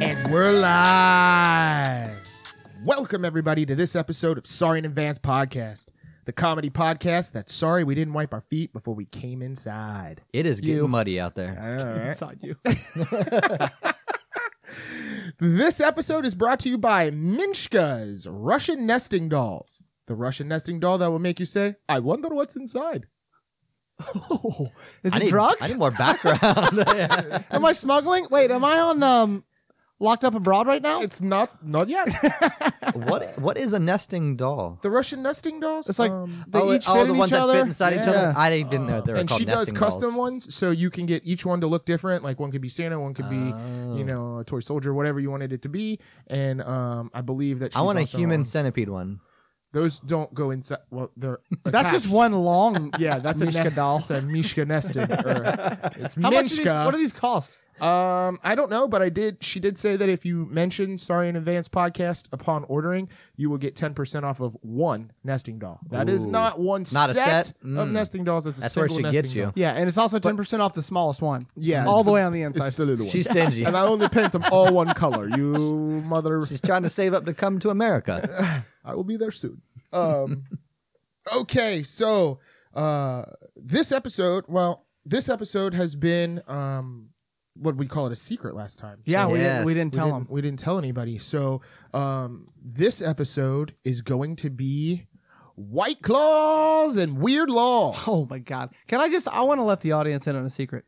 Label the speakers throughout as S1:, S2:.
S1: And we're live. Welcome, everybody, to this episode of Sorry in Advance Podcast, the comedy podcast that's sorry we didn't wipe our feet before we came inside.
S2: It is getting
S3: You.
S2: muddy out there.
S3: inside you.
S1: This episode is brought to you by Minshka's Russian Nesting Dolls, the Russian nesting doll that will make you say, I wonder what's inside.
S3: Oh, is
S2: I
S3: it
S2: need,
S3: drugs?
S2: I need more background. Yeah.
S3: am I smuggling? Wait, am I on um, locked up abroad right now? It's,
S1: It's not, not yet.
S2: What What is a nesting doll?
S1: the Russian nesting dolls? um,
S3: It's like they
S2: oh,
S3: each
S2: oh,
S3: fit
S2: the
S3: in
S2: ones
S3: each
S2: that
S3: other.
S2: fit inside each other.
S3: Yeah.
S2: I didn't know they were
S1: and
S2: called
S1: she does
S2: nesting
S1: custom
S2: dolls.
S1: ones, so you can get each one to look different. Like one could be Santa, one could be
S2: Oh.
S1: you know, a toy soldier, whatever you wanted it to be. And um, I believe that she's
S2: I want a
S1: also
S2: human
S1: on-
S2: centipede one.
S1: Those don't go inside. Well, they're
S3: That's just one long.
S1: Yeah, that's a
S3: Mishka
S1: ne-
S3: doll.
S1: It's a Mishka nested. Or, it's
S3: How much? Are these,
S1: Minshka.
S3: what do these cost?
S1: um, I don't know, but I did. She did say that if you mention "Sorry in Advance" podcast upon ordering, you will get ten percent off of one nesting doll. That is
S2: Ooh.
S1: not one
S2: Not a
S1: set,
S2: set?
S1: of
S2: Mm.
S1: nesting dolls. That's a
S2: That's where
S1: single
S2: she
S1: nesting
S2: gets you.
S1: doll.
S3: Yeah, and it's also ten percent off the smallest one.
S1: Yeah,
S3: all
S1: it's
S3: the, way on the inside.
S1: It's the little one.
S2: She's stingy.
S1: and I only paint them all one color. You mother.
S2: She's trying to save up to come to America.
S1: I will be there soon. Um, okay, so uh, this episode, well, this episode has been um, what we call it a secret last time.
S3: yeah, we,
S2: Yes.
S3: didn't, we didn't
S1: We
S3: tell
S1: didn't,
S3: them.
S1: we didn't tell anybody. So um, this episode is going to be White Claws and Weird Laws.
S3: Oh my god! Can I just? I want to let the audience in on a secret.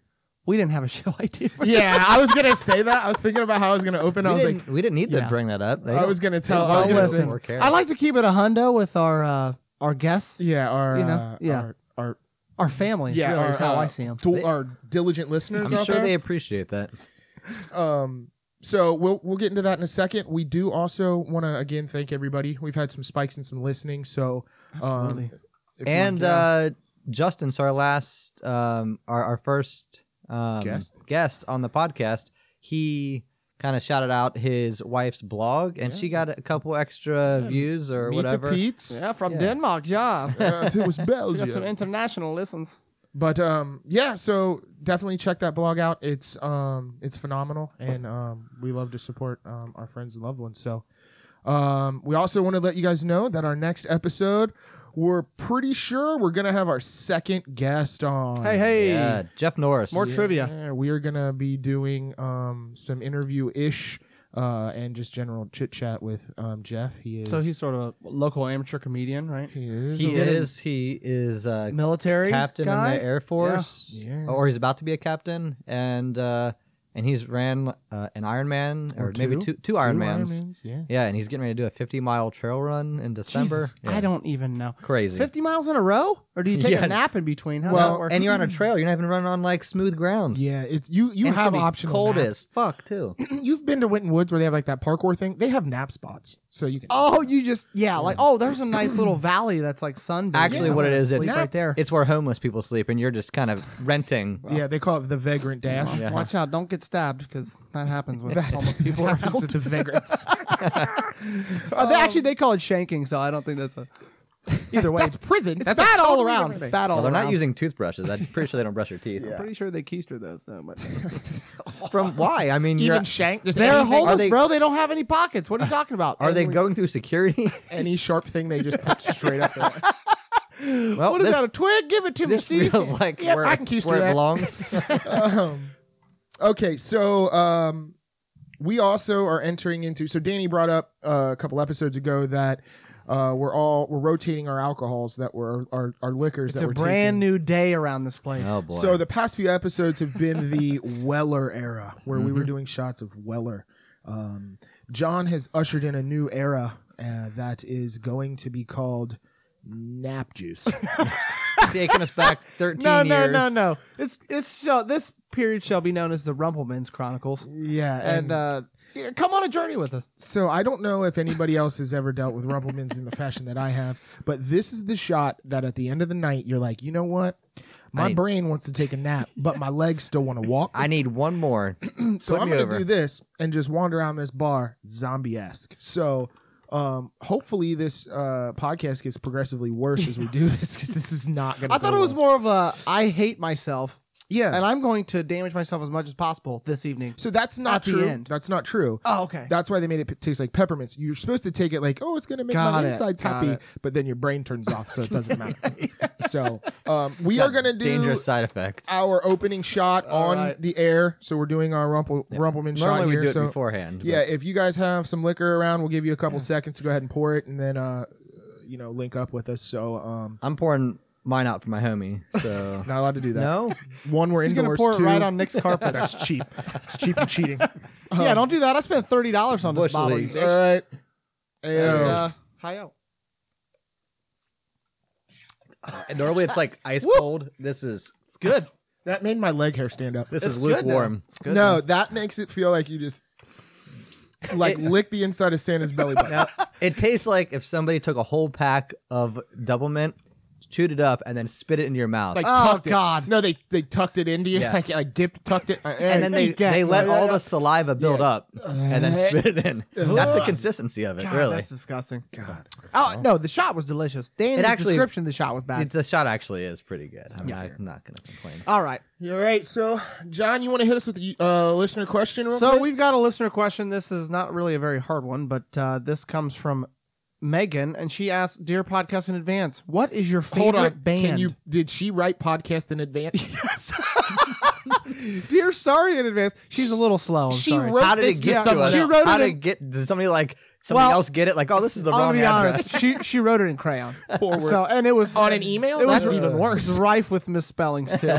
S3: We didn't have a show idea. For
S1: yeah, I was gonna say that. I was thinking about how I was gonna open.
S2: we,
S1: I was
S2: didn't,
S1: like,
S2: we didn't need
S3: Yeah.
S2: to bring that up. They
S1: I
S2: don't-
S1: was gonna
S2: they
S1: tell-
S2: don't
S1: I was
S2: know
S1: gonna
S2: us
S3: say-
S2: or care.
S3: I like to keep it a hundo with our uh, our guests,
S1: yeah, our
S3: You know,
S1: uh,
S3: yeah.
S1: our, our
S3: our family.
S1: yeah,
S3: really,
S1: our,
S3: is how
S1: uh,
S3: I see them.
S1: dul-
S2: They-
S1: our diligent listeners.
S2: I'm
S1: out
S2: sure
S1: there.
S2: they appreciate that.
S1: Um, so we'll we'll get into that in a second. We do also want to again thank everybody. We've had some spikes in some listening, so um,
S3: Absolutely.
S1: if we
S2: And
S1: go-
S2: uh, Justin, so our last, um, our, our first um,
S1: Guest.
S2: guest on the podcast, he kind of shouted out his wife's blog, and she got a couple extra views or
S1: meet
S2: uh, whatever.
S1: the Pete's.
S3: yeah, from
S2: Yeah.
S3: Denmark. Yeah.
S1: Uh, it was
S3: We got some
S1: Belgium,
S3: international listens.
S1: but um, yeah. So definitely check that blog out. It's um, it's phenomenal, and um, we love to support um, our friends and loved ones. So, um, we also want to let you guys know that our next episode, we're pretty sure we're gonna have our second guest on.
S3: Hey, hey.
S2: Yeah, Jeff Norris.
S3: More tr- trivia.
S1: Yeah, we are gonna be doing um, some interview ish uh, and just general chit chat with um, Jeff. He is
S3: So he's sort of a local amateur comedian, right?
S1: he is
S2: he
S1: a-
S2: is. He is a
S3: Military
S2: captain
S3: guy?
S2: in the Air Force,
S1: Yeah.
S2: or he's about to be a captain, and uh, and he's ran uh, an Ironman or,
S1: Or
S2: maybe
S1: two.
S2: two two Ironmans.
S1: Ironmans, yeah.
S2: Yeah, and he's getting ready to do a 50 mile trail run in December.
S3: Jesus,
S2: Yeah.
S3: I don't even know.
S2: crazy.
S3: Fifty miles in a row, or do you take
S2: Yeah.
S3: a nap in between? How
S1: Well,
S3: does that work?
S2: and you're on a trail. You're not even running on like smooth ground.
S1: Yeah, it's you. You
S2: Hmm. And it's
S1: have
S2: gonna be
S1: optional.
S2: Cold
S1: naps.
S2: as fuck too.
S1: You've been to Winton Woods where they have like that parkour thing. They have nap spots, so you can.
S3: oh, you just yeah, like oh, there's a nice little valley that's like sun.
S2: Actually, what it is, it's
S3: sleep right there.
S2: It's where homeless people sleep, and you're just kind of renting.
S1: yeah, they call it the vagrant dash.
S2: Yeah.
S3: Watch out! Don't get stabbed because that happens with
S1: That
S3: homeless people.
S1: that happens
S3: around.
S1: with the vagrants.
S3: Uh, they, actually, they call it shanking, so I don't think that's a. Either way,
S1: That's prison.
S3: it's
S1: That's a
S3: bad all
S1: totally
S3: around.
S1: different
S3: It's
S1: thing.
S3: bad all
S2: Well, they're
S3: around.
S2: not using toothbrushes. I'm pretty sure they don't brush their teeth.
S3: I'm pretty sure they keister those though. But
S2: From why? I mean, you're,
S1: Even Shank. Just
S3: they're
S1: anything-
S3: homeless,
S2: they-
S3: bro. They don't have any pockets. What are you talking about?
S2: are they
S3: Only-
S2: going through security?
S1: Any sharp thing they just put straight up there.
S2: well,
S3: What is
S2: this,
S3: that? A twig? Give it to me,
S2: this
S3: Steve.
S2: feels like
S1: Yeah,
S2: where,
S1: I can keep
S2: where
S1: through that.
S2: it belongs.
S1: um, okay, so um, we also are entering into. So Danny brought up uh, a couple episodes ago that uh, we're all we're rotating our alcohols that were our, our liquors
S3: It's
S1: that
S3: a
S1: we're
S3: brand
S1: taking.
S3: new day around this place.
S2: oh boy.
S1: So the past few episodes have been the Weller era, where we were
S3: Mm-hmm.
S1: doing shots of Weller. Um, John has ushered in a new era uh, that is going to be called nap juice.
S2: taking us back 13
S3: no, no,
S2: years.
S3: no, no. It's it's shall this period shall be known as the Rumpleman's Chronicles,
S1: yeah,
S3: and uh, yeah, come on a journey with us.
S1: So I don't know if anybody else has ever dealt with rumplemans in the fashion that I have, but this is the shot that at the end of the night you're like, you know what? My
S2: I-
S1: brain wants to take a nap, but my legs still want to walk.
S2: I need one more.
S1: so
S2: put
S1: I'm
S2: me
S1: gonna
S2: over.
S1: do this and just wander around this bar zombie esque. So um, hopefully this uh, podcast gets progressively worse as we do this because this is not gonna.
S3: I thought
S1: go
S3: it was
S1: well.
S3: more of a I hate myself
S1: Yeah.
S3: and I'm going to damage myself as much as possible this evening.
S1: so that's not
S3: At the
S1: true.
S3: end.
S1: That's not true.
S3: Oh, okay.
S1: That's why they made it p- taste like peppermints. You're supposed to take it like, oh, it's gonna make
S3: Got
S1: my
S3: it,
S1: insides
S3: got
S1: happy,
S3: it.
S1: but then your brain turns off, so it doesn't matter. So um, we
S2: Got
S1: are gonna do
S2: dangerous side effects.
S1: our opening shot
S3: All
S1: on
S3: right.
S1: the air. So we're doing our Rumpel, Rumpelman shot
S2: Normally we
S1: here.
S2: do it
S1: so
S2: beforehand. but
S1: yeah, if you guys have some liquor around, we'll give you a couple seconds to go ahead and pour it, and then uh, you know link up with us. So um,
S2: I'm pouring mine out for my homie. So
S1: not allowed to do that.
S2: no,
S1: One, we're
S3: He's gonna
S1: indoors.
S3: pour it
S1: two,
S3: right on Nick's carpet.
S1: That's cheap. It's cheap and cheating.
S3: yeah, don't do that. I spent thirty dollars on this
S2: Bush
S3: bottle.
S2: League.
S3: you
S1: All
S3: bitch.
S1: right.
S3: And,
S1: Ayo.
S3: uh, hi out.
S2: And normally it's like ice cold. This is
S3: It's good.
S1: that made my leg hair stand up.
S2: this
S3: It's
S2: is
S3: good, though.
S2: lukewarm.
S3: It's good.
S1: no, that makes it feel like you just like lick the inside of Santa's belly button.
S2: Now, it tastes like if somebody took a whole pack of double mint, chewed it up, and then spit it into your mouth.
S1: Like
S3: Oh,
S1: tucked
S3: God.
S1: It. No, they they tucked it into you.
S2: Yeah.
S1: Like, like dipped, tucked it,
S2: and then they,
S3: yeah,
S2: they let
S3: yeah,
S2: all
S3: yeah.
S2: the saliva build up and then spit it in. That's the consistency of it,
S3: God,
S2: really.
S3: that's disgusting. God. Oh no, the shot was delicious. Dan's
S2: actually-
S3: description, of the shot was bad.
S2: It- the shot actually is pretty good. I'm, not, not going to complain.
S3: All right.
S1: All right, so John, you want to hit us with the uh, listener question? Real
S3: So
S1: quick?
S3: we've got a listener question. This is not really a very hard one, but uh, this comes from Megan, and she asked, "Dear podcast in advance, what is your favorite
S1: hold on.
S3: band?"
S1: Can you did she write podcast in advance?
S3: Dear, sorry in advance. She's a little slow. Oh, I'm
S1: she
S3: sorry.
S1: wrote
S2: How did
S1: this
S2: it get
S1: to
S2: to
S1: someone
S2: us?
S3: She
S1: else.
S3: wrote
S2: How
S3: it
S2: did
S3: in-
S2: it get? Did somebody like somebody
S3: Well,
S2: else get it? Like, oh, this is the
S3: I'm
S2: wrong
S3: gonna be
S2: address.
S3: honest. She she wrote it in crayon.
S1: Forward.
S3: So and it was
S1: on an email.
S3: It was
S1: That's even
S3: It's
S1: worse.
S3: rife with misspellings too.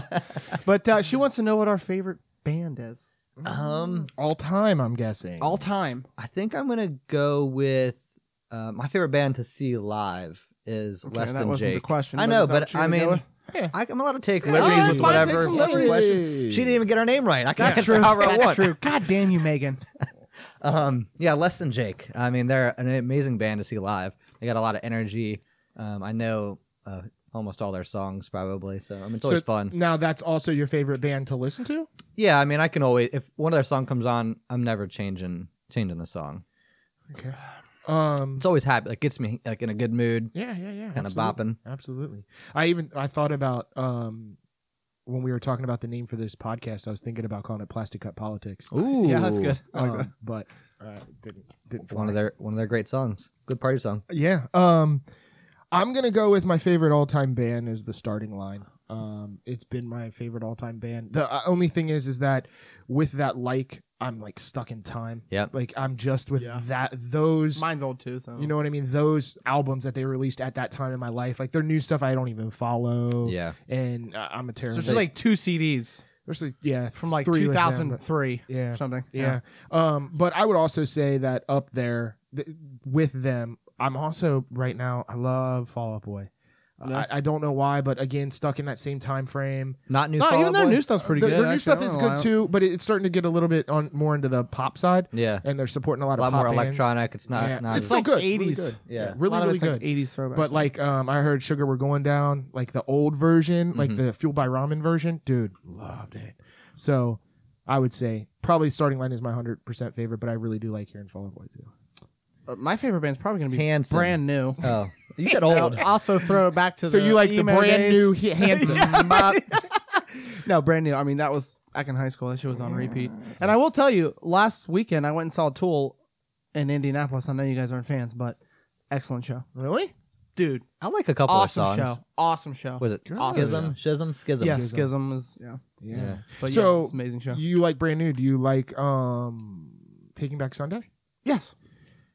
S3: but uh, she wants to know what our favorite band is
S2: Um,
S1: All time, I'm guessing.
S3: all time.
S2: I think I'm gonna go with uh, my favorite band to see live is Less
S3: that
S2: Than
S3: wasn't the
S2: Jake.
S3: question,
S2: I
S3: but
S2: know,
S3: is that what
S2: but
S3: you're
S2: I
S3: gonna go
S2: mean,
S3: with?
S1: Yeah.
S2: I, I'm allowed to take
S1: Yeah,
S2: liberties
S1: alright,
S2: with
S1: fine,
S2: whatever.
S1: take some
S2: question.
S1: liberties.
S2: She didn't even get her name right. I can't
S3: That's
S2: answer
S3: true.
S2: however I
S3: That's
S2: want.
S3: true. God damn you, Megan.
S2: Um, yeah, Less Than Jake. I mean, they're an amazing band to see live. They got a lot of energy. Um, I know uh, almost all their songs probably, so I mean, it's always
S1: So
S2: fun.
S1: Now that's also your favorite band to listen to.
S2: Yeah, I mean, I can always if one of their song comes on, I'm never changing changing the song.
S1: Okay. Um.
S2: It's always happy. Like gets me like in a good mood,
S1: Yeah, yeah, yeah.
S2: kind of
S1: absolutely.
S2: bopping.
S1: Absolutely. I even I thought about um when we were talking about the name for this podcast. I was thinking about calling it Plastic Cup Politics.
S2: Ooh,
S3: Yeah, that's good. I like that.
S1: Um, but uh, didn't didn't
S2: One
S1: fly.
S2: of their one of their great songs. Good party song.
S1: Yeah. Um, I'm gonna go with my favorite all-time band is the Starting Line. Um, it's been my favorite all-time band. The uh, only thing is, is that with that like, I'm like stuck in time.
S2: Yep.
S1: Like I'm just with
S3: Yeah.
S1: that those.
S3: Mine's old too, so
S1: you know what I mean? Those albums that they released at that time in my life, like their new stuff, I don't even follow.
S2: Yeah.
S1: And uh, I'm a terrible.
S3: There's just like two CDs
S1: There's, like, yeah,
S3: from like
S1: three with them, but-
S3: 2003
S1: yeah.
S3: or something.
S1: yeah. Um, but I would also say that up there th- with them, I'm also right now. I love Fall Out Boy. Uh,
S3: Yeah.
S1: I, I don't know why, but again, stuck in that same time frame.
S2: Not new.
S3: No,
S2: Fall
S3: even
S2: Out
S3: Oh, their
S2: Boy?
S3: new stuff's pretty
S1: Their-
S3: good.
S1: Their new
S3: actually. Oh,
S1: stuff
S3: I
S1: is
S3: don't know
S1: good
S3: why.
S1: too, but it's starting to get a little bit on more into the pop side,
S2: Yeah,
S1: and they're supporting a lot
S2: a
S1: of
S2: lot
S1: pop
S2: more
S1: bands.
S2: electronic. It's not.
S1: Yeah.
S2: not
S1: It's
S2: as-
S1: so
S3: like
S1: good, really
S3: 80s.
S1: good.
S2: Yeah.
S1: Yeah,
S3: A lot
S1: really,
S3: of
S1: really
S3: it's,
S1: good.
S3: Like 80s throwbacks.
S1: but like, um, I heard Sugar We're Going Down, like the old version, like
S2: Mhm.
S3: Mm-hmm.
S1: the Fueled by Ramen version. Dude, loved it. So, I would say probably Starting Line is my hundred percent favorite, but I really do like hearing Fall Out Boy too.
S3: Uh, my favorite band's probably gonna be
S2: Hanson.
S3: brand new.
S2: oh, you said old.
S3: I'll also throw it back to
S1: So
S3: the
S1: you like the
S3: emo
S1: brand
S3: days.
S1: new H- Hanson?
S3: no, brand new. I mean, that was back in high school. That shit was on repeat. And I will tell you, last weekend I went and saw Tool in Indianapolis. I know you guys aren't fans, but excellent show,
S1: Really?
S3: dude.
S2: I like a couple
S3: Awesome
S2: of songs.
S3: show. Awesome show.
S2: Was it
S1: Good.
S2: Schism? Schism? Schism?
S3: Yeah, Schism is yeah.
S1: Yeah.
S3: But
S1: So,
S3: yeah, it's an amazing show.
S1: You like brand new? Do you like um Taking Back Sunday?
S3: yes.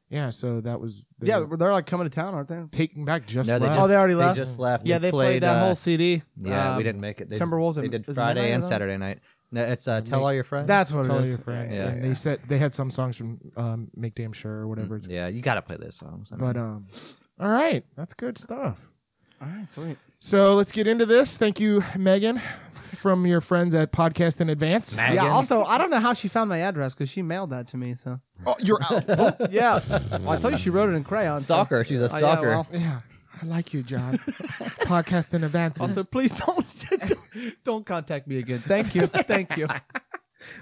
S1: Yeah. So that was they
S3: Yeah,
S1: were
S3: they're like coming to town, aren't they?
S1: Taking Back just
S2: No, they
S1: left.
S2: just,
S3: Oh, they already left?
S2: They just left.
S3: Yeah,
S2: We
S3: they played, that
S2: uh,
S3: whole CD.
S2: Yeah,
S3: Um,
S2: we didn't make it. They,
S3: Timberwolves
S2: They
S3: at-
S2: did
S3: is it
S2: Friday
S3: midnight
S2: and
S3: or-
S2: Saturday night. No, it's uh, Tell All Your Friends.
S3: That's what
S1: Tell
S3: it is.
S1: your friends.
S2: Yeah,
S1: and
S2: yeah.
S1: They said they had some songs from um, Make Damn Sure or
S3: Mm,
S1: whatever. it's
S2: Mm, yeah, you got to play those songs. I mean,
S3: uh,
S1: But um, all right, that's good stuff.
S3: All right, sweet.
S1: So let's get into this. Thank you, Megan, from your friends at Podcast in Advance.
S2: Megan.
S3: Yeah. Also, I don't know how she found my address because she mailed that to me. So
S1: Oh, you're out. Oh,
S3: yeah, well, I told you she wrote it in crayon. so-
S2: stalker. She's a
S3: Oh, yeah,
S2: stalker.
S3: well.
S1: yeah, I like you, John. Podcast in Advance.
S3: Also, please don't don't contact me again. Thank you, thank you.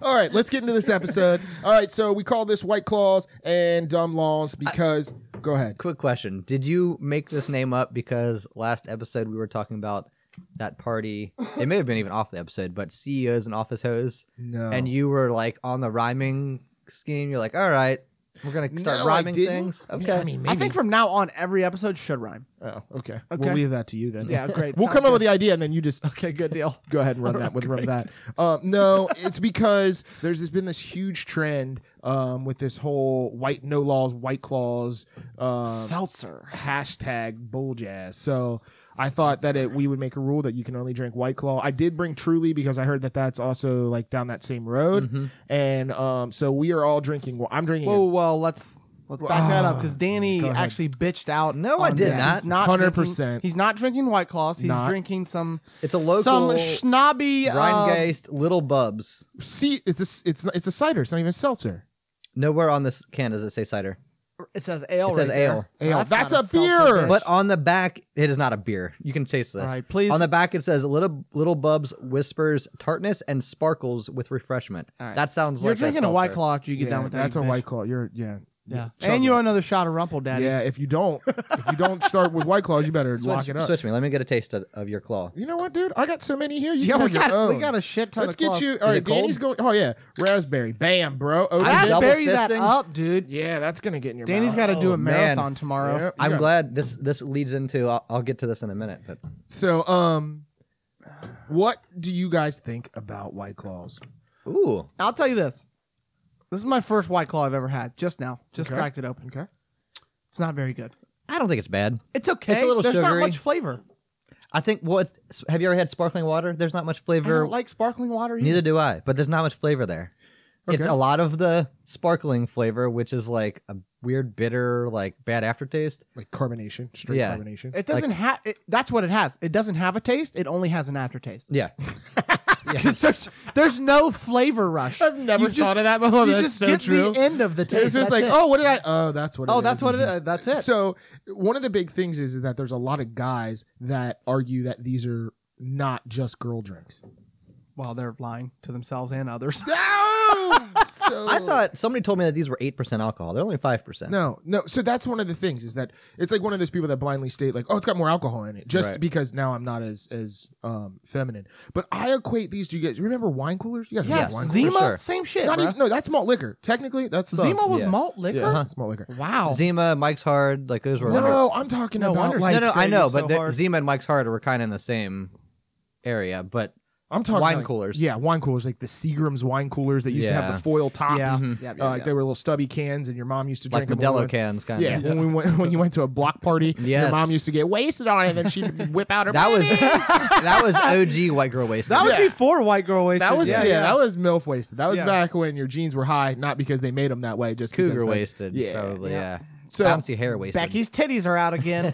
S1: All right, let's get into this episode. All right, so we call this White Claws and Dumb Laws because. go ahead.
S2: Quick question: Did you make this name up because last episode we were talking about that party. It may have been even off the episode, but CEOs and office hoes,
S1: No.
S2: and you were like on the rhyming scheme. You're like, all right, we're gonna start
S1: No, I
S2: rhyming
S1: didn't.
S2: things. Okay,
S1: I mean, maybe.
S3: I think from now on, every episode should rhyme.
S1: oh, okay.
S3: Okay.
S1: We'll leave that to you then.
S3: Yeah, great.
S1: We'll
S3: Sounds
S1: come up
S3: good.
S1: with the idea and then you just
S3: Okay, good deal.
S1: go ahead and run that with run that. Um, no, it's because there's just been this huge trend um, with this whole white no laws, white claws um,
S3: Seltzer.
S1: hashtag bull jazz. So I thought that it we would make a rule that you can only drink White Claw. I did bring Truly because I heard that that's also like down that same road, and um, so we are all drinking. Well, I'm drinking.
S3: Mm-hmm. Whoa, well, let's let's back that up because Danny
S1: go ahead.
S3: actually bitched out.
S2: No, I
S3: on
S2: did
S3: this.
S2: not.
S3: He's not
S1: 100%.
S3: drinking- He's not drinking White Claws. He's
S1: Not.
S3: drinking some
S2: it's a local
S3: some snobby. Uh,
S2: Rheingeist Little Bubs.
S1: a- see, it's a s- it's not, it's a cider. It's not even seltzer.
S2: Nowhere on this can does it say cider,
S3: it says ale.
S2: It says
S3: right there.
S2: ale.
S1: Ale. That's
S3: not
S1: a
S3: seltzer,
S1: beer!
S3: bitch.
S2: but on the back it is not a beer. You can taste this.
S3: All right, please.
S2: On the back it says Little Little Bubs whispers tartness and sparkles with refreshment.
S3: All right.
S2: That sounds
S3: you're
S2: like
S3: drinking
S2: a,
S3: a White
S2: seltzer.
S3: Claw after you get
S1: Yeah,
S3: down with that.
S1: that's
S3: you
S1: a
S3: bitch.
S1: White Claw. You're yeah
S3: Yeah,
S1: Chug
S3: and you
S1: that.
S3: owe another shot of Rumple Daddy.
S1: yeah. If you don't if you don't start with White Claws, you better lock
S2: Switch,
S1: it up.
S2: switch me. Let me get a taste of, of your claw.
S1: You know what, dude? I got so many here. You
S3: Yeah,
S1: can have
S3: we
S1: your
S3: got we
S1: own.
S3: got a shit ton.
S1: Let's
S3: of
S1: get
S3: claws.
S1: you. All right,
S2: it cold?
S1: Danny's going. Oh yeah, raspberry. Bam, bro. Open
S2: I
S1: it.
S2: double
S3: Raspberry that
S2: fisting?
S3: up, dude.
S1: Yeah, that's gonna get in your.
S3: Danny's
S1: mouth.
S3: got to do
S2: Oh,
S3: a
S2: man.
S3: marathon tomorrow.
S1: Yep, you
S2: I'm
S1: got-
S2: glad this this leads into. I'll, I'll get to this in a minute, but
S1: So, um, what do you guys think about White Claws?
S2: ooh,
S3: I'll tell you this. This is my first White Claw I've ever had. Just now, just
S1: Okay.
S3: cracked it open.
S1: Okay.
S3: It's not very good.
S2: I don't think it's bad.
S3: It's okay.
S2: It's a little
S3: There's
S2: sugary.
S3: not much flavor.
S2: I think what have you ever had sparkling water? There's not much
S3: I
S2: flavor.
S3: don't like sparkling water. Either.
S2: Neither do I, but there's not much flavor there. It's
S1: Okay.
S2: a lot of the sparkling flavor, which is like a weird bitter, like bad aftertaste.
S1: Like carbonation, straight
S2: Yeah.
S1: carbonation.
S3: It doesn't have. That's what it has. It doesn't have a taste. It only has an aftertaste.
S2: Yeah,
S3: 'Cause there's, there's no flavor rush.
S1: I've never
S3: You just-
S1: thought of that before.
S3: You
S1: That's
S3: just
S1: so
S3: get
S1: true.
S3: the end of the taste.
S1: It's just
S3: That's
S1: like,
S3: it.
S1: oh, what did I? Oh, that's what. it
S3: oh, that's
S1: is.
S3: what it is. That's it.
S1: So, one of the big things is, is that there's a lot of guys that argue that these are not just girl drinks.
S3: well, they're lying to themselves and others.
S1: No. so
S2: I thought somebody told me that these were eight percent alcohol. They're only five percent.
S1: No, no. So that's one of the things is that it's like one of those people that blindly state like, "Oh, it's got more alcohol in it," just
S2: Right.
S1: because now I'm not as as um, feminine. But I equate these. Do you guys remember wine coolers? You guys
S3: Yes,
S1: remember wine coolers?
S2: Z-
S3: Zima,
S2: sure.
S3: same shit.
S1: Not
S3: bruh.
S1: even, no, that's malt liquor. Technically, that's the,
S3: Zima was
S2: Yeah. Uh-huh.
S3: malt liquor.
S1: Yeah, it's malt liquor.
S3: Wow.
S2: Zima, Mike's Hard, like those were.
S1: No, I'm talking
S3: No
S1: about
S3: wonder
S1: like
S2: no, no, I know,
S3: It's so
S2: but the-
S3: hard.
S2: Zima and Mike's Hard were kind of in the same area, but
S1: I'm talking
S2: wine
S1: like-
S2: coolers.
S1: Yeah, wine coolers like the Seagram's wine coolers that used to have
S2: Yeah.
S1: the foil tops.
S3: Yeah. Mhm.
S1: Uh, like they were little stubby cans, and your mom used to
S2: like
S1: drink them. when we
S2: Modelo
S1: went-
S2: cans, kind of.
S1: Yeah, when we went, when you went to a block party,
S2: Yes.
S1: your mom used to get wasted on it, and she would whip out her.
S2: That was
S1: baby.
S2: that was OG white girl wasted.
S3: That was
S1: Yeah.
S3: before White Girl Wasted.
S1: That was yeah, that was milf wasted. That was
S3: Yeah.
S1: back when your jeans were high, not because they made them that way, just
S2: cougar
S1: because they-
S2: wasted.
S1: Yeah,
S2: probably. Yeah.
S1: So-
S2: bouncy hair wasted.
S3: Becky's titties are out again.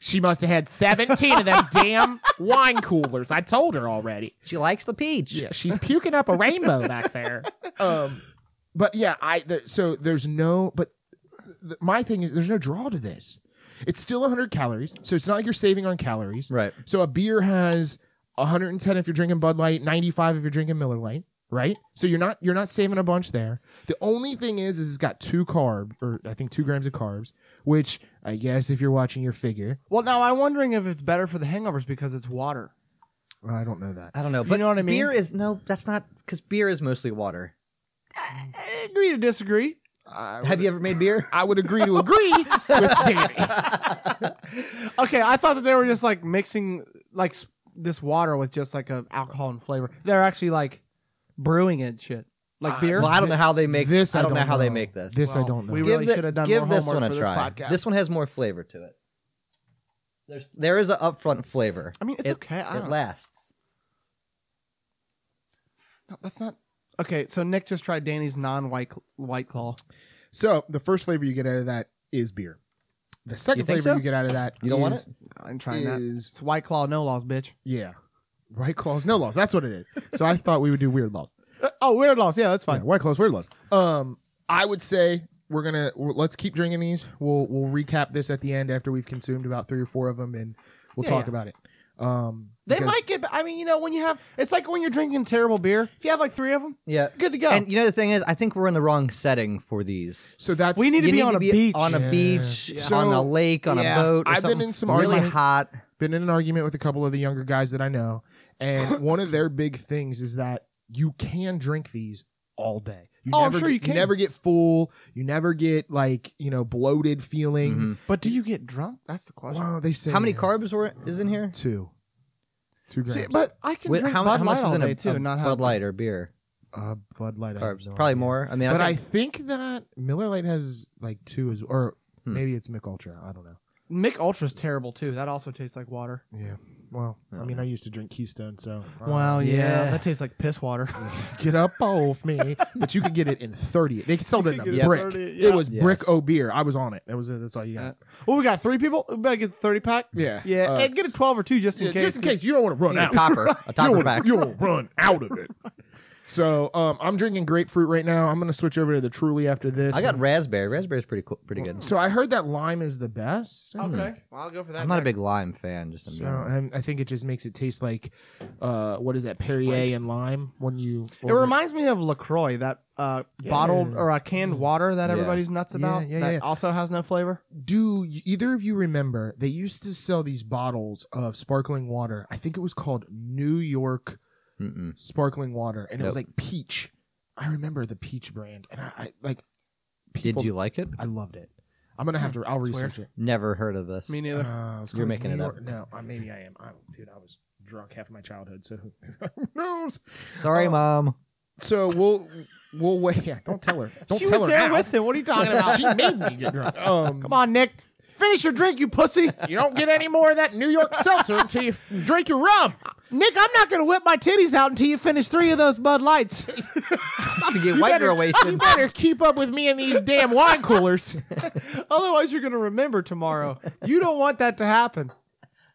S1: She must have had seventeen of them damn wine coolers. I told her already.
S2: she likes the peach.
S1: Yeah, she's puking up a rainbow back there. Um, but yeah, I the, so there's no. But th- my thing is, there's no draw to this. It's still 100 calories, so it's not like you're saving on calories.
S2: Right.
S1: So a beer has 110 if you're drinking Bud Light, 95 if you're drinking Miller Lite, right? So you're not you're not saving a bunch there. The only thing is, is it's got two carb or I think two grams of carbs, which I guess if you're watching your figure,
S3: well, now I'm wondering if it's better for the hangovers because it's water.
S1: I don't know that.
S2: I don't know. But
S3: know what I mean?
S2: beer is no. That's not because beer is mostly water.
S3: I agree to disagree.
S1: I
S2: Have you ever made beer?
S1: I would agree to agree with Danny.
S3: Okay, I thought that they were just like mixing like s- this water with just like a alcohol and flavor. They're actually like brewing it and shit, like beer.
S2: Well, I don't know how they make
S1: This
S2: I don't, know how they make this.
S1: This I
S3: Well,
S1: don't know.
S3: we
S2: give
S3: really
S2: the-
S3: should have done
S2: give
S3: more
S2: this
S3: homework
S2: one a
S3: for this
S2: try.
S3: podcast.
S2: one has more flavor to it. There's there is an upfront flavor.
S3: I mean, it's
S2: it,
S3: okay. I
S2: it
S3: don't-
S2: lasts.
S3: No, that's not okay. So Nick just tried Danny's non-white cl- white claw.
S1: So the first flavor you get out of that is beer. The second
S2: You think
S1: flavor
S2: so?
S1: you get out of that
S2: You don't want
S1: is-
S2: it?
S3: I'm trying that.
S1: Is-
S3: It's white claw, no laws, bitch.
S1: Yeah. White claws, no laws. That's what it is. So I thought we would do weird laws.
S3: Uh, oh, weird laws. Yeah, that's
S1: Yeah,
S3: fine.
S1: white claws, weird laws. Um, I would say we're gonna we're- let's keep drinking these. We'll we'll recap this at the end after we've consumed about three or four of them, and we'll
S3: Yeah,
S1: talk
S3: yeah.
S1: about it. Um,
S3: They
S1: because-
S3: might get. I mean, you know, when you have, it's like when you're drinking terrible beer. If you have like three of them,
S2: Yeah.
S3: good to go.
S2: And you know the thing is, I think we're in the wrong setting for these.
S1: So that's
S3: We need to
S2: you
S3: be
S2: need
S3: on
S2: to
S3: a
S2: be
S3: beach.
S2: on a
S1: Yeah.
S2: beach,
S1: So-
S2: on a lake, on
S3: Yeah.
S2: a boat. or
S1: I've been
S2: something
S1: in some
S2: really
S1: argument-
S2: hot.
S1: been in an argument with a couple of the younger guys that I know, and one of their big things is that you can drink these all day. You
S3: Oh, I'm
S1: never
S3: sure
S1: get-
S3: you can.
S1: never get full. You never get like you know bloated feeling.
S2: Mhm.
S3: But do you get drunk? That's the question.
S1: Wow, they say
S2: How many
S1: that.
S2: carbs were is in here?
S1: Two, two grams.
S3: See, but I can
S2: Wait,
S3: drink
S2: how, mu-
S3: Bud
S2: how much
S3: Light
S2: is
S3: all
S2: in
S3: day
S2: a,
S3: too.
S2: a
S3: not have-
S2: Bud Light or beer?
S1: uh, Bud Light I have
S2: Carbs,
S1: no
S2: probably
S1: idea.
S2: more. I mean,
S1: But
S2: I
S1: I
S2: think
S1: think that Miller Lite has like two as or
S2: Hmm.
S1: maybe it's Mick Ultra. I don't know.
S3: Mick Ultra's terrible too. That also tastes like water.
S1: Yeah. Well, I
S2: Yeah.
S1: mean, I used to drink Keystone, so I don't
S3: Wow,
S2: yeah. yeah.
S3: that tastes like piss water.
S1: know. get up off me. But you could get it in thirty. They sold it in
S3: could
S1: a
S3: get it
S1: brick.
S3: 30, yeah.
S1: It was
S2: Yes.
S1: brick o beer. I was on it. That was it. That's all you
S3: Uh,
S1: got.
S3: well, we got three people. We better get the thirty pack.
S1: Yeah.
S3: Yeah,
S1: Uh,
S3: and get a twelve or two just in
S1: yeah,
S3: case.
S1: just in case you don't want to run
S2: a
S1: out.
S2: topper, a
S1: you
S2: topper
S1: don't
S2: back.
S1: wanna- you don't run out of it. So um, I'm drinking grapefruit right now. I'm gonna switch over to the Truly after this.
S2: I got raspberry. Raspberry's pretty cool, pretty good.
S1: So I heard that lime is the best.
S3: Okay, well, I'll go for that.
S2: I'm not a
S3: next.
S2: big lime fan. Just in
S1: So eh,
S2: general.
S1: and I think it just makes it taste like, uh, what is that Perrier and lime when you.
S3: It reminds me of Lacroix, that uh, bottled or uh, canned water that
S2: Yeah.
S3: everybody's nuts
S1: Hmm. Yeah,
S3: about.
S1: yeah,
S3: that
S1: yeah.
S3: also has no flavor.
S1: Do y- either of you remember they used to sell these bottles of sparkling water? I think it was called New York
S2: Mm-mm.
S1: sparkling water, and it was
S2: Nope.
S1: like peach. I remember the peach brand, and I, I like.
S2: Did you like it?
S1: I loved it. I'm gonna have to. I'll
S3: That's
S1: research
S2: Never heard of this.
S3: Me
S1: it.
S3: neither.
S1: Uh, it's
S2: You're
S1: called
S2: making
S1: New
S2: it
S1: York-
S2: up.
S1: No, I, maybe I am. I, dude, I was drunk half of my childhood, so who knows?
S2: Sorry,
S1: Oh.
S2: mom.
S1: So we'll we'll wait. Yeah, don't tell her. Don't
S3: she
S1: tell
S3: was
S1: her
S3: there
S1: now.
S3: with him. What are you talking about?
S1: she made me get drunk. Um,
S3: Come on, Nick. Finish your drink, you pussy.
S1: You don't get any more of that New York seltzer until you f- drink your rum.
S3: Nick, I'm not going to whip my titties out until you finish three of those Bud Lights.
S2: About to get white girl
S1: You
S2: wasted.
S1: better keep up with me and these damn wine coolers.
S3: Otherwise, you're going to remember tomorrow. You don't want that to happen.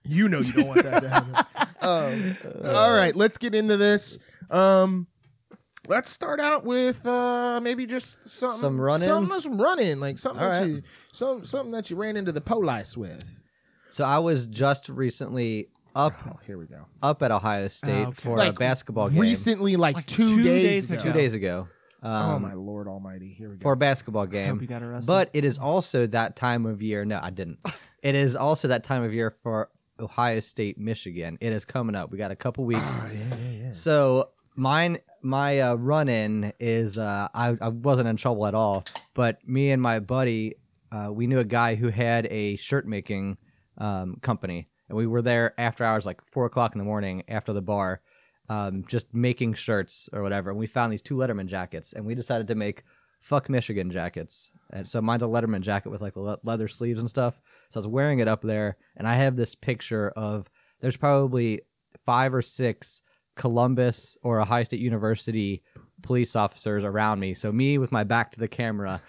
S1: You know you don't want that to happen. Um, all right, let's get into this. Um, let's start out with uh, maybe just something,
S2: Some run-ins?
S1: something, some running, like something
S2: All
S1: that
S2: right.
S1: you, some, something that you ran into the police with.
S2: So I was just recently up
S1: Here we go.
S2: up at Ohio State
S3: Oh, okay.
S2: for a
S1: Like,
S2: basketball game.
S1: Recently, like, two,
S3: two
S1: days,
S3: days
S1: ago.
S3: ago.
S2: two days ago.
S1: Oh
S2: Um,
S1: my lord, Almighty! Here we go.
S2: for a basketball game.
S3: you got arrested.
S2: But it is also that time of year. No, I didn't. it is also that time of year for Ohio State, Michigan. It is coming up. We got a couple weeks.
S1: Oh, yeah, yeah, yeah.
S2: So mine, my uh, run in is uh, I, I wasn't in trouble at all, but me and my buddy, uh, we knew a guy who had a shirt making um, company, and we were there after hours, like four o'clock in the morning, after the bar, um, just making shirts or whatever. And we found these two Letterman jackets, and we decided to make fuck Michigan jackets. And so mine's a Letterman jacket with like the le- leather sleeves and stuff. So I was wearing it up there, and I have this picture of there's probably five or six Columbus or Ohio State University police officers around me. So me with my back to the camera,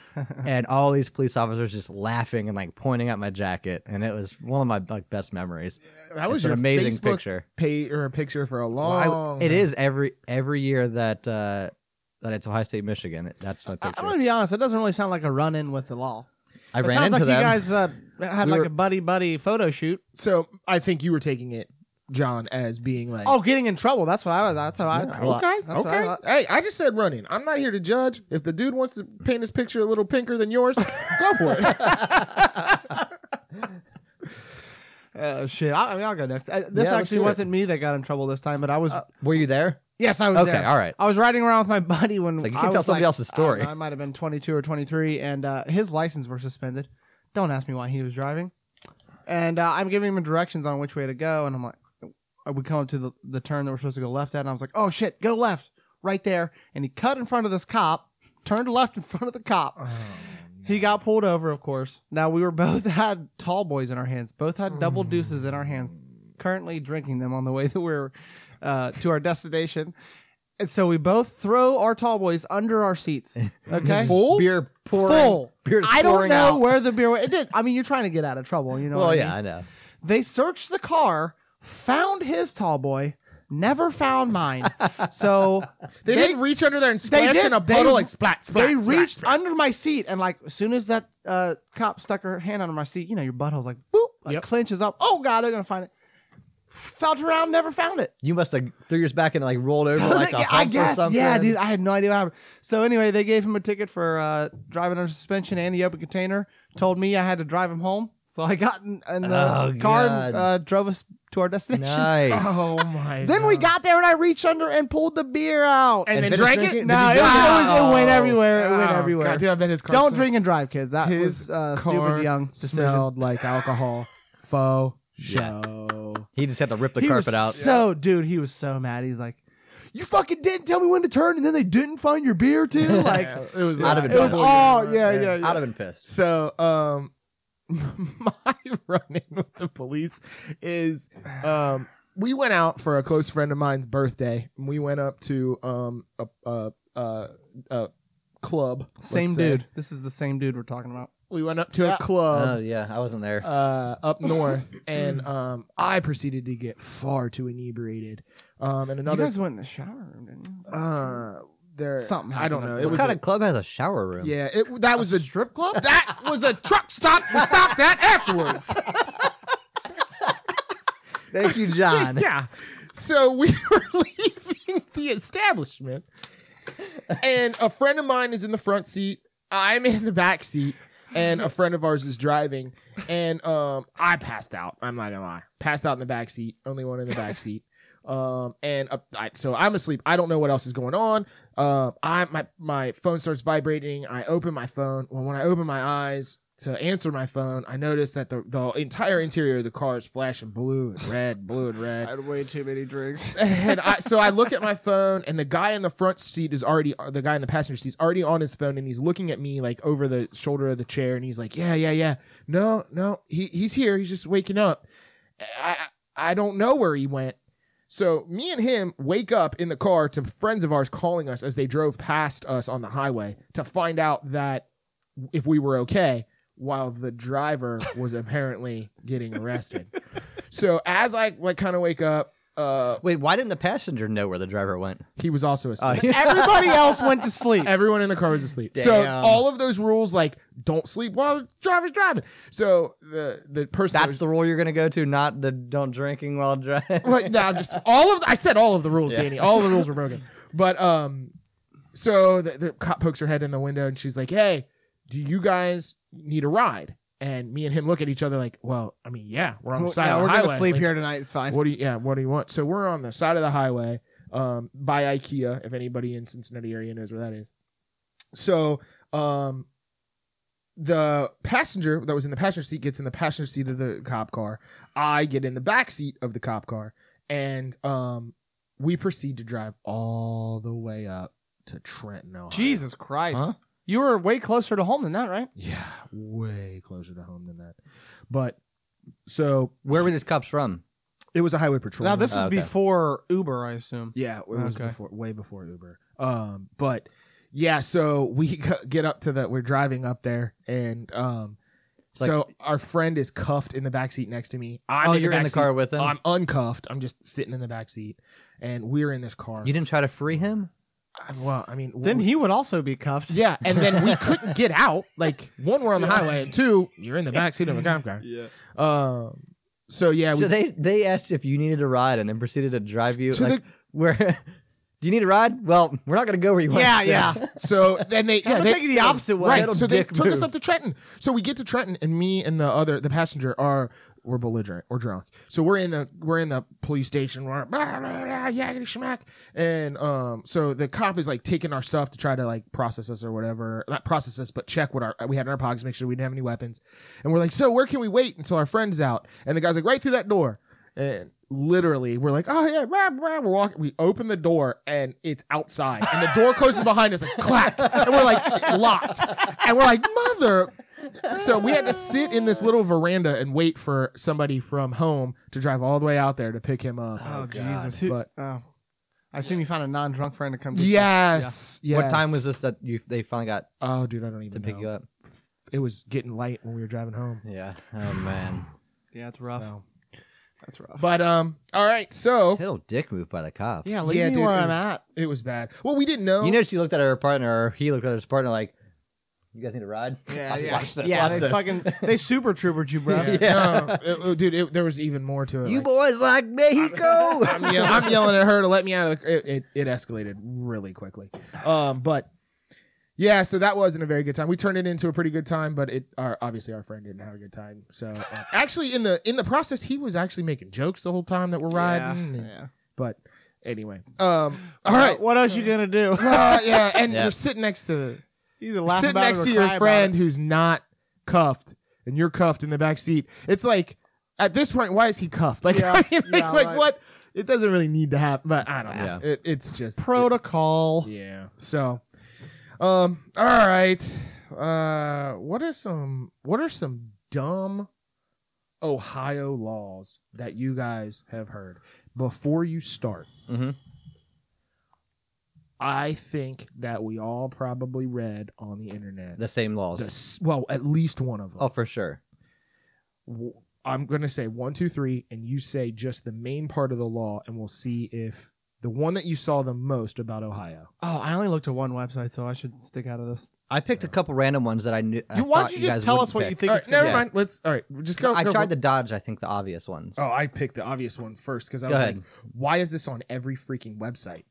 S2: and all these police officers just laughing and like pointing at my jacket, and it was one of my like best memories.
S1: That was
S2: It's
S1: your
S2: an amazing
S1: Facebook
S2: picture.
S1: pay or a picture for a
S2: Well,
S1: long.
S2: I-
S3: Oh,
S2: it is every every year that uh, that it's Ohio State Michigan. That's my
S3: I-
S2: picture.
S3: I'm going to be honest. It doesn't really sound like a run in with the law.
S2: I
S3: It
S2: ran
S3: sounds
S2: into
S3: like
S2: them.
S3: you guys uh, had
S1: We
S3: like
S1: were-
S3: a buddy buddy photo shoot.
S1: So I think you were taking it, John, as being like,
S3: Oh, getting in trouble. That's what I was. That's what I.
S1: okay, okay.
S3: That's what I thought.
S1: hey, I just said running. I'm not here to judge. If the dude wants to paint his picture a little pinker than yours, go for it.
S3: Uh, shit. I, I mean, I'll go next. Uh, this
S2: Yeah, let's
S3: actually
S2: hear it.
S3: wasn't me that got in trouble this time, but I was.
S2: Uh, Were you there?
S3: yes, uh, I was.
S2: okay,
S3: there.
S2: all right.
S3: I was riding around with my buddy when
S2: like you
S3: I
S2: can't tell
S3: was,
S2: somebody
S3: like,
S2: else's
S3: I don't
S2: story.
S3: know, I, might have been 22 or 23, and uh, his license were suspended. Don't ask me why he was driving. And uh, I'm giving him directions on which way to go, and I'm like, I would come up to the, the turn that we're supposed to go left at, and I was like, oh shit, go left, right there. And he cut in front of this cop, turned left in front of the cop. He got pulled over, of course. Now we were both had tall boys in our hands, both had double deuces in our hands. Currently drinking them on the way that we're uh, to our destination, and so we both throw our tall boys under our seats. Okay,
S1: Full?
S2: Beer pouring.
S3: Full.
S2: Beer's
S3: I don't
S2: pouring
S3: know
S2: out.
S3: where the beer went. It did. I mean, you're trying to get out of trouble. You know.
S2: Well,
S3: what I
S2: yeah,
S3: mean?
S2: I know.
S3: They searched the car, found his tall boy, never found mine. so
S1: They, didn't reach under there and splash
S3: did.
S1: in a
S3: They-
S1: puddle like splat, splat.
S3: they
S1: splat,
S3: reached
S1: splat.
S3: under my seat and like as soon as that uh, cop stuck her hand under my seat, you know your butthole's like boop, like
S1: Yep.
S3: clenches up. Oh god, they're gonna find it. Felt around, never found it.
S2: You must have threw yours back and like rolled over like a
S3: I
S2: hump or
S3: guess, yeah,
S2: something.
S3: dude. I had no idea what happened. So anyway, they gave him a ticket for uh, driving under suspension and the open container. Told me I had to drive him home, so I got in, in the
S2: Oh,
S3: car
S2: God.
S3: and uh, drove us to our destination.
S2: Nice.
S1: Oh my.
S3: Then we
S1: God.
S3: got there and I reached under and pulled the beer out.
S1: And,
S2: And
S1: then
S2: finished
S1: drank
S2: drinking?
S1: it.
S3: no,
S2: Did
S3: it,
S2: you-
S3: was, it was- it went
S2: Wow.
S3: everywhere. It went
S1: Oh,
S3: everywhere.
S1: God, dude, I bet his car
S3: Don't
S1: smelled-
S3: drink and drive, kids. That
S1: His
S3: was uh,
S1: car
S3: stupid young decision.
S1: smelled like alcohol. Faux show.
S2: He just had to rip the
S3: he
S2: carpet
S3: was
S2: out.
S3: So, dude, he was so mad. He's like, "You fucking didn't tell me when to turn, and then they didn't find your beer too." Like,
S1: Yeah, it was.
S2: I'd have
S1: like-
S2: been
S3: it was
S2: Yeah.
S3: all yeah, yeah, yeah.
S2: I'd have been pissed.
S1: So, um, my run-in with the police is, um, we went out for a close friend of mine's birthday. And we went up to um a a a, a club. let's
S3: Same
S1: say.
S3: dude. This is the same dude we're talking about.
S1: We went up to
S3: Yeah.
S1: a club.
S2: oh yeah, I wasn't there.
S1: uh, up north, and um, I proceeded to get far too inebriated. Um, and another,
S3: you guys went in the shower room, didn't you?
S1: uh, there,
S3: Something
S1: I don't
S3: happened
S1: know.
S3: up
S1: It
S3: there.
S2: what
S1: was
S2: kind
S1: a-
S2: of club has a shower room?
S1: yeah. It that was the
S3: strip club.
S1: that was a truck stop. We stopped at afterwards.
S2: Thank you, John.
S1: yeah. So we were leaving the establishment, and a friend of mine is in the front seat. I'm in the back seat, and a friend of ours is driving. And um, I passed out. I'm not gonna lie, passed out in the back seat. Only one in the back seat. Um, and uh, I, so I'm asleep. I don't know what else is going on. Uh, I my my phone starts vibrating. I open my phone. Well, when I open my eyes to answer my phone, I notice that the the entire interior of the car is flashing blue and red, blue and red.
S3: had way too many drinks.
S1: and I, so I look at my phone, and the guy in the front seat is already the guy in the passenger seat is already on his phone, and he's looking at me like over the shoulder of the chair, and he's like, "Yeah, yeah, yeah, no, no, he he's here, he's just waking up. I I I don't know where he went." So me and him wake up in the car to friends of ours calling us as they drove past us on the highway to find out that if we were okay, while the driver was apparently getting arrested. So as I like kind of wake up. Uh,
S2: Wait, why didn't the passenger know where the driver went?
S1: he was also
S2: Oh,
S1: asleep.
S2: yeah.
S3: Everybody else went to sleep.
S1: Everyone in the car was asleep. So
S2: Damn.
S1: all of those rules, like don't sleep while the driver's driving. So the the person that
S2: That's the rule you're gonna go to, not the don't drinking while driving.
S1: was, like, no, I'm just all of I said all of the rules,
S2: Yeah.
S1: Danny. All the rules were broken. But um, so the, the cop pokes her head in the window and she's like, "Hey, do you guys need a ride?" And me and him look at each other like, "Well, I mean, yeah, we're on the side
S3: yeah,
S1: of the
S3: we're gonna
S1: highway.
S3: sleep
S1: Like,
S3: here tonight. It's fine.
S1: What do you yeah, what do you want? So we're on the side of the highway, um, by IKEA, if anybody in Cincinnati area knows where that is. So um the passenger that was in the passenger seat gets in the passenger seat of the cop car. I get in the back seat of the cop car, and um we proceed to drive all the way up to Trenton, Ohio.
S3: Jesus Christ!
S1: Huh?
S3: You were way closer to home than that, right?
S1: Yeah, way closer to home than that. But so
S2: Where were these cops from?
S1: it was a highway patrol.
S3: Now this was
S2: Oh, okay.
S3: before Uber, I assume.
S1: Yeah, it was
S3: Okay.
S1: before, way before Uber. Um, but yeah, so we g- get up to the, we're driving up there, and um,
S2: Like-
S1: so our friend is cuffed in the back seat next to me. I'm
S2: oh,
S1: in
S2: you're
S1: the
S2: in the
S1: backseat.
S2: car with him.
S1: I'm uncuffed. I'm just sitting in the back seat, and we're in this car.
S2: you didn't try to free him.
S1: I- well, I mean,
S3: Then he would also be cuffed.
S1: yeah, and then we couldn't get out. Like one, we're on the highway, and two, you're in the back seat of a cop car.
S3: Yeah.
S1: Um, so yeah,
S2: so they they asked if you needed a ride and then proceeded to drive you
S1: To
S2: like where. Do you need a ride? Well, we're not gonna go where you want.
S3: Yeah, yeah.
S1: So then they yeah
S3: I'm
S1: they
S3: thinking the opposite way.
S1: Right.
S2: Little
S1: So they
S2: dick
S1: took us
S2: move.
S1: up to Trenton. So we get to Trenton, and me and the other the passenger are we're belligerent, we're drunk. So we're in the we're in the police station. We're blah, blah, blah, yaggity schmack, and um, so the cop is like taking our stuff to try to like process us or whatever, not process us, but check what our we had in our pockets, make sure we didn't have any weapons. And we're like, so where can we wait until our friend's out? And the guy's like, right through that door. And literally, we're like, oh yeah, rah, rah. we're walking. We open the door and it's outside, and the door closes behind us, like clack, and we're like locked, and we're like mother. So we had to sit in this little veranda and wait for somebody from home to drive all the way out there to pick him up.
S3: Oh,
S2: God.
S3: Jesus! Who-
S1: But-
S3: oh. I assume you found a non-drunk friend to come. Get
S1: Yes, yes.
S2: What time was this that you they finally got
S1: Oh, dude, I don't
S2: to
S1: even
S2: pick
S1: know.
S2: you up?
S1: It was getting light when we were driving home.
S2: Yeah. Oh man.
S3: you. Yeah, it's rough.
S1: So-
S3: That's rough.
S1: But um, all right. So
S2: Total dick move by the cops.
S3: yeah, leave
S1: Yeah,
S3: me
S1: dude,
S3: where
S1: it
S3: I'm
S1: was-
S3: at.
S1: it was bad. Well, we didn't know.
S2: You know, she looked at her partner, or he looked at his partner, like, You guys need a ride?
S3: Yeah,
S2: I
S3: yeah,
S2: watched it-
S3: yeah.
S2: watched
S3: They
S2: this.
S3: fucking they super troopered you, bro.
S1: Yeah, no, it- it- dude, it, there was even more to it.
S2: You
S1: like,
S2: boys like Mexico?
S1: I'm, yell- I'm yelling at her to let me out of the. It, it, it escalated really quickly. Um, but yeah, so that wasn't a very good time. We turned it into a pretty good time, but it our, obviously our friend didn't have a good time. So uh, actually, in the in the process, he was actually making jokes the whole time that we're riding. and-
S3: Yeah.
S1: But anyway, um, all right.
S3: What else you gonna do?
S1: Uh, yeah, and
S2: Yeah.
S1: you're sitting next to
S3: Either
S1: you're
S3: laugh
S1: sitting
S3: about
S1: next
S3: it
S1: to
S3: or
S1: your
S3: cry about
S1: friend
S3: it.
S1: who's not cuffed, and you're cuffed in the back seat. It's like at this point, why is he cuffed? Like,
S3: Yeah,
S1: I mean,
S3: yeah,
S1: like
S3: right.
S1: what? It doesn't really need to happen, but I don't know.
S2: Yeah.
S1: It, it's just
S3: protocol.
S1: it- yeah. So, um, all right. Uh, what are some what are some dumb Ohio laws that you guys have heard before you start?
S2: Mhm.
S1: I think that we all probably read on the internet.
S2: The same laws.
S1: the s- well, at least one of them.
S2: Oh, for sure.
S1: W- I'm gonna say one, two, three, and you say just the main part of the law, and we'll see if the one that you saw the most about Ohio.
S3: Oh, I only looked at one website, so I should stick out of this.
S2: I picked a couple random ones that I knew. I
S3: you why
S2: thought
S3: don't you just
S2: guys
S3: tell
S2: wouldn't
S3: us what you
S2: pick.
S3: think
S1: all
S3: it's
S1: right,
S3: gonna
S1: never
S3: be?
S1: mind. Let's all right. Just go.
S2: I
S1: go
S2: tried
S1: for
S2: to dodge. I think the obvious ones.
S1: Oh, I picked the obvious one first because I
S2: Go
S1: was
S2: ahead.
S1: like, why is this on every freaking website?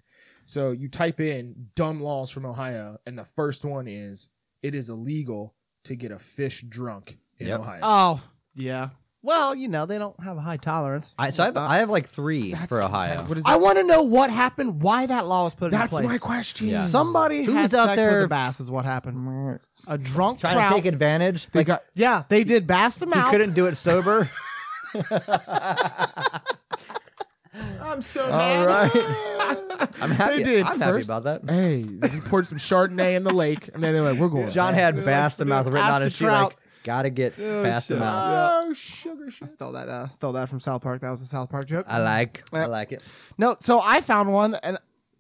S1: So you type in dumb laws from Ohio, and the first one is it is illegal to get a fish drunk in
S2: Yep.
S1: Ohio.
S3: Oh, yeah. Well, you know, they don't have a high tolerance.
S2: I, so I have, I have like three for Ohio.
S1: That, what is
S3: I
S1: that?
S3: want to know what happened, why that law was put
S1: That's
S3: in place.
S1: my question.
S2: Yeah.
S3: Somebody
S2: Who's
S3: had
S2: out
S3: sex
S2: there-
S3: with a bass is what happened.
S2: Trying
S3: A drunk
S2: to
S3: trout.
S2: take advantage.
S1: They
S2: Like,
S1: got
S3: Yeah, they did bass them
S2: he
S3: out.
S2: couldn't do it sober.
S1: I'm so
S2: All
S1: mad.
S2: right. I'm happy.
S1: They did
S2: I'm
S1: first.
S2: happy about that.
S1: Hey, he poured some Chardonnay in the lake, and then they're like, "We're going."
S2: John had bass the mouth written
S3: Ask
S2: on
S3: the
S2: his sheet
S3: trout.
S2: like, gotta get bass the
S3: shit.
S2: mouth.
S1: Oh, sugar
S3: I
S1: shit.
S3: stole that. Uh, stole that from South Park. That was a South Park joke.
S2: I like. I
S3: Yeah.
S2: like it.
S3: no, so I found one, and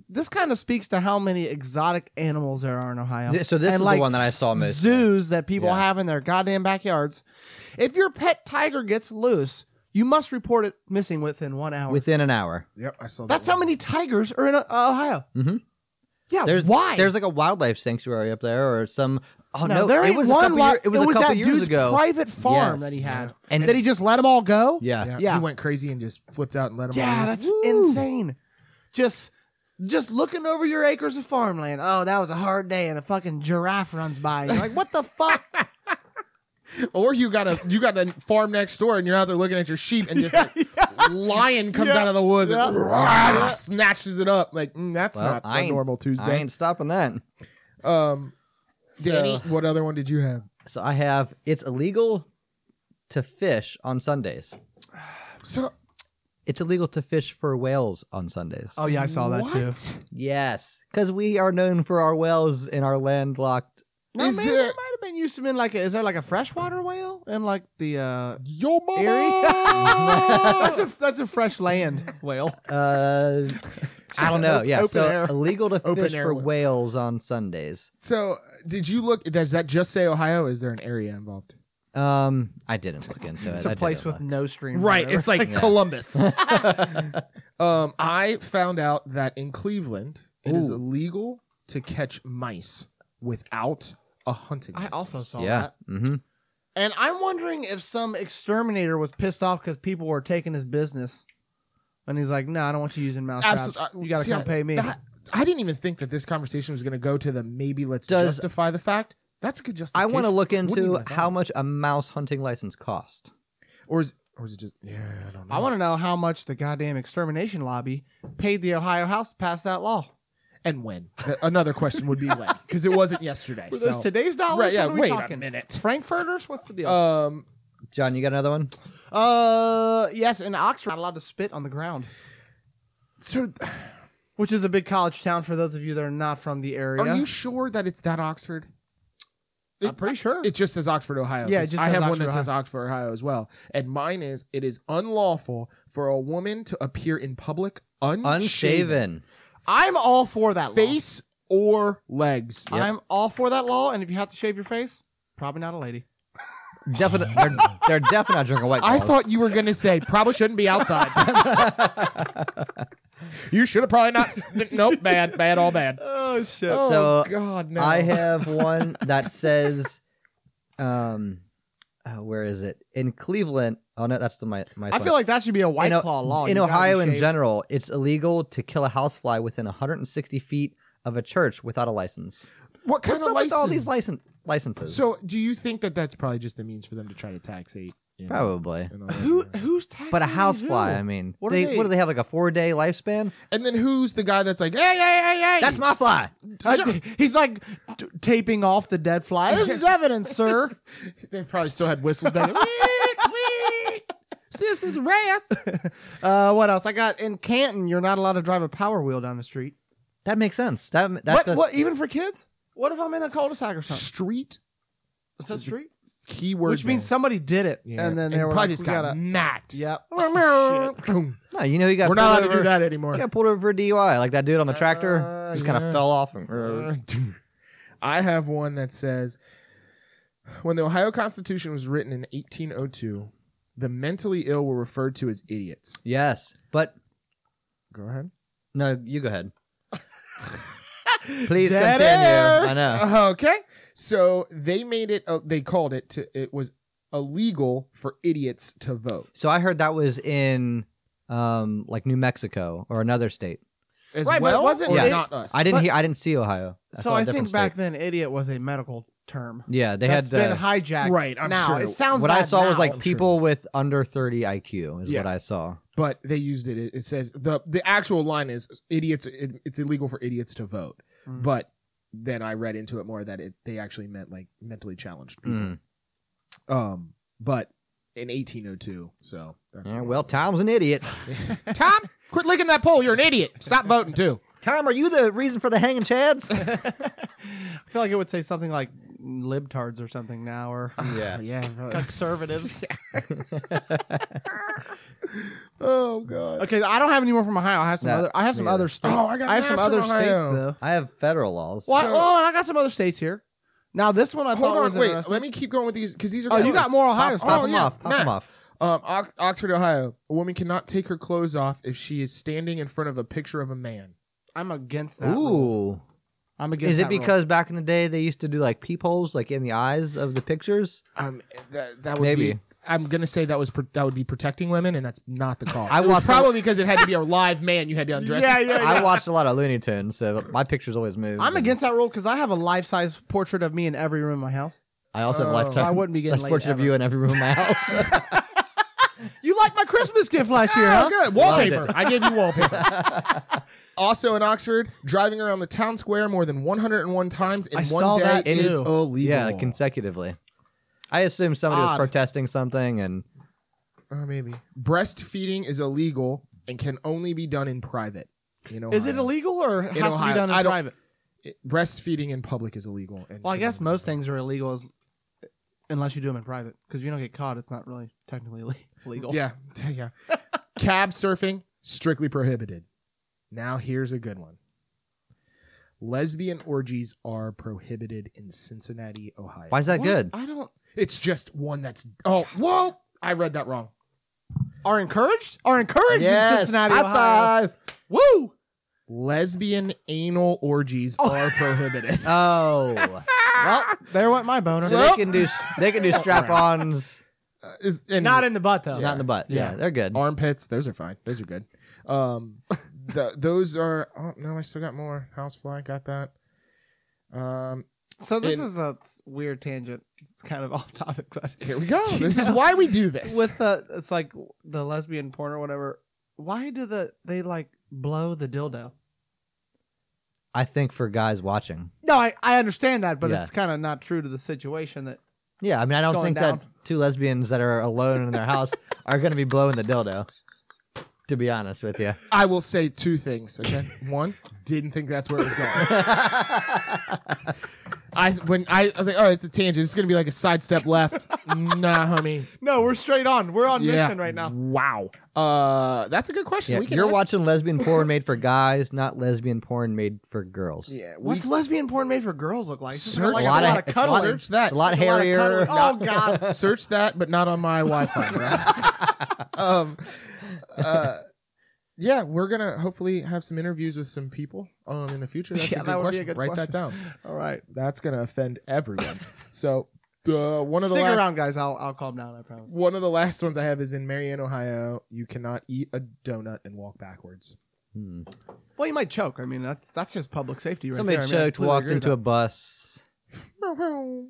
S3: this kind of speaks to how many exotic animals there are in Ohio.
S2: Th- so this
S3: And,
S2: is the
S3: like,
S2: one that I saw most.
S3: Zoos that people
S2: Yeah.
S3: have in their goddamn backyards. If your pet tiger gets loose, you must report it missing within one hour.
S2: Within an hour.
S1: Yep, I saw that.
S3: That's how
S1: one.
S3: many tigers are in uh, Ohio.
S2: Mhm.
S3: Yeah,
S2: There's
S3: why?
S2: There's like a wildlife sanctuary up there, or some. Oh no,
S3: no, there
S2: it
S3: ain't
S2: was a
S3: one.
S2: couple
S3: lot-
S2: year- it was a couple
S3: that
S2: years
S3: dude's
S2: ago.
S3: private farm
S2: Yes.
S3: that he had.
S1: Yeah.
S2: And-
S3: And then he just let them all go.
S2: yeah.
S1: Yeah,
S3: Yeah.
S1: he went crazy and just flipped out and let him.
S3: Yeah, that's insane. Just just looking over your acres of farmland. Oh, that was a hard day, and a fucking giraffe runs by. You're like, what the fuck?
S1: Or you got a you got a farm next door and you're out there looking at your sheep and just like, lion comes
S3: Yeah.
S1: out of the woods and
S3: Yeah.
S1: snatches it up. Like mm, that's
S2: Well,
S1: not
S2: I
S1: a
S2: ain't-
S1: normal
S2: I
S1: Tuesday.
S2: ain't stopping that.
S1: Um, Danny,
S2: So-
S1: what other one did you have?
S2: So I have. It's illegal to fish on Sundays.
S1: So
S2: It's illegal to fish for whales on Sundays.
S3: yeah, I saw
S1: what?
S2: Yes, because we are known for our whales and our landlocked.
S3: No,
S1: Is
S3: man,
S1: there-
S3: there, might have been used to been like, a, is there like a freshwater whale and like the uh,
S1: Yo, mama.
S3: Erie? that's a that's a fresh land whale.
S2: Uh, I don't know.
S3: Open-
S2: Yeah,
S3: open
S2: so
S3: air.
S2: illegal to
S1: Open
S2: fish
S1: air
S2: for
S1: whale.
S2: whales on Sundays.
S1: So did you look? Does that just say Ohio? Is there an area involved?
S2: Um, I didn't look into it.
S3: It's
S2: I
S3: a
S2: didn't
S3: place with
S2: look.
S3: no streams. or
S1: Right.
S3: whatever.
S1: It's like
S2: Yeah.
S1: Columbus. um, I found out that in Cleveland, it is
S2: Ooh.
S1: illegal to catch mice without a hunting.
S3: I
S1: license.
S3: also saw
S2: Yeah.
S3: that,
S2: Mm-hmm.
S3: and I'm wondering if some exterminator was pissed off because people were taking his business, and he's like, "No, I don't want you using mouse traps.
S1: Absol- I-
S3: You got to
S1: uh, see,
S3: come
S1: I-
S3: pay me."
S1: that- I didn't even think that this conversation was going to go to the maybe let's
S2: Does-
S1: justify the fact. That's a good
S2: I
S1: justification.
S2: want to look
S1: Wouldn't
S2: into
S1: even have
S2: how
S1: thought.
S2: much a mouse hunting license cost.
S1: or is or is it just yeah? I don't know.
S3: I want to know how much the goddamn extermination lobby paid the Ohio House to pass that law.
S1: and when. Th- Another question would be when because it wasn't yesterday.
S3: Were
S1: so-
S3: those today's dollars?
S1: Right, yeah,
S3: What are we
S1: wait a
S3: talking?
S1: minute.
S3: Frankfurters? What's the deal? Uh,
S1: um,
S2: John, you got another one?
S3: yes, in Oxford, not allowed to spit on the ground,
S1: so
S3: which is a big college town for those of you that are not from the area.
S1: are you sure that it's that Oxford?
S3: I'm pretty sure.
S1: It just says Oxford, Ohio.
S3: Yeah, it
S1: 'cause
S3: just
S1: I
S3: says
S1: have one
S3: Oxford,
S1: that says Oxford, Ohio as well. And mine is it is unlawful for a woman to appear in public unshaven,
S2: Unshaven.
S3: I'm all for that
S1: face or legs.
S3: law. I'm all for that law, and if you have to shave your face, probably not a lady.
S2: Definitely, they're, they're definitely not drinking white.
S1: I
S2: Claws.
S1: thought you were going to say probably shouldn't be outside. you should have probably not. s- nope, bad, bad, all bad.
S3: Oh shit.
S1: oh
S2: So,
S1: God, no.
S2: I have one that says, um, uh, where is it? In Cleveland. Oh no, that's the my my.
S3: I
S2: slice.
S3: feel like that should be a white
S2: in, O-
S3: claw law.
S2: in
S3: You gotta be
S2: Ohio in
S3: shaved.
S2: general, it's illegal to kill a housefly within 160 feet of a church without a license.
S1: what kind
S2: What's
S1: of
S2: up with
S1: license?
S2: all these license licenses?
S1: so, do you think that that's probably just a means for them to try to taxate? you know,
S2: Probably.
S1: and all that?
S3: Who who's taxing?
S2: But a
S3: who?
S2: housefly, I mean,
S3: What are
S2: they,
S3: they?
S2: what do they have like a four day lifespan?
S1: And then who's the guy that's like, hey, hey, hey, hey?
S2: That's my fly.
S3: Uh, he's like t- taping off the dead fly. This is evidence, sir.
S1: They probably still had whistles back. then. Citizens arrest.
S3: Uh, what else? I got in Canton. You're not allowed to drive a power wheel down the street.
S2: That makes sense. That that's
S3: what?
S2: a-
S3: what? Even for kids? What if I'm in a cul-de-sac or something?
S1: Street
S3: Is that street?
S1: keyword,
S3: Which means
S1: ban.
S3: somebody did it,
S1: Yeah.
S3: and then they were
S1: probably
S3: like,
S1: just
S3: "We
S1: got
S3: gotta."
S1: knocked.
S3: Yep.
S1: We're
S2: no, you know, you got
S1: not allowed
S2: pulled
S1: to
S2: over-
S1: do that anymore.
S2: You got pulled over for DUI, like that dude on the tractor,
S1: Uh,
S2: just kind
S1: yeah.
S2: of fell off. And, uh,
S1: I have one that says when the Ohio Constitution was written in 1802, the mentally ill were referred to as idiots.
S2: yes, but
S1: Go ahead.
S2: no, you go ahead. Please
S3: Dead
S2: continue.
S3: air.
S2: I know.
S1: okay. So they made it, uh, they called it, to, it was illegal for idiots to vote.
S2: So I heard that was in um like New Mexico or another state.
S1: As
S3: Right, but
S1: well,
S3: wasn't
S1: or
S2: it-
S1: not us?
S2: I didn't
S3: But-
S2: hear. I didn't see Ohio.
S3: So
S2: saw a
S3: I
S2: different
S3: think back
S2: state.
S3: then, idiot was a medical term.
S2: Yeah, they
S3: That's
S2: had.
S3: been
S2: uh,
S3: hijacked.
S1: Right, I'm
S3: now
S1: sure.
S3: it sounds.
S2: what I
S3: bad
S2: saw was
S3: now.
S2: like people with under 30 IQ is
S1: Yeah.
S2: what I saw.
S1: but they used it. It it says the the actual line is idiots. It, it's illegal for idiots to vote.
S3: Mm.
S1: But then I read into it more that it they actually meant like mentally challenged people.
S2: Mm.
S1: Um, but in 1802, so that's
S2: Yeah, well, Tom's an idiot.
S1: Tom, quit licking that pole. You're an idiot. Stop voting too.
S2: Tom, are you the reason for the hanging chads?
S3: I feel like it would say something like libtards or something now, or
S2: yeah.
S1: yeah,
S3: conservatives.
S1: Oh god.
S3: okay, I don't have any more from Ohio. I have some
S2: No,
S3: other. I have some
S2: neither.
S3: other states.
S1: Oh, I got
S3: have
S1: mass
S3: some
S1: in
S3: other
S1: Ohio.
S3: states though.
S2: I have federal laws.
S3: Well, I-
S1: So-
S3: oh, and I got some other states here. Now this one I
S1: Hold
S3: thought
S1: on,
S3: was
S1: wait.
S3: interesting.
S1: Let me keep going with these because these are.
S3: Oh, you
S1: close.
S3: got more Ohio
S2: Pop,
S3: stuff.
S2: pop 'em
S1: Oh, yeah,
S2: off. Pop 'em
S1: Max.
S2: off.
S1: Um, Ox- Oxford, Ohio. A woman cannot take her clothes off if she is standing in front of a picture of a man.
S3: I'm against that. rule.
S2: Ooh.
S3: I'm against.
S2: Is it
S3: that rule.
S2: because back in the day they used to do like peepholes like in the eyes of the pictures?
S1: Um, that, that would
S2: Maybe.
S1: Be, I'm gonna say that was pr- that would be protecting women, and that's not the call.
S2: I
S1: I was
S2: watched-
S1: probably because it had to be a live man. You had to undress.
S3: Yeah,
S1: him.
S3: yeah, yeah.
S2: I watched a lot of Looney Tunes, so my pictures always move.
S3: I'm against that rule because I have a life size portrait of me in every room in my house.
S2: I also have
S1: Oh.
S2: lifetime.
S3: So Uh, I wouldn't be getting
S2: such
S3: late
S2: portrait of
S3: ever.
S2: you in every room of my house.
S3: You liked my Christmas gift last year,
S1: Oh,
S3: huh?
S1: good wallpaper. I gave you wallpaper. also in Oxford, driving around the town square more than 101 times in
S3: I
S1: one
S3: saw
S1: day
S3: that
S1: is
S3: too.
S1: illegal.
S2: yeah, consecutively. I assume somebody was
S3: Odd.
S2: protesting something, and
S1: Oh, maybe breastfeeding is illegal and can only be done in private. You know,
S3: Is it illegal or has to
S1: Ohio.
S3: be done
S1: I
S3: in
S1: don't-
S3: private?
S1: breastfeeding in public is illegal. and
S3: Well, I
S1: should
S3: guess
S1: only be
S3: most
S1: done-
S3: things are illegal as, unless you do them in private because you don't get caught. It's not really technically le- legal.
S1: Yeah, yeah. Cab surfing strictly prohibited. Now here's a good one. Lesbian orgies are prohibited in Cincinnati, Ohio.
S2: why is that
S3: What?
S2: good?
S3: I don't.
S1: It's just one that's oh whoa! I read that wrong.
S3: Are encouraged? Are encouraged in Cincinnati,
S2: high
S3: Ohio.
S2: five.
S3: Woo!
S1: Lesbian anal orgies are prohibited.
S2: Oh,
S3: Well, there went my boner.
S2: so
S1: Well-
S2: they can do they can do strap-ons,
S1: Uh, is- and
S3: not in the butt though.
S2: not in the butt. Yeah,
S1: Yeah.
S2: they're good.
S1: armpits. Those are fine. Those are good. Um, the, those are. Oh no, I still got more. Housefly got that. Um,
S3: So this
S1: In-
S3: is a weird tangent. It's kind of off topic, but
S1: here we go. This is why we do this.
S3: with the it's like the lesbian porn or whatever. Why do the they like blow the dildo?
S2: I think for guys watching.
S3: No, I, I understand that, but
S2: Yeah.
S3: it's kind of not true to the situation. That
S2: Yeah, I mean, I don't
S3: going
S2: think that
S3: down.
S2: two lesbians that are alone in their house are going to be blowing the dildo. To be honest with you,
S1: I will say two things. Okay, one, didn't think that's where it was going. I when I, I was like, oh, it's a tangent. It's gonna be like a sidestep left. nah, homie.
S3: no, we're straight on. We're on
S1: Yeah.
S3: mission right now.
S1: Wow. Uh, that's a good question.
S2: yeah,
S1: we can
S2: you're
S1: ask-
S2: watching lesbian porn made for guys, not lesbian porn made for girls.
S1: Yeah, we
S3: What's lesbian porn made for girls look like? It's
S1: Search-
S3: like
S1: a lot of-
S2: it's a lot-
S3: cuddling.
S1: Search that.
S2: It's a lot
S3: A lot of
S2: hairier.
S3: cuddling. Oh god.
S1: search that, but not on my Wi-Fi. bro. um, uh, yeah, we're gonna hopefully have some interviews with some people um, in the future. That's
S3: Yeah,
S1: a, good
S3: that would be a
S1: question.
S3: good
S1: Write that
S3: question.
S1: down.
S3: All right.
S1: That's gonna offend everyone. so uh, one of the
S3: Stick
S1: last
S3: around, guys. I'll, I'll calm down. I promise.
S1: one of the last ones I have is in Marion, Ohio. You cannot eat a donut and walk backwards.
S2: Hmm.
S3: Well, you might choke. I mean, that's that's just public safety right
S2: Somebody
S3: there. I mean, I
S2: choked,
S3: completely
S2: walked
S3: agree with
S2: into a bus.
S1: Go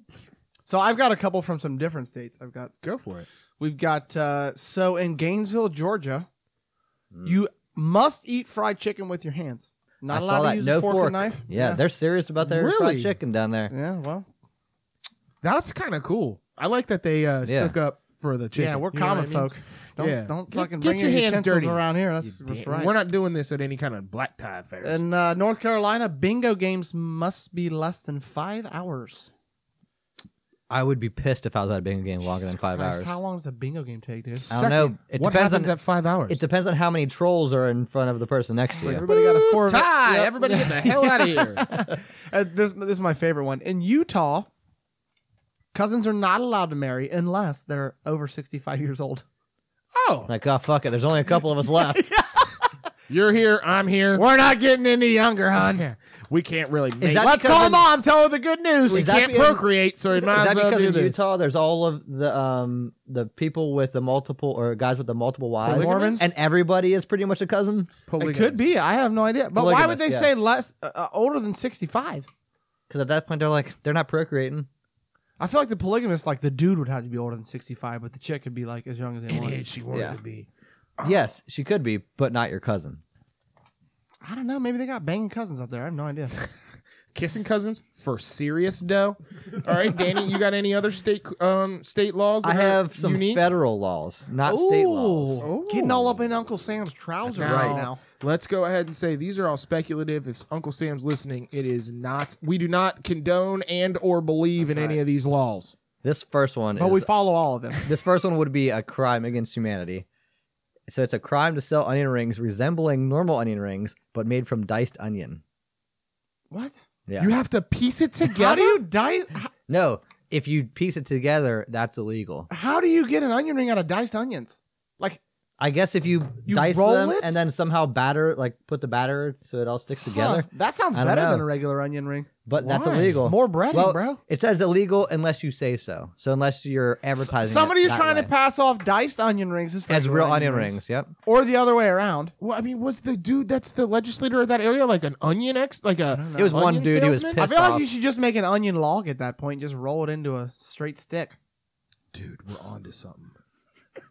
S3: that. So I've got a couple from some different states. I've got
S1: for it.
S3: we've got uh, so in Gainesville, Georgia,
S2: Mm.
S3: you must eat fried chicken with your hands. Not
S2: I
S3: allowed
S2: saw
S3: to
S2: that.
S3: use
S2: no
S3: a fork, or knife.
S2: Yeah, they're serious about their fried
S1: Really?
S2: chicken down there.
S3: yeah. Well,
S1: That's kind of cool. I like that they uh,
S2: Yeah.
S1: stuck up for the chicken.
S3: yeah, we're
S1: You know what
S3: common
S1: I mean?
S3: folk. Don't
S1: Yeah.
S3: don't
S1: Get-
S3: fucking
S1: get
S3: bring
S1: your hands
S3: utensils
S1: dirty.
S3: around here. That's,
S2: You
S3: that's
S2: damn-
S3: right.
S1: We're not doing this at any kind of black tie fairs.
S3: in uh, North Carolina, bingo games must be less than five hours.
S2: I would be pissed if I was at a bingo game longer than five
S3: Christ,
S2: hours.
S3: How long does a bingo game take, dude?
S2: I don't know. It
S1: what
S2: depends
S1: happens
S2: on-
S1: at five hours?
S2: It depends on how many trolls are in front of the person next to you.
S3: Everybody got a
S1: Woo,
S3: four
S1: tie.
S3: Yep.
S1: Everybody get the hell out of here.
S3: Uh, this, this is my favorite one. In Utah, cousins are not allowed to marry unless they're over 65 years old.
S1: Oh,
S2: Like, oh fuck it, there's only a couple of us left.
S1: you're here. I'm here.
S3: We're not getting any younger, hon.
S1: Yeah. We can't really. Make,
S2: that
S3: Let's
S2: because
S3: call
S2: in-
S3: mom, tell her the good
S1: we
S3: news.
S2: Is that
S1: can't
S2: because-
S1: procreate, so it might
S2: Is
S1: as
S2: that
S1: well
S2: because
S1: do
S2: in
S1: this.
S2: Utah there's all of the um the people with the multiple or guys with the multiple wives,
S1: Mormons?
S2: and everybody is pretty much a cousin?
S3: It
S1: Polygamous.
S3: could be. I have no idea. But why would
S2: Polygamous,
S3: they
S2: yeah.
S3: say less uh, uh, older than 65?
S2: Because at that point they're like they're not procreating.
S3: I feel like the polygamist, like the dude would have to be older than 65, but the chick could be like as young as they
S1: Any
S3: want.
S1: age she wanted
S2: Yeah.
S1: to be.
S2: Yes, she could be, but not your cousin.
S3: I don't know. Maybe they got banging cousins out there. I have no idea.
S1: Kissing cousins for serious dough. All right, Danny, you got any other state um state laws? That
S2: I
S1: are
S2: have some
S1: unique?
S2: federal laws, not state laws.
S3: Ooh, Getting all up in Uncle Sam's trousers
S1: Now,
S3: right now.
S1: Let's go ahead and say these are all speculative. If Uncle Sam's listening, it is not. We do not condone and or believe in any of these laws.
S2: This first one
S3: But
S2: is
S3: we follow all of them.
S2: this first one would be a crime against humanity. So it's a crime to sell onion rings resembling normal onion rings, but made from diced onion.
S3: what?
S2: Yeah.
S1: You have to piece it together.
S3: How do you dice? How,
S2: no, if you piece it together, that's illegal.
S3: how do you get an onion ring out of diced onions? Like
S2: I guess if you,
S3: You
S2: dice
S3: roll
S2: them
S3: it?
S2: and then somehow batter, like put the batter so it all sticks together,
S3: huh, that sounds
S2: I don't
S3: better
S2: know.
S3: than a regular onion ring.
S2: but that's
S1: Why?
S2: illegal.
S3: More breading,
S2: Well,
S3: bro.
S2: It says illegal unless you say so. So unless you're advertising, it
S3: Somebody who's
S2: that
S3: trying
S2: way.
S3: to pass off diced onion rings as,
S2: as
S3: regular
S2: real onion rings. Yep.
S3: or the other way around.
S1: Well, I mean, was the dude that's the legislator of that area like an onion ex? Like a
S2: It was one
S1: onion
S2: dude, he was
S1: salesman?
S2: pissed.
S3: I feel
S2: off.
S3: like you should just make an onion log at that point. Just roll it into a straight stick.
S1: Dude, we're on to something.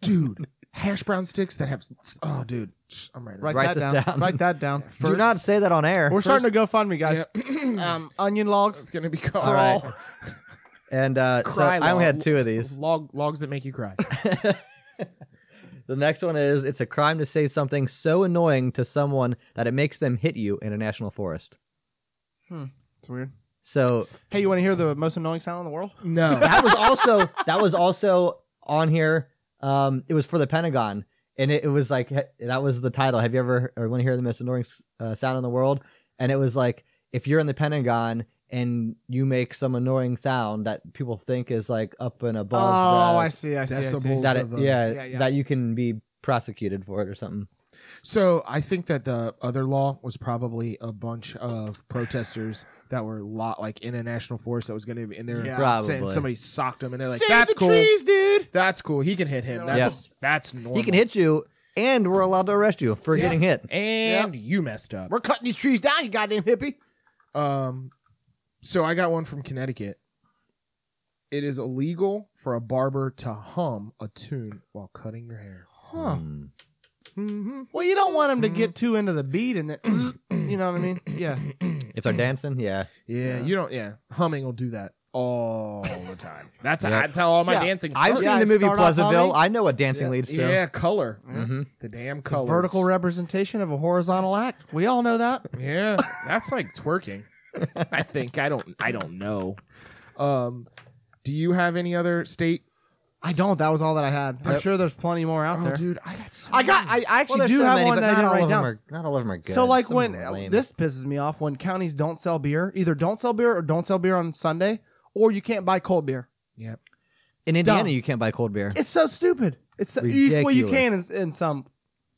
S1: dude, hash brown sticks that have. s- Oh, dude, Shh, I'm right.
S3: Write,
S2: Write
S3: that
S2: this
S3: down.
S2: down.
S3: Write that down.
S2: Do not say that on air.
S3: We're starting to GoFundMe, guys.
S1: Yeah.
S3: Um, onion logs.
S1: it's gonna be called
S2: All right. And uh, so
S1: Cry
S2: I only
S1: log.
S2: had two of these.
S1: log logs that make you cry.
S2: The next one is it's a crime to say something so annoying to someone that it makes them hit you in a national forest.
S3: It's weird.
S2: So
S3: Hey, you want to hear the most annoying sound in the world?
S1: no,
S2: that was also that was also on here. Um, it was for the Pentagon, and it, it was like he- that was the title. Have you ever or want to hear the most annoying uh, sound in the world? And it was like if you're in the Pentagon and you make some annoying sound that people think is like up and above.
S3: oh,
S2: the-
S3: I see. I see. I see.
S1: decibel.
S2: That it,
S3: um,
S1: Of, uh,
S2: yeah,
S3: Yeah, yeah.
S2: that you can be prosecuted for it or something.
S1: so I think that the other law was probably a bunch of protesters that were lot like in a national forest that was gonna be in there.
S3: Yeah.
S1: Saying
S2: Probably.
S1: somebody socked him, and they're like,
S3: Save
S1: "That's
S3: the
S1: cool.
S3: trees, dude.
S1: That's cool. He can hit him.
S3: Yeah.
S1: That's that's normal.
S2: He can hit you, and we're allowed to arrest you for getting hit.
S1: And you messed up.
S3: We're cutting these trees down, you goddamn hippie.
S1: Um, so I got one from Connecticut. It is illegal for a barber to hum a tune while cutting your hair.
S3: Huh.
S2: Mm.
S1: Mm-hmm.
S3: Well, you don't want them to get too into the beat and then, you know what I mean? Yeah.
S2: If they're dancing, yeah.
S1: Yeah,
S3: Yeah.
S1: you don't. Yeah, humming will do that all the time. That's
S2: Yeah.
S1: that's how all my
S3: Yeah.
S1: dancing.
S2: I've
S1: starts.
S2: seen
S3: Yeah, Mm-hmm.
S2: the
S3: it
S2: movie
S3: start off
S2: Pleasantville.
S3: humming.
S2: I know what dancing leads to.
S1: Yeah, color.
S2: hmm
S1: The damn
S3: It's a
S1: color.
S3: vertical representation of a horizontal act. We all know that.
S1: Yeah, that's like twerking. I think I don't. I don't know. Um, do you have any other state?
S3: I don't. That was all that I had. I'm
S1: That's-
S3: sure there's plenty more out
S1: Oh,
S3: there.
S1: dude, I got. So
S3: I got.
S1: many.
S3: I I actually
S2: Well, there's
S3: do
S2: so
S3: have
S2: many,
S3: one
S2: but
S3: that I
S2: not
S3: didn't
S2: all
S3: write
S2: of them
S3: down.
S2: are not all of them are good.
S3: So like
S2: Some
S3: when uh,
S2: are lame.
S3: this pisses me off when counties don't sell beer, either don't sell beer or don't sell beer on Sunday, or you can't buy cold beer.
S1: yeah.
S2: in Indiana,
S3: dumb.
S2: you can't buy cold beer.
S3: It's so stupid. It's so, you, well, you
S2: Ridiculous.
S3: can in, in some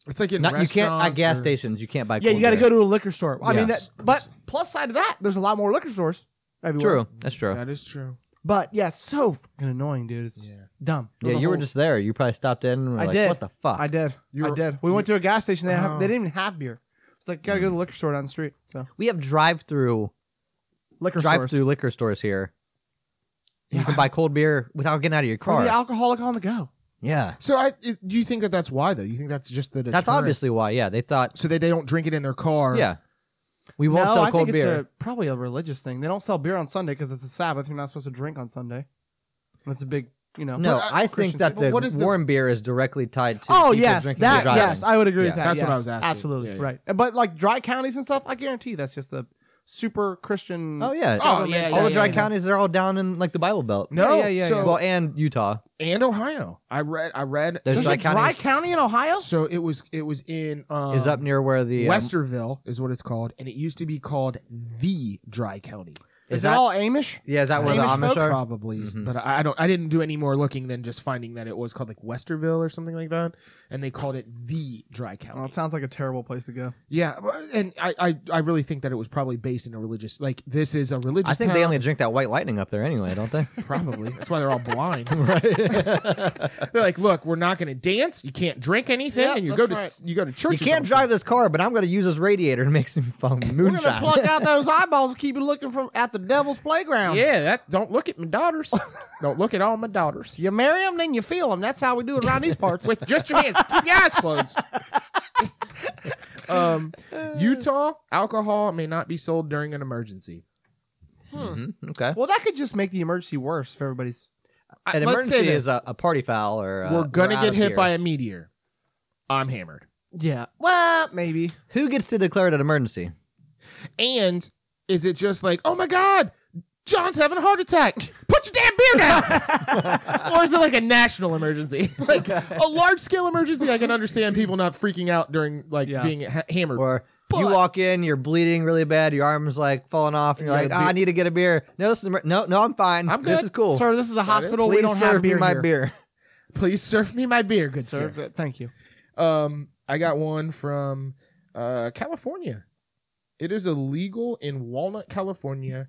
S1: It's like in
S2: Not, you can't at
S1: restaurants
S2: gas
S1: or-
S2: stations. You can't buy.
S3: Yeah,
S2: cold
S3: you got to
S2: beer.
S3: go to a liquor store. I mean, that,
S1: Yes.
S3: but plus side of that, there's a lot more liquor stores. everywhere.
S2: True, that's true.
S1: That is true.
S3: But yeah, it's so fucking annoying, dude. It's
S1: Yeah.
S3: dumb.
S2: yeah, you were just there. You probably stopped in. And were
S3: I
S2: like,
S3: did.
S2: What the fuck?
S3: I did.
S1: You
S3: I
S1: were-
S3: did. We went to a gas station. They, have,
S1: Oh.
S3: they didn't even have beer. It's like gotta go to
S2: Mm.
S3: the liquor store down the street. So
S2: we have drive-through,
S3: liquor stores.
S2: drive-through liquor stores here. You
S3: Yeah.
S2: can buy cold beer without getting out of your
S3: For
S2: car.
S3: the alcoholic on the go.
S2: yeah,
S1: So I i- do you think that that's why though? You think that's just the
S2: that's
S1: deterrent?
S2: obviously why. Yeah, they thought.
S1: so that they don't drink it in their car.
S2: Yeah, we won't
S3: no,
S2: sell
S3: I
S2: cold
S3: think
S2: beer.
S3: it's a, probably a religious thing. They don't sell beer on Sunday because it's a Sabbath. You're not supposed to drink on Sunday. That's a big, you know.
S2: No,
S1: But I-
S2: I, think
S1: Christian
S2: that
S1: faith-
S2: the
S1: what is the-
S2: warm beer is directly tied to.
S3: Oh
S2: people
S3: yes,
S2: drinking
S3: that
S2: and driving.
S3: yes, I would agree with
S2: Yeah.
S3: that.
S1: That's what
S3: yes.
S1: I was asking.
S3: Absolutely
S1: Yeah, yeah.
S3: right. But like dry counties and stuff, I guarantee that's just a super Christian.
S2: Oh yeah.
S1: Oh, yeah,
S2: all
S1: yeah,
S2: the dry
S1: yeah.
S2: counties are all down in like the Bible Belt.
S1: No.
S3: Yeah, yeah, yeah,
S1: so
S3: yeah.
S2: Well, and Utah.
S1: and Ohio. I read. I read.
S2: There's
S3: There's
S2: dry
S3: a dry
S2: counties-
S3: county in Ohio.
S1: So it was. It was in. Um,
S2: is up near where the um,
S1: Westerville is what it's called, and it used to be called the Dry County.
S3: Is,
S2: Is
S3: it
S2: that-
S3: all Amish?
S2: Yeah, is that where the
S1: Amish
S2: Amish
S1: folk
S2: are?
S1: probably,
S2: Mhm.
S1: but I I don't. I didn't do any more looking than just finding that it was called like Westerville or something like that, and they called it the Dry County.
S3: Well, it sounds like a terrible place to go.
S1: yeah, well, and I, I, I really think that it was probably based in a religious. Like this is a religious.
S2: I think they
S1: town.
S2: only drink that white lightning up there anyway, don't they?
S1: probably that's why they're all blind.
S2: right.
S1: They're like, look, we're not going to dance. You can't drink anything,
S3: Yeah,
S1: and you
S3: that's
S1: go to
S3: right.
S1: s you go to church.
S2: you
S1: or
S2: can't drive
S1: something.
S2: this car, but I'm going to use this radiator to make some fun
S3: We're gonna
S2: moonshine.
S3: pluck out those eyeballs. and Keep you looking from at the devil's playground.
S1: Yeah, that don't look at my daughters. don't look at all my daughters.
S3: You marry them, then you feel them. That's how we do it around these parts.
S1: With just your hands, keep your eyes closed. um, Utah alcohol may not be sold during an emergency.
S2: Mhm, Okay.
S3: well, that could just make the emergency worse for everybody's.
S1: I-
S2: An
S1: let's say
S2: emergency
S1: this.
S2: is a, a party foul, or uh,
S1: we're gonna
S2: out
S1: get
S2: of
S1: hit
S2: here.
S1: by a meteor. I'm hammered.
S3: Yeah. Well, maybe.
S2: Who gets to declare it an emergency?
S1: And is it just like, oh my god, John's having a heart attack? Put your damn beer down. or is it like a national emergency, like a large scale emergency? I can understand people not freaking out during like
S3: Yeah.
S1: being ha- hammered.
S2: Or you
S1: But-
S2: walk in, you're bleeding really bad, your arm's like falling off, and you're
S1: You
S2: like,
S1: got a
S2: "Ah,
S1: beer-
S2: I need to get a beer. No, this is emer- no, no, I'm fine.
S1: I'm
S2: This
S1: good.
S2: is cool.
S3: Sir, this is a hospital.
S2: Please
S3: we don't
S2: serve
S3: have beer
S2: me my
S3: here.
S2: beer.
S1: Please serve me my beer, good
S3: Sir,
S1: sir.
S3: th- thank you.
S1: Um, I got one from uh, California. It is illegal in Walnut, California,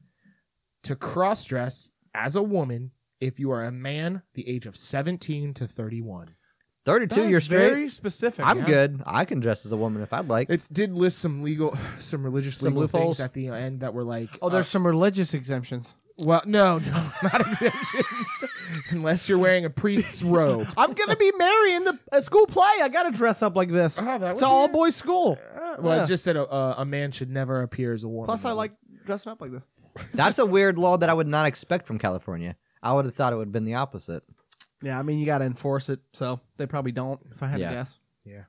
S1: to cross dress as a woman if you are a man the age of 17 to 31.
S2: 32,
S3: That
S2: you're
S3: is
S2: straight.
S3: Very specific.
S2: I'm
S3: Yeah.
S2: good. I can dress as a woman if I'd like.
S1: It did list some legal, some religious
S2: Some
S1: legal
S2: loopholes?
S1: things at the end that were like,
S3: Oh, there's some religious exemptions.
S1: uh, well, no, no, not exemptions, unless you're wearing a priest's robe.
S3: I'm gonna be marrying the a school play. I gotta dress up like this.
S1: Oh, that would
S3: it's
S1: be-
S3: an all boys school.
S1: Uh, well,
S3: Yeah.
S1: it just said a, a, a man should never appear as a woman.
S3: Plus, I like dressing up like this.
S2: That's a weird law that I would not expect from California. I would have thought it would have been the opposite.
S3: Yeah, I mean, you gotta enforce it, so they probably don't. If I had
S2: Yeah.
S3: to guess,
S1: Yeah.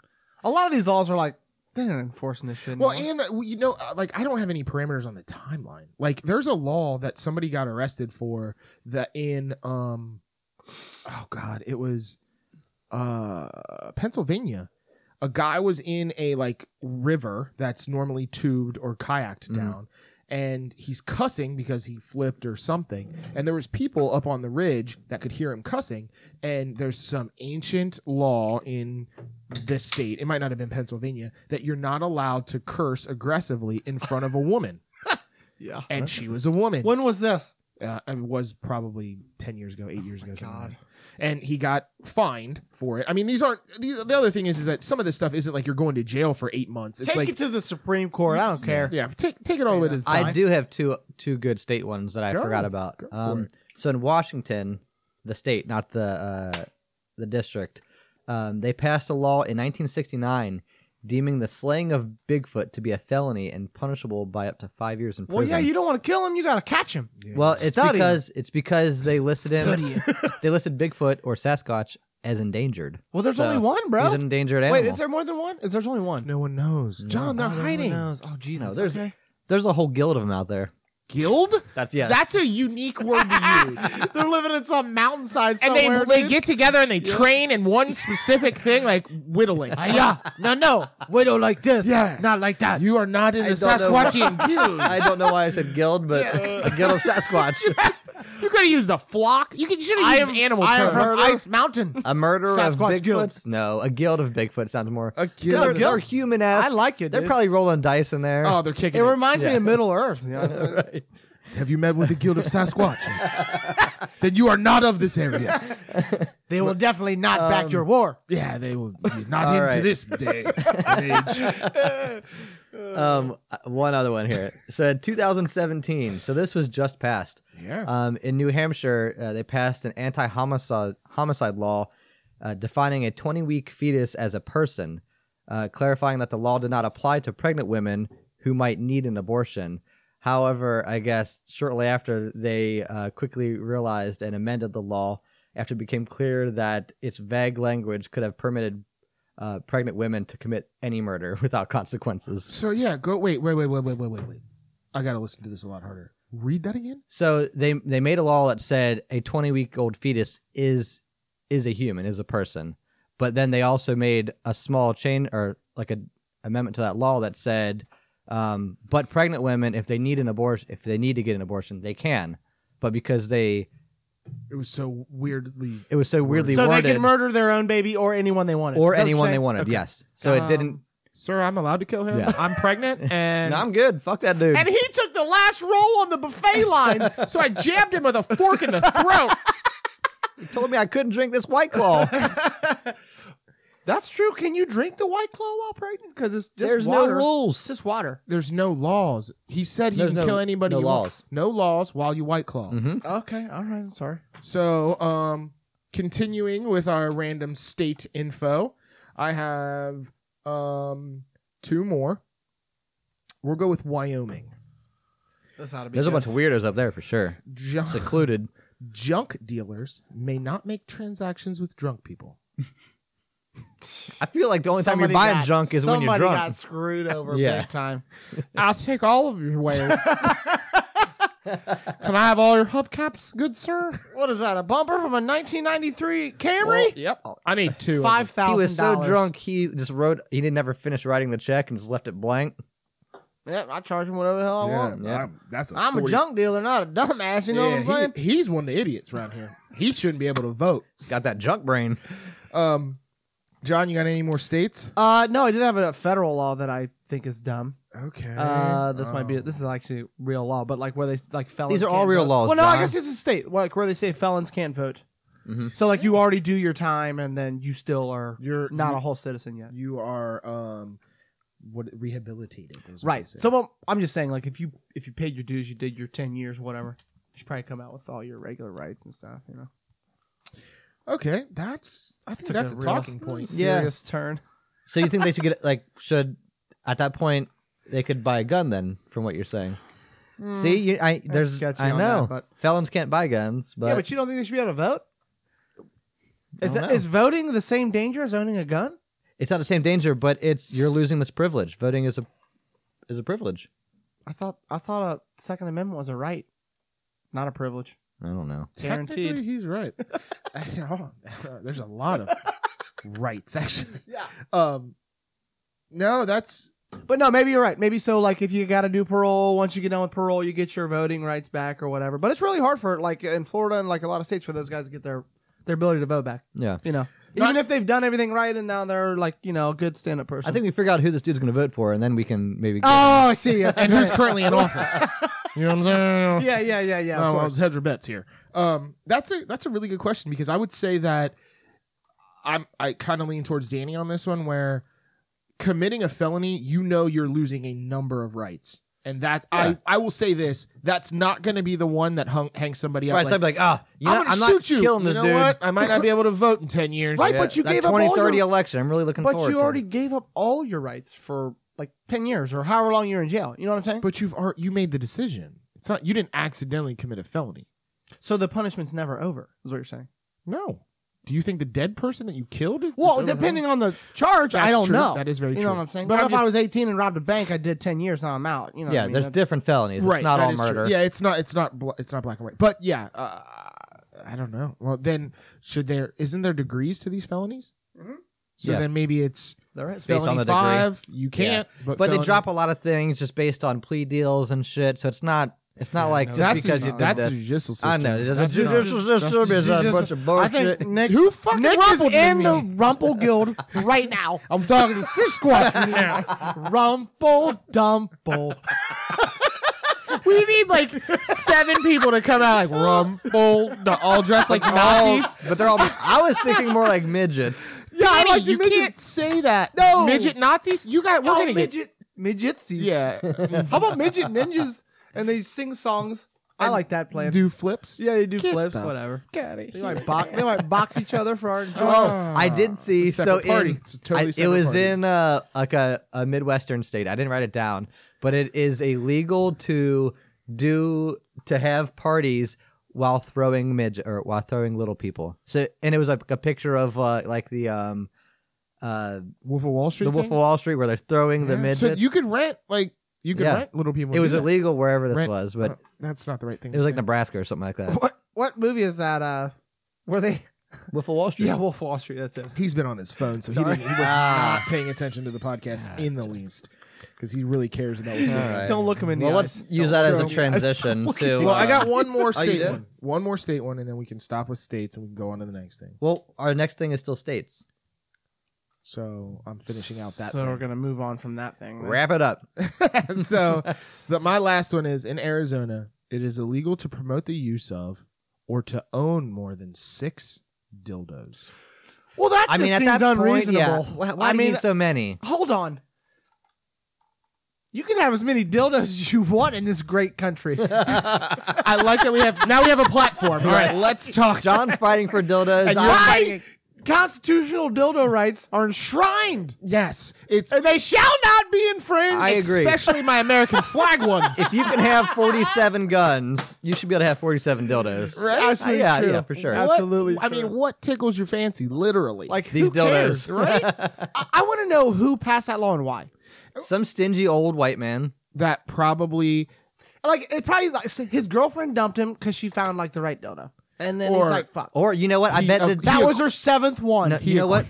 S3: a lot of these laws are like they're not enforcing this shit.
S1: Well,
S3: anymore.
S1: and that, well, you know, uh, like I don't have any parameters on the timeline. Like, there's a law that somebody got arrested for that in, um, oh god, it was, uh, Pennsylvania. A guy was in a like river that's normally tubed or kayaked
S2: Mhm.
S1: down, and he's cussing because he flipped or something. And there was people up on the ridge that could hear him cussing. And there's some ancient law in this state, it might not have been Pennsylvania, that you're not allowed to curse aggressively in front of a woman.
S3: yeah.
S1: And she was a woman.
S3: When was this?
S1: Uh, it was probably ten years ago, eight years ago. something
S3: Oh God.
S1: like that. And he got fined for it. I mean, these aren't. These, the other thing is, is that some of this stuff isn't like you're going to jail for eight months. It's
S3: Take
S1: like,
S3: it to the Supreme Court. I don't care.
S1: yeah, take take it all the way to the top.
S2: I do have two two good state ones that I
S1: Go.
S2: forgot about.
S1: Go for
S2: Um,
S1: it.
S2: so in Washington, the state, not the uh, the district, um, they passed a law in 1969 deeming the slaying of Bigfoot to be a felony and punishable by up to five years in prison.
S3: Well, yeah, you don't want to kill him. You gotta catch him.
S2: Well, it's
S3: Study it.
S2: because it's because they listed
S3: Study
S2: him.
S3: it.
S2: they listed Bigfoot or Sasquatch as endangered.
S3: Well, there's
S2: So,
S3: only one, bro.
S2: He's an endangered animal.
S3: Wait, is there more than one? Is there's only one?
S1: no one knows. John, they're
S3: Oh, no one
S1: hiding.
S3: knows. Oh Jesus!
S2: No, there's-
S3: okay.
S2: There's a whole guild of them out there.
S1: Guild?
S2: That's yeah.
S1: That's a unique word to use.
S3: they're living in some mountainside
S1: and
S3: somewhere.
S1: they they
S3: dude.
S1: get together and they train in one specific thing, like whittling.
S3: Ah, yeah, no, no, we don't like this.
S1: Yes.
S3: not like that.
S1: You are not in the
S2: don't know.
S1: Sasquatchian guild.
S2: I don't know why I said guild, but a guild of Sasquatch.
S1: You could have used a flock. You, could, you should have used an animal
S3: I am
S1: term.
S3: from Ice Mountain.
S2: A murderer of
S3: Sasquatch guild.
S2: Bigfoots? No, a guild of Bigfoot sounds more.
S1: A
S2: They're-
S1: guild.
S2: They're, human ass.
S3: I like it,
S2: They're
S3: dude.
S2: probably rolling dice in there.
S1: oh, they're kicking.
S3: It
S1: It
S3: reminds me of Middle Earth. you know?
S2: Right.
S1: Have you met with the guild of Sasquatch? then you are not of this area.
S3: They will definitely not back your war.
S1: Yeah, they will be not
S2: All
S1: into
S2: right.
S1: this day and age.
S2: Um, one other one here. So, 2017. So this was just passed.
S1: Yeah.
S2: Um, in New Hampshire, uh, they passed an anti-homicide homicide law, uh, defining a 20-week fetus as a person, uh, clarifying that the law did not apply to pregnant women who might need an abortion. However, I guess shortly after they uh, quickly realized and amended the law after it became clear that its vague language could have permitted uh, pregnant women to commit any murder without consequences.
S1: So yeah, go wait, wait, wait, wait, wait, wait, wait, wait. I gotta listen to this a lot harder. Read that again.
S2: So they they made a law that said a 20 week old fetus is is a human, is a person. But then they also made a small chain or like a amendment to that law that said, um, but pregnant women, if they need an abortion, if they need to get an abortion, they can. But because they
S1: It was so weirdly.
S2: it was so weirdly
S3: So
S2: worded,
S3: they can murder their own baby or anyone they wanted.
S2: or
S3: Is that what you're
S2: anyone they
S3: saying?
S2: wanted,
S3: Okay.
S2: yes. So it didn't.
S1: Um, Sir, I'm allowed to kill him.
S2: Yeah.
S1: I'm pregnant, and
S2: No, I'm good. Fuck that dude.
S3: And he took the last roll on the buffet line.
S1: so I jabbed him with a fork in the throat.
S2: told me I couldn't drink this white claw.
S3: That's true. Can you drink the White Claw while pregnant? Because it's just
S2: There's no
S3: water.
S2: rules.
S3: It's just water.
S1: There's no laws. He said he
S2: There's
S1: can
S2: no-
S1: kill anybody.
S2: no
S1: he wants.
S2: laws.
S1: No laws while you white claw.
S2: Mhm.
S3: Okay. All right. I'm sorry.
S1: So, um, continuing with our random state info, I have um two more. We'll go with Wyoming.
S3: That's ought to be.
S2: There's a bunch of weirdos up there for sure,
S1: Ju-
S2: secluded.
S1: junk dealers may not make transactions with drunk people.
S2: I feel like the only time you're buying junk is when you're drunk.
S3: Somebody got screwed over
S2: Yeah.
S3: big time.
S1: I'll take all of your whales. Can I have all your hubcaps, good sir?
S3: What is that? A bumper from a 1993 Camry?
S1: Yep. I need two. of
S3: Five thousand.
S2: he was so drunk he just wrote he didn't ever finish writing the check and just left it blank
S3: Yeah, I charge him whatever the hell I
S1: them.
S3: want.
S2: Yeah.
S1: I'm- that's
S3: I'm a
S1: 40.
S3: junk dealer, not a dumbass. You know
S1: Yeah,
S3: what I'm saying?
S1: he- he's one of the idiots around here. He shouldn't be able to vote.
S2: got that junk brain
S1: Um, John, you got any more states?
S3: Uh, no, I did have a federal law that I think is dumb.
S1: Okay.
S2: Eh,
S3: Uh, this might be
S1: Um,
S3: this is actually real law, but like where they like felons.
S2: oh. These are all
S3: can't
S2: real
S3: vote.
S2: laws,
S3: Well, no, I
S2: John. Mm-hmm.
S3: guess it's a state like where they say felons can't vote. So like you already do your time, and then you still are
S1: You're-
S3: not
S1: you-
S3: a whole citizen yet.
S1: You are um, what rehabilitated? is what they
S3: Right.
S1: say.
S3: So well, I'm just saying, like, if you if you paid your dues, you did your ten years, whatever, you should probably come out with all your regular rights and stuff. You know,
S1: okay, that's I think
S3: Took
S1: that's a,
S3: real
S1: talking point.
S2: Yeah.
S3: Serious turn.
S2: so you think they should get like should at that point they could buy a gun then from what you're saying see you, i there's
S3: sketchy
S2: i
S3: on
S2: know
S3: that, but-
S2: felons can't buy guns but,
S3: yeah, but you don't think they should be able to vote? Is
S2: don't
S3: that,
S2: know.
S3: is voting the same danger as owning a gun?
S2: it's not the same danger but it's you're losing this privilege voting is a is a privilege
S3: I thought I thought a Second Amendment was a right, not a privilege.
S2: i don't know
S1: Technically,
S3: Guaranteed.
S1: he's right. Oh, There's a lot of rights actually.
S3: Yeah.
S1: Um, no, that's
S3: But no, maybe you're right. Maybe so. Like, if you got to do parole, once you get done with parole, you get your voting rights back or whatever. But it's really hard for like in Florida and like a lot of states for those guys to get their their ability to vote back.
S2: yeah
S3: You know,
S1: Not-
S3: even if they've done everything right and now they're like you know a good stand up person.
S2: i think we figure out who this dude's going to vote for and then we can maybe
S3: Oh, I see. That's
S1: and
S3: right.
S1: who's currently in office. You know what I'm saying?
S3: yeah, yeah, yeah, yeah. Of
S1: Oh, well,
S3: course.
S1: it's hedge your bets here. Um, that's a that's a really good question because I would say that I'm I kind of lean towards Danny on this one, where committing a felony, you know, you're losing a number of rights, and that I I will say this, that's not going to be the one that hung, hangs somebody up.
S2: right
S1: like,
S2: so i'd be like ah you know,
S1: I'm gonna
S2: not
S1: shoot you.
S2: killing
S1: you
S2: this
S1: know
S2: dude
S1: what? I might not be able to vote in ten years.
S3: Right,
S2: Yeah,
S3: but you
S2: that
S3: gave up all
S2: 2030
S3: your-
S2: election. I'm really looking
S3: But
S2: forward
S3: you
S2: to
S3: already
S2: it.
S3: gave up all your rights for like ten years or however long you're in jail. You know what I'm saying?
S1: But you've ar- you made the decision. It's not you didn't accidentally commit a felony.
S3: so the punishment's never over. Is what you're saying?
S1: No. Do you think the dead person that you killed? Is,
S3: Well,
S1: is
S3: depending on the charge, I
S1: That's
S3: don't
S1: true.
S3: know.
S1: That is very
S3: you
S1: true.
S3: know what I'm saying?
S1: But
S3: But
S1: I'm
S3: if
S1: just-
S3: I was 18 and robbed a bank, I did 10 years. Now I'm out. You know. what
S2: Yeah,
S3: I mean?
S2: there's
S3: That's-
S2: different felonies. it's not
S1: that
S2: all
S1: is true.
S2: murder.
S1: Yeah, it's not. It's not. Bl- it's not black and white. But yeah, uh, I don't know. Well, then should there? Isn't there degrees to these felonies? So
S2: Yeah.
S1: then maybe it's
S2: There is, based
S1: felony
S2: on the degree.
S1: five. You can't. But,
S2: But they
S1: felony-
S2: drop a lot of things just based on plea deals and shit, so it's not It's not like just
S1: that's
S2: because
S1: the,
S2: you did
S1: that's the
S2: this.
S1: judicial system.
S2: I know it doesn't.
S3: That's
S2: do
S3: not-
S4: judicial system is a
S3: That's-
S4: bunch of
S3: I
S4: bullshit.
S3: think Nick,
S1: Who fucking
S3: Nick is
S1: rumbled with
S3: in
S1: me?
S3: the Rumple Guild right now.
S1: I'm talking to Sisquatch now.
S3: Rumple Dumple.
S1: We need like seven people to come out like rumble, the- all dressed like Nazis.
S2: but they're all. I was thinking more like midgets.
S1: Yeah,
S3: Danny,
S1: like,
S3: you
S1: you can't say that.
S3: No.
S1: midget Nazis. You got.
S3: Oh,
S1: We're gonna get.
S3: midgetsies.
S1: Yeah,
S3: How about midget ninjas? And they sing songs. I like that plan.
S1: do flips.
S3: yeah, they do
S1: Get
S3: flips,
S1: the
S3: whatever.
S1: fuck outta
S3: They
S1: here.
S3: might, box, they might box each other for our enjoyment.
S1: Oh,
S2: I did see.
S1: it's a
S2: so
S1: separate party.
S2: in-
S1: It's a totally
S2: I- it
S1: separate
S2: was
S1: party.
S2: in uh, like a, a midwestern state. I didn't write it down, but it is illegal to do to have parties while throwing midget or while throwing little people. So and it was like a picture of uh, like the um uh
S1: Wolf of Wall Street.
S2: the Wolf of Wall Street where they're throwing the midgets.
S1: So you could rent like you could
S2: Yeah.
S1: rent little people.
S2: it
S1: to
S2: was
S1: do that.
S2: illegal wherever this
S1: Rent-
S2: was, but
S1: Uh, that's not the right thing.
S2: it was like Nebraska or something like that.
S3: What what movie is that? Uh, were they?
S2: Wolf of Wall Street.
S3: Yeah, Wolf of Wall Street. That's it.
S1: he's been on his phone, so he,
S3: Sorry.
S1: didn't, he was
S2: Ah.
S1: not paying attention to the podcast in the least because he really cares about what's going on.
S2: All right.
S3: Don't look him in
S2: Well,
S3: the
S2: let's
S3: eyes.
S2: use
S3: Don't-
S2: that as a
S3: so-
S2: transition
S3: Look at
S2: to.
S3: me.
S1: Well, I
S2: uh,
S1: got one more
S2: you
S1: state
S2: did?
S1: one. One more state one, and then we can stop with states and we can go on to the next thing.
S2: Well, our next thing is still states.
S1: So I'm finishing out that.
S3: So we're gonna move on from that thing. then.
S2: Wrap it up.
S1: thing. so the, my last one is in Arizona, it is illegal to promote the use of or to own more than six dildos.
S3: Well, that
S2: I
S3: just
S2: mean, at
S3: seems
S2: that
S3: unreasonable.
S2: point, yeah. Why, why
S3: I
S2: do you
S3: mean,
S2: need so many?
S3: hold on. You can have as many dildos as you want in this great country.
S1: I like that we have now we have a platform. All right, let's talk.
S2: John's fighting for dildos.
S1: And you're
S2: I-
S3: Why? Constitutional dildo rights are enshrined,
S1: Yes, it's
S3: and they shall not be infringed.
S2: I agree.
S1: especially my American flag ones.
S2: if you can have 47 guns, you should be able to have 47 dildos.
S1: Right?
S3: Absolutely
S2: yeah,
S3: true.
S2: yeah, for sure.
S1: What-
S3: Absolutely.
S1: I
S3: true.
S1: mean, what tickles your fancy? Literally,
S3: like
S2: These
S3: who
S2: dildos.
S3: cares, right? I, I want to know who passed that law and why.
S2: Some stingy old white man.
S1: that probably
S3: Like it probably like so his girlfriend dumped him because she found like the right dildo, and then
S1: Or-
S3: he's like, "Fuck."
S2: Or, you know what? I bet
S1: uh,
S2: that.
S3: that
S1: he-
S3: was her seventh one.
S2: no, you know what?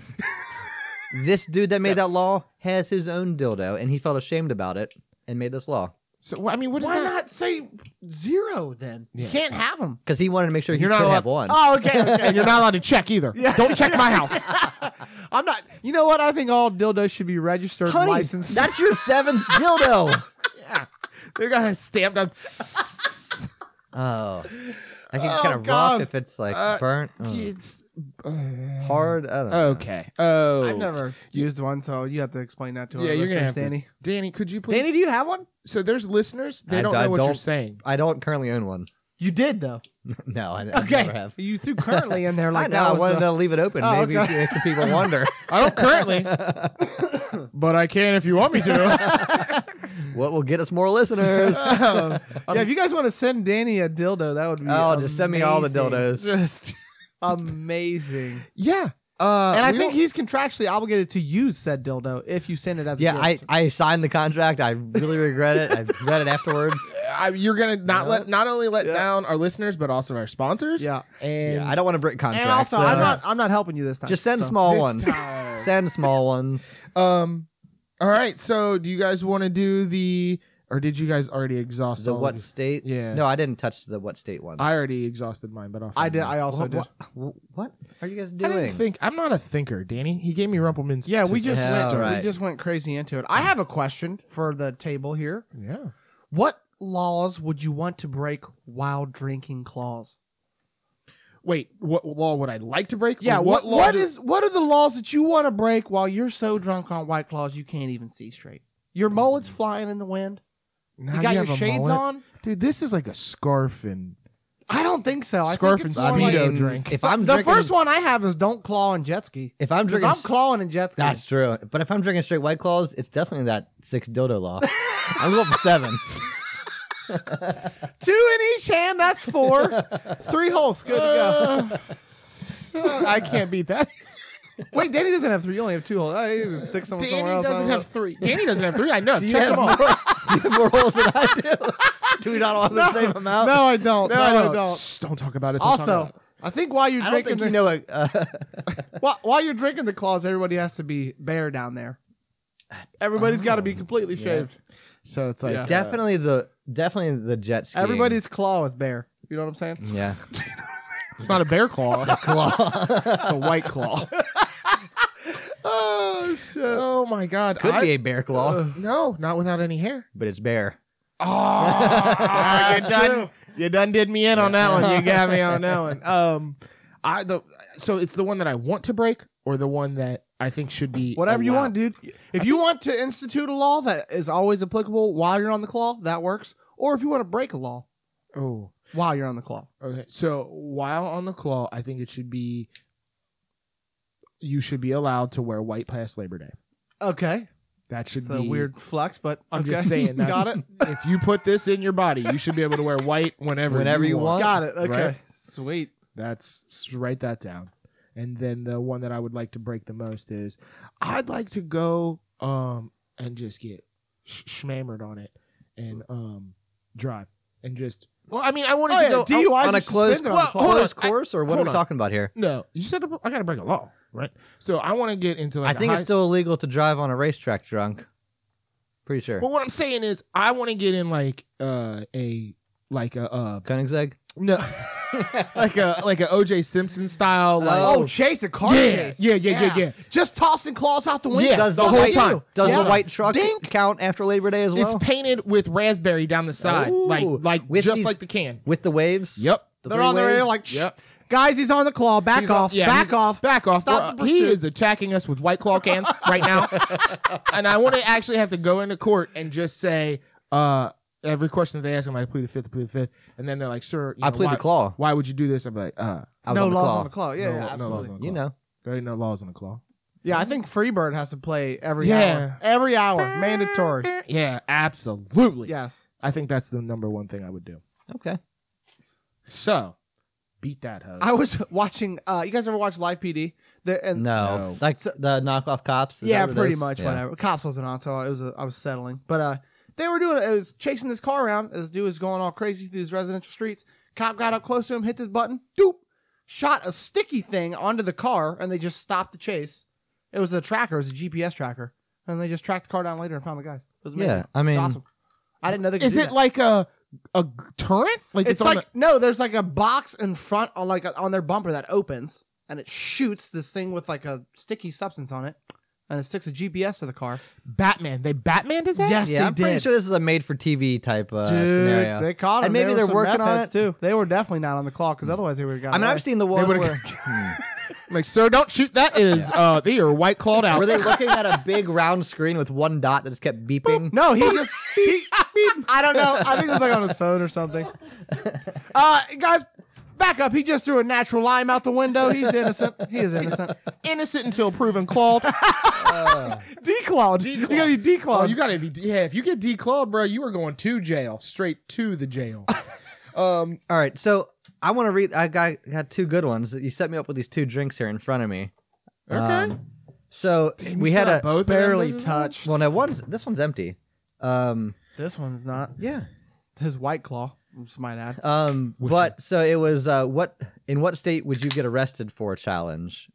S2: this dude that made that law has his own dildo, and he felt ashamed about it and made this law.
S1: So I mean, what is
S3: Why
S1: that?
S3: not say zero then? You can't have them.
S2: Because he wanted to make sure he
S1: You're
S2: could
S1: not allowed-
S2: have one.
S3: Oh, okay. okay.
S1: And you're not allowed to check either. Don't check my house.
S3: I'm not. You know what? I think all dildos should be registered, and
S2: Honey,
S3: licensed.
S2: that's your seventh dildo.
S1: they got it stamped on. s-
S2: Oh. I think it's
S3: Oh,
S2: kind of rough
S3: God.
S2: if it's like
S1: Uh,
S2: burnt, oh,
S1: it's
S2: hard. I don't know.
S1: okay. Oh,
S3: I've never used one, so you have to explain that to
S1: Yeah,
S3: our
S1: you're gonna have
S3: listeners, Danny.
S1: to. Danny, could you please?
S3: Danny, do you have one?
S1: So there's listeners. They
S2: I-
S1: don't
S2: I
S1: know what you're
S2: don't-
S1: saying.
S2: I don't currently own one.
S3: You did though.
S2: No, I, I
S3: Okay,
S2: never have.
S3: you threw currently in there
S2: I
S3: like
S2: know.
S3: that.
S2: I
S3: was
S2: wanted
S3: a-
S2: to leave it open.
S3: Oh,
S2: Maybe
S3: okay.
S2: make some people wonder.
S1: I don't currently,
S3: uh,
S1: but I can if you want me to.
S2: what will get us more listeners?
S1: Um,
S3: yeah, if you guys want to send Danny a dildo, that would be
S2: oh, just send me all the
S3: amazing.
S2: dildos.
S1: just
S3: Amazing.
S1: yeah. Uh,
S3: And I
S1: we
S3: think
S1: don't-
S3: he's contractually obligated to use said dildo if you send it as
S2: Yeah,
S3: a
S2: I,
S3: gift.
S2: I signed the contract. I really regret it. I regret it afterwards.
S1: I, you're gonna not let not only let
S3: Yeah.
S1: down our listeners but also our sponsors.
S3: Yeah.
S1: and
S2: Yeah, I don't want to break contracts.
S3: and also
S2: so-
S3: I'm not I'm not helping you this time.
S2: Just send
S3: so.
S2: small
S1: this
S2: ones.
S1: time.
S2: Send small ones.
S1: Um. All right. So, do you guys want to do the, or did you guys already exhaust
S2: The
S1: all
S2: what
S1: of-
S2: state?
S1: Yeah.
S2: No, I didn't touch the what state one.
S1: I already exhausted mine, but I'll
S3: I
S1: find
S3: did.
S1: mine.
S3: I also
S2: what,
S3: did.
S2: what, what are you guys
S1: I
S2: doing?
S1: didn't think. I'm not a thinker, Danny. He gave me Rumpleman's.
S3: Yeah, we
S1: to
S3: just
S1: start.
S3: went,
S2: Yeah, right.
S3: we just went crazy into it. I have a question for the table here.
S1: Yeah.
S3: What laws would you want to break while drinking claws?
S1: Wait, what law would I like to break?
S3: Yeah,
S1: Or
S3: what
S1: law?
S3: what
S1: do-
S3: is what are the laws that you want to break while you're so drunk on white claws you can't even see straight? Your mullet's flying in the wind.
S1: Now
S3: You got your
S1: have a
S3: shades
S1: mullet?
S3: on.
S1: dude? This is like a scarf and
S3: I don't think so. I
S1: Scarf
S3: think it's
S1: and
S3: more
S2: I mean,
S1: Speedo
S3: like-
S1: drink.
S2: If I'm
S3: the
S2: drinking,
S3: first one I have is don't claw and jet ski.
S2: If I'm
S3: 'Cause
S2: drinking,
S3: I'm clawing and jet ski.
S2: That's true. But if I'm drinking straight White Claws, it's definitely that six dildo law. I'm going for seven.
S3: Two in each hand. That's four. three holes. Good to
S1: I can't beat that.
S3: go. Wait, Danny doesn't have three. You only have two holes. I you can stick someone somewhere
S1: Danny
S3: else. I
S1: doesn't
S3: don't
S1: have three. Danny doesn't have three. I know.
S2: You
S1: Check
S2: have
S1: them all.
S2: more, you have more holes than I do. Do we not all have the same
S3: know.
S2: amount?
S3: No, I don't. No, I don't.
S1: Shh, don't talk about it. Don't talk about
S3: Also, I think while you're
S2: I don't think
S3: drinking the
S2: you know. it, Uh,
S3: while, while you're drinking the claws, everybody has to be bare down there. Everybody's got to be completely
S2: Yeah.
S3: shaved.
S1: So it's like
S3: Yeah.
S1: uh,
S2: Definitely the definitely the jet ski.
S3: Everybody's claw is bare. You know what I'm saying?
S2: yeah.
S1: it's not a bear claw, it's a white claw. oh shit! Oh my god!
S2: Could
S1: I-
S2: be a bear claw,
S1: no, not without any hair.
S2: but it's bear.
S1: Oh, you
S3: That's
S1: done,
S3: true.
S1: you done did me in on that one. You got me on that one. Um, I the so it's the one that I want to break or the one that I think should be
S3: Whatever you
S1: allowed?
S3: want, dude. If you want to institute a law that is always applicable while you're on the claw, that works. Or if you want to break a law
S1: Oh,
S3: while you're on the claw.
S1: okay. So while on the claw, I think it should be you should be allowed to wear white past Labor Day.
S3: Okay.
S1: That should
S3: It's
S1: be
S3: a weird flex, but
S1: I'm
S3: okay.
S1: just saying. That's,
S3: Got it.
S1: If you put this in your body, you should be able to wear white whenever
S2: Whenever
S1: you
S2: you
S1: want.
S2: want.
S3: Got it. Okay.
S1: Right.
S3: Sweet.
S1: That's s- write that down. And then the one that I would like to break the most is I'd like to go um and just get sh- shmammered on it and um drive and just well I mean I wanted
S3: Oh,
S1: to
S3: yeah,
S1: go I-
S3: DUIs
S2: on
S3: are
S2: a closed,
S3: suspended on
S1: Well,
S3: the claw.
S1: hold on.
S2: closed course, or what
S1: hold
S2: are we
S1: on.
S2: talking about here?
S1: no you said to- I got to break a law right so I want to get into
S2: I
S1: like a
S2: think
S1: high,
S2: it's still illegal to drive on a racetrack drunk. Pretty sure.
S1: well what I'm saying is I want to get in like uh a like a uh
S2: Koenigsegg.
S1: no like a like a OJ Simpson style like
S3: Oh, chase a car
S1: Yeah,
S3: chase.
S1: yeah, yeah, yeah, yeah.
S3: Just tossing claws out the window.
S1: Yeah,
S2: does the,
S1: the whole
S2: white,
S1: time.
S2: Does
S3: Yeah.
S2: the white truck
S3: Dink.
S2: count after Labor Day as well?
S1: It's painted with raspberry down the side,
S2: Ooh,
S1: like like
S2: with
S1: just
S2: these-
S1: like the can.
S2: With the waves.
S1: Yep.
S2: The
S3: They're
S2: three
S3: on the radio
S2: waves?
S3: like, "Shh,
S1: Yep.
S3: guys, he's on the claw. Back
S1: He's on-
S3: off.
S1: yeah,
S3: back
S1: he's-
S3: off.
S1: Back off.
S3: Stop
S1: We're-
S3: the
S1: he
S3: pursuit."
S1: is attacking us with white claw cans right now, and I want to actually have to go into court and just say uh, every question that they ask him, I plead the fifth, I plead the fifth, and then they're like, "Sir, you
S2: I
S1: know,
S2: plead
S1: why,
S2: the claw.
S1: Why would you do this?" I'm like, "Uh,
S2: I was
S3: no
S2: on the
S3: laws
S2: claw.
S3: on the claw. Yeah,
S1: no,
S3: yeah,
S1: no laws
S3: absolutely.
S1: on the claw.
S2: You know.
S1: there ain't no laws on the claw."
S3: yeah, I think Freebird has to play every
S1: Yeah.
S3: hour. Every hour, mandatory.
S1: Yeah, absolutely.
S3: Yes.
S1: I think that's the number one thing I would do.
S2: Okay.
S1: So, beat that hose.
S3: I was watching. uh You guys ever watch Live PD? There and
S2: No.
S1: No.
S2: Like the knockoff cops. is that
S3: yeah,
S2: what it
S3: pretty
S2: is?
S3: much.
S2: Yeah.
S3: Whatever. Cops wasn't on, so I was uh, I was settling. But uh they were doing. It was chasing this car around. This dude was going all crazy through these residential streets. Cop got up close to him, hit this button, doop, shot a sticky thing onto the car, and they just stopped the chase. It was a tracker. It was a GPS tracker, and they just tracked the car down later and found the guys. It was amazing.
S2: Yeah, I
S3: It was
S2: mean-
S3: awesome. I didn't know they. Could
S1: Is
S3: do
S1: it
S3: that.
S1: like a a g- turret? Like it's,
S3: It's,
S1: on
S3: like no, there's like a box in front on like on their bumper that opens and it shoots this thing with like a sticky substance on it, and it sticks a GPS to the car.
S1: the Batman. They Batmaned his ass.
S3: Yes.
S2: Yeah,
S3: they
S2: I'm pretty
S3: did.
S2: sure this is a made for TV type uh, scenario.
S3: they caught him.
S2: And maybe
S3: There
S2: they're
S3: were some
S2: working
S3: meth
S2: on
S3: heads,
S2: it.
S3: too. They were definitely not on the clock because otherwise they would have got.
S2: I mean,
S3: away.
S2: I've seen the one
S1: would've-
S2: where
S1: Like, sir, don't shoot. That is, uh, they are white clawed out.
S2: were they looking at a big round screen with one dot that just kept beeping.
S3: No, he just. He, I don't know. I think it was like on his phone or something. Uh, guys, back up. He just threw a natural lime out the window. He's innocent. He is innocent.
S1: innocent until proven clawed?
S3: Declawed. You gotta be declawed.
S1: oh, you gotta be. Yeah, if you get declawed, bro, you are going to jail, straight to the jail. Um,
S2: All right, so I want to read. I got got two good ones. You set me up with these two drinks here in front of me. Um,
S1: Okay,
S2: So we
S1: You
S2: had
S1: saw
S2: a
S1: both of them,
S3: barely
S1: didn't you?
S3: touched.
S2: well. No, one's this one's empty. Um,
S3: this one's not.
S2: yeah.
S3: His white claw. Just might add.
S2: Um, but so it was. Uh, what in what state would you get arrested for a challenge?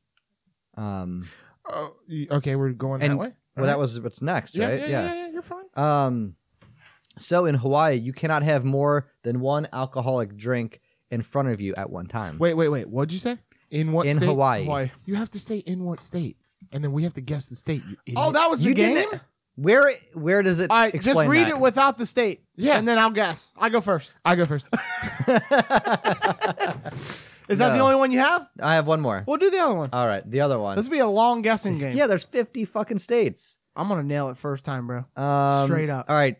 S2: Um,
S1: Oh, you- okay, we're going that
S2: and
S1: way.
S2: well, that was what's next,
S1: yeah,
S2: right?
S1: yeah, yeah, yeah, You're fine.
S2: Um, so in Hawaii, you cannot have more than one alcoholic drink in front of you at one time.
S1: Wait, wait, wait. What'd you say? In what
S2: in
S1: state?
S2: Hawaii,
S3: Why?
S1: You have to say in what state, and then we have to guess the state. You idiot.
S3: Oh, that was the
S2: You
S3: game.
S2: didn't- where where does it?
S3: All right,
S2: explain
S3: just read
S2: that?
S3: it without the state.
S1: Yeah.
S3: and then I'll guess. I go first.
S1: I go first.
S3: Is that the
S2: No.
S3: only one you have?
S2: I have one more.
S3: We'll do the other one.
S2: All right, the other one.
S3: This will be a long guessing game.
S2: Yeah, there's 50 fucking states.
S3: I'm gonna nail it first time, bro.
S2: Um,
S3: Straight up.
S2: All right.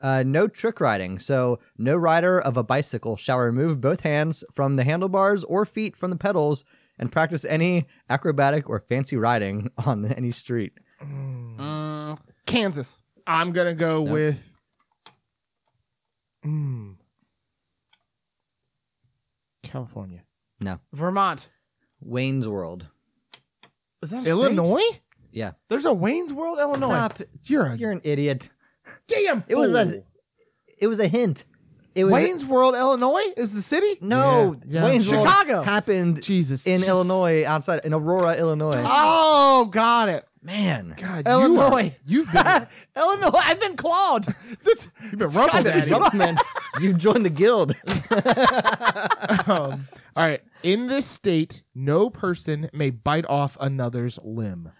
S2: Uh, no trick riding. So, no rider of a bicycle shall remove both hands from the handlebars or feet from the pedals and practice any acrobatic or fancy riding on any street.
S1: Mm.
S2: Mm.
S3: Kansas.
S1: I'm gonna go with. Mm. California.
S3: Vermont.
S2: Wayne's World.
S3: Is that a
S1: Illinois?
S2: Yeah.
S3: state? There's a Wayne's World, Illinois.
S2: Stop.
S1: You're a
S2: You're an idiot.
S1: damn
S2: It was a. It was a hint. It was
S3: Oh. Wayne's World, Illinois is the city?
S2: no.
S1: Yeah, yeah.
S2: Wayne's World
S3: Chicago.
S2: happened
S1: Jesus
S2: in
S1: Jesus.
S3: Ah,
S2: Illinois, outside in Aurora, Illinois.
S3: Oh, got it.
S2: Man.
S1: God,
S3: Illinois.
S1: You have been
S3: Illinois, I've been clawed. That's,
S1: you've been rumpled, daddy.
S2: Rumpman, you joined the guild.
S1: Um, all right. In this state, no person may bite off another's limb.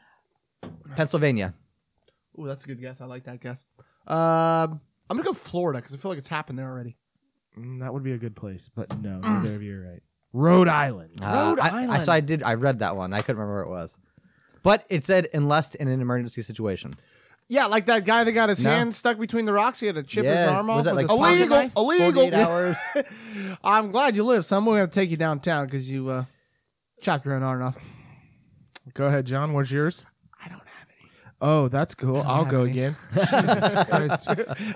S2: Pennsylvania.
S3: Ooh, that's a good guess. I like that guess. Um, I'm gonna go Florida because I feel like it's happened there already.
S1: Mm, that would be a good place, but no,
S3: Mm.
S1: neither of you are right. Rhode Island.
S3: Rhode
S2: I- Uh, I, so I did. I read that one. I couldn't remember where it was, but it said unless in an emergency situation.
S3: Yeah, like that guy that got his
S2: No.
S3: hand stuck between the rocks. He had to chip his
S2: Yeah,
S3: arm
S2: was
S3: off.
S2: that
S3: with
S2: like
S3: his pocket
S1: Illegal.
S3: knife.
S1: Illegal.
S2: Forty-eight hours.
S3: I'm glad you live. So I'm gonna have to take you downtown because you uh, chopped your own arm off.
S1: Go ahead, John. What's yours?
S3: I don't have any.
S1: Oh, that's cool. I'll
S3: have
S1: go
S3: any.
S1: again. Jesus Christ.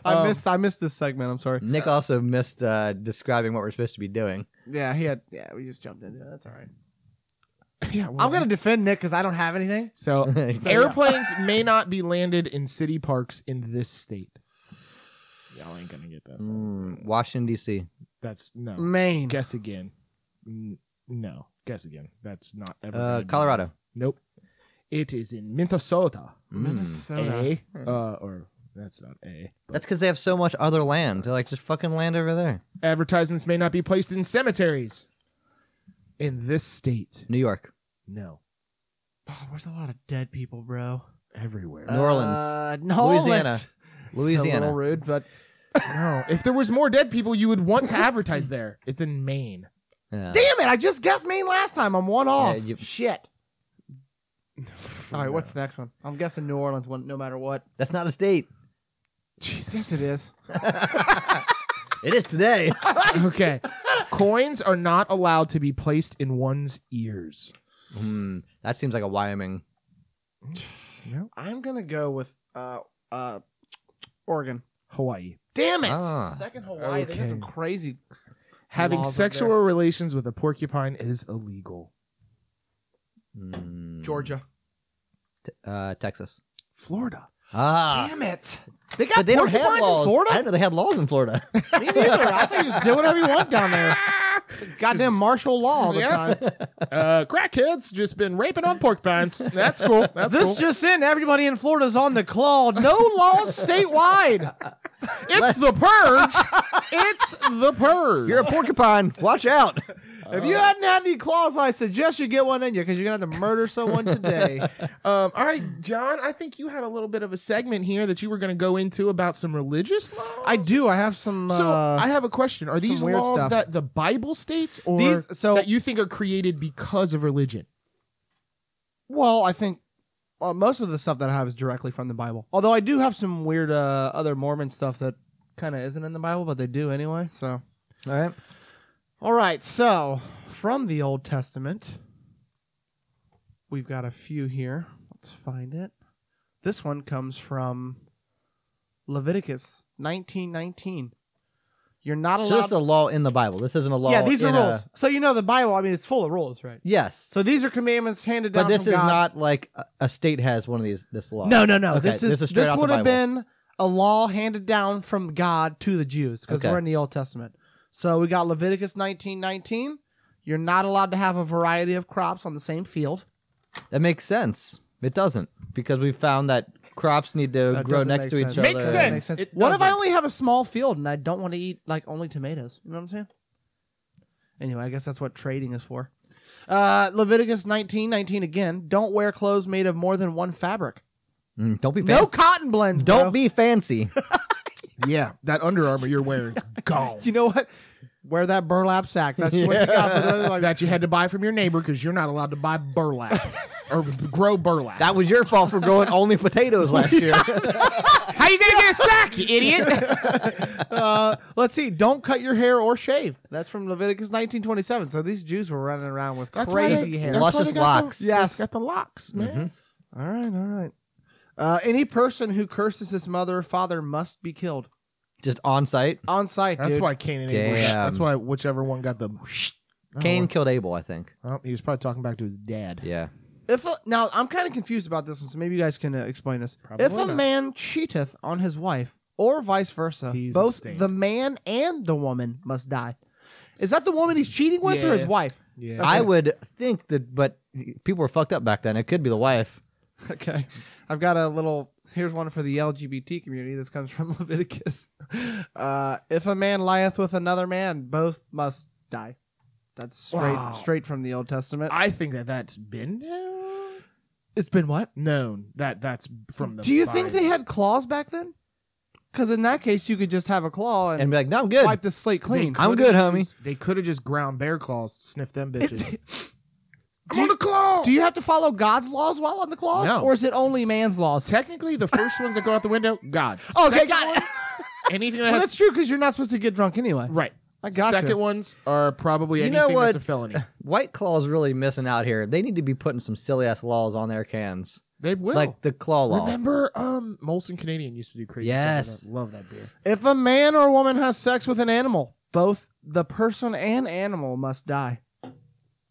S3: I
S1: Um,
S3: missed. I missed this segment. I'm sorry.
S2: Nick also missed uh, describing what we're supposed to be doing.
S3: Yeah, he had. Yeah, we just jumped into it. That's all right.
S1: Yeah, well,
S3: I'm gonna defend Nick because I don't have anything.
S1: So, airplanes may not be landed in city parks in this state. Y'all ain't gonna get this.
S2: Mm, Washington D.C.
S1: That's no.
S3: Maine.
S1: Guess again. N- No. Guess again. That's not ever.
S2: Uh,
S1: gonna be
S2: Colorado.
S1: right. Nope. It is in Minnesota.
S2: Mm.
S3: Hmm. Minnesota.
S1: A. Uh, or that's not eh. A.
S2: That's because they have so much other land. They're like just fucking land over there.
S1: Advertisements may not be placed in cemeteries. In this state,
S2: New York.
S1: no.
S3: Oh, where's a lot of dead people, bro?
S1: Everywhere.
S2: New Orleans.
S3: Uh, New
S2: Louisiana.
S3: Orleans. It's a
S2: Louisiana.
S3: little rude, but
S1: No. If there was more dead people, you would want to advertise there. It's in Maine.
S2: Yeah.
S3: damn it! I just guessed Maine last time. I'm one off.
S2: you-
S3: Shit. All right,
S1: No.
S3: what's the next one? I'm guessing New Orleans, one, no matter what.
S2: That's not a state.
S3: Yes,
S1: Jesus.
S3: it is.
S2: It is today.
S1: Okay. Coins are not allowed to be placed in one's ears.
S2: Mm, that seems like a Wyoming.
S1: No.
S3: I'm gonna go with uh uh Oregon.
S1: Hawaii.
S3: Damn it!
S2: Ah.
S3: Second Hawaii. They got some
S1: Okay.
S3: crazy.
S1: Having
S3: Laws up
S1: sexual
S3: there.
S1: relations with a porcupine is illegal.
S2: Mm,
S3: Georgia.
S2: T- uh, Texas.
S3: Florida.
S2: Ah.
S3: Damn it! They got
S2: But they don't have
S3: porcupines
S2: laws.
S3: in Florida.
S2: I didn't know they had laws in Florida.
S3: Me neither. I think you just do whatever you want down there. Goddamn martial law all the
S1: Yeah.
S3: time.
S1: Uh, crackheads just been raping on porcupines. That's cool. That's
S3: this
S1: cool.
S3: just in, everybody in Florida's on the claw. No laws statewide.
S1: it's the purge. it's the purge.
S2: You're a porcupine. Watch out.
S3: if you hadn't had any claws, I suggest you get one in you because you're gonna have to murder someone today.
S1: Um, all right, John. I think you had a little bit of a segment here that you were going to go into about some religious laws.
S3: I do. I have some.
S1: so
S3: uh,
S1: I have a question: Are these
S3: weird
S1: laws
S3: stuff.
S1: that the Bible states, or
S3: These- so-
S1: that you think are created because of religion?
S3: Well, I think well, most of the stuff that I have is directly from the Bible. Although I do have some weird uh, other Mormon stuff that kind of isn't in the Bible, but they do anyway. So,
S2: All right.
S3: all right. So, from the Old Testament, we've got a few here. Let's find it. This one comes from Leviticus 19:19. You're not
S2: So this is
S3: allowed.
S2: a law in the Bible. This isn't a law.
S3: yeah, these are
S2: in a-
S3: rules. So you know the Bible. I mean, it's full of rules, right?
S2: yes.
S3: So these are commandments handed down.
S2: but this
S3: from
S2: is
S3: God.
S2: not like a- a state has one of these. This law.
S3: No, no, no.
S2: Okay,
S3: this is
S2: this is
S3: this,
S2: straight out the
S3: would have
S2: Bible.
S3: been a law handed down from God to the Jews because
S2: Okay.
S3: we're in the Old Testament. So we got Leviticus nineteen nineteen. You're not allowed to have a variety of crops on the same field.
S2: That makes sense. It doesn't because we found that crops need to
S3: That
S2: grow
S3: doesn't
S2: next
S3: make
S2: to each
S3: sense.
S2: other.
S1: Makes sense. It
S3: what if I
S1: doesn't.
S3: only have a small field and I don't want to eat like only tomatoes? You know what I'm saying? Anyway, I guess that's what trading is for. Uh, Leviticus nineteen nineteen again. Don't wear clothes made of more than one fabric.
S2: Mm, don't be fancy.
S3: No cotton blends.
S2: don't
S3: bro.
S2: be fancy.
S1: Yeah, that Under Armour you're wearing is gone.
S3: You know what? Wear that burlap sack. That's what you got for the rest of like,
S1: that you had to buy from your neighbor because you're not allowed to buy burlap or grow burlap.
S2: that was your fault for growing only potatoes last year.
S1: How you gonna get a sack, you idiot?
S3: uh, let's see. Don't cut your hair or shave. That's from Leviticus 1927. So these Jews were running around with crazy hair.
S2: that's- Luscious locks.
S3: Yes.
S1: got the locks, man.
S3: all right, all right. Uh, any person who curses his mother or father must be killed
S2: Just on site.
S3: on site.
S1: That's
S3: dude.
S1: why Cain and Abel.
S2: Damn.
S1: That's why whichever one got the. Oh,
S2: Cain killed Abel, I think.
S1: well, he was probably talking back to his dad.
S2: Yeah.
S3: If a, now I'm kind of confused about this one, so maybe you guys can uh, explain this.
S1: Probably
S3: if a
S1: not.
S3: man cheateth on his wife or vice versa,
S1: He's
S3: both
S1: abstained.
S3: the man and the woman must die. Is that the woman he's cheating with or his
S1: Yeah.
S3: wife?
S1: Yeah.
S2: I would think that, but people were fucked up back then. It could be the wife.
S3: Okay. I've got a little. Here's one for the LGBT community. This comes from Leviticus. Uh, if a man lieth with another man, both must die. That's straight
S1: Wow.
S3: straight from the Old Testament.
S1: I think that that's been known.
S3: it's been what?
S1: known. That that's from the.
S3: Do you think
S1: Bible.
S3: they had claws back then? Because in that case, you could just have a claw and,
S2: and be like, no, I'm good.
S3: wipe the slate clean.
S1: They
S2: I'm
S1: coulda
S2: good, homie.
S1: used- They could have just ground bear claws, sniffed them bitches. I'm
S3: Do
S1: on
S3: you-
S1: the claw.
S3: Do you have to follow God's laws while on the claws,
S1: No.
S3: or is it only man's laws?
S1: Technically, the first ones that go out the window, God's.
S3: Okay,
S1: Second
S3: got it.
S1: one- Anything that
S3: Well,
S1: has
S3: that's true because you're not supposed to get drunk anyway.
S1: right.
S3: I gotcha.
S1: Second ones are probably
S2: You
S1: anything
S2: know
S1: that's
S2: what?
S1: a felony.
S2: White Claw's really missing out here. They need to be putting some silly ass laws on their cans,
S1: They will.
S2: like the claw law.
S1: Remember, um, Molson Canadian used to do crazy
S2: Yes.
S1: stuff. with that. Love that beer.
S3: If a man or woman has sex with an animal, both the person and animal must die.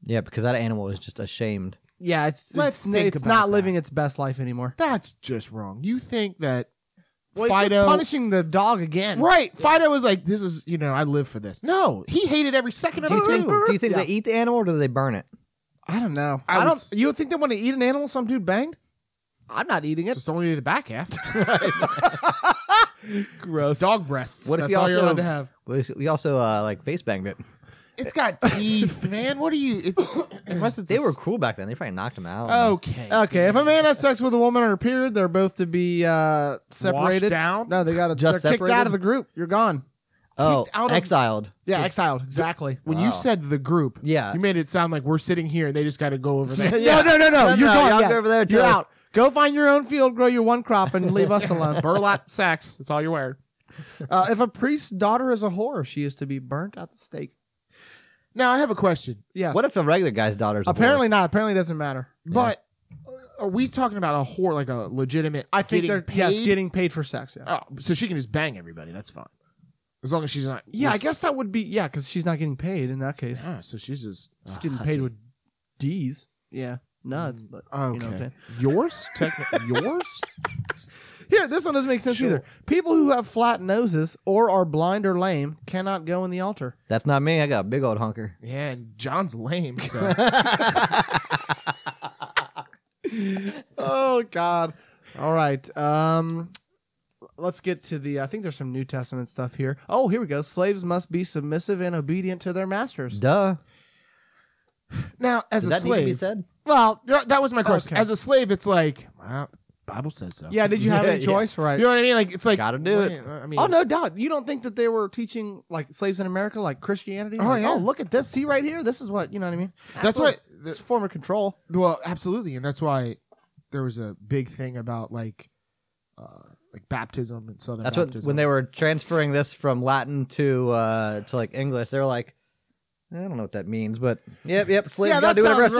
S2: Yeah, because that animal was just ashamed.
S3: Yeah, it's
S1: Let's
S3: it's,
S1: think
S3: it's
S1: about
S3: not
S1: that.
S3: living its best life anymore.
S1: That's just wrong. You think that
S3: Well, it's
S1: Fido?
S3: just punishing the dog again.
S1: right. Fido was like, "This is you know, I live for this." No, he hated every second of
S2: Do
S1: it
S2: you think?
S1: too.
S2: Do you think they eat the animal or do they burn it?
S3: I don't know.
S1: I
S3: I,
S1: would
S3: don't.
S1: s-
S3: You don't think they want to eat an animal some dude banged? I'm not eating it.
S1: Just only the back half. Gross. Dog breasts.
S2: What if
S1: That's
S2: you
S1: all you're
S2: also-
S1: allowed to have.
S2: We we also uh, like face banged it.
S1: It's got teeth, man. What are you? It's unless it's a
S2: They were
S1: s-
S2: cool back then. They probably knocked them out.
S1: okay.
S3: Okay, if a man has sex with a woman on her period, they're both to be uh, separated.
S1: down?
S3: No, they got to
S2: Just
S3: they're kicked
S2: separated?
S3: out of the group. You're gone.
S2: oh,
S1: kicked out of-
S2: exiled.
S3: Yeah, exiled. Exactly.
S1: When
S2: Wow.
S1: you said the group,
S2: Yeah.
S1: you made it sound like we're sitting here and they just got to go over there.
S2: Yeah.
S3: No, no, no, no.
S2: No,
S3: You're
S2: no,
S3: gone.
S2: y'all
S3: yeah.
S2: go over there, too.
S3: You're out. Go find your own field, grow your one crop, and leave us alone.
S1: Burlap sacks. That's all you're wearing.
S3: Uh, if a priest's daughter is a whore, she is to be burnt at the stake.
S1: Now I have a question,
S3: Yes.
S2: What if the regular guy's daughter's a whore?
S3: Apparently not. Apparently it doesn't matter.
S1: but uh, are we talking about a whore, like a legitimate?
S3: I think
S1: getting
S3: they're
S1: paid?
S3: yes getting paid for sex. Yeah.
S1: Oh, so she can just bang everybody. That's fine, as long as she's not.
S3: yeah, I
S1: res-
S3: guess that would be yeah because she's not getting paid in that case.
S1: Ah, so she's just
S3: She's
S1: a
S3: getting
S1: hussy.
S3: paid with D's. Mm. Yeah. Nuts. But
S1: Okay.
S3: you know what I'm saying.
S1: yours? Techni- yours?
S3: Here, this one doesn't make sense
S1: Sure.
S3: either. People who have flat noses or are blind or lame cannot go in the altar.
S2: That's not me. I got a big old hunker.
S1: Yeah, and John's lame. So.
S3: oh God! All right. Um, let's get to the. I think there's some New Testament stuff here. Oh, here we go. Slaves must be submissive and obedient to their masters.
S2: Duh.
S1: now, as
S2: Does
S1: a
S2: that need to be
S1: slave,
S2: said?
S3: Well,
S1: Yeah, that was my question.
S3: Okay.
S1: As a slave, it's like, well, Bible says so.
S3: yeah. Did you have
S2: Yeah,
S3: any
S2: yeah.
S3: choice? Right.
S1: You know what I mean? Like, it's like
S2: Gotta do it.
S1: I mean,
S3: Oh no doubt. You don't think that they were teaching like slaves in America, like Christianity?
S1: Oh,
S3: Like,
S1: yeah.
S3: oh, look at this. See right here. This is what you know what I mean.
S1: That's
S3: Absolute-
S1: what-
S3: It's a form of control.
S1: Well, absolutely, and that's why there was a big thing about like, uh, like baptism and Southern
S2: That's what
S1: baptism.
S2: when they were transferring this from Latin to uh, to like English, they were like, I don't know what that means, but yep, yep, slave gotta do
S1: uh,
S2: whatever I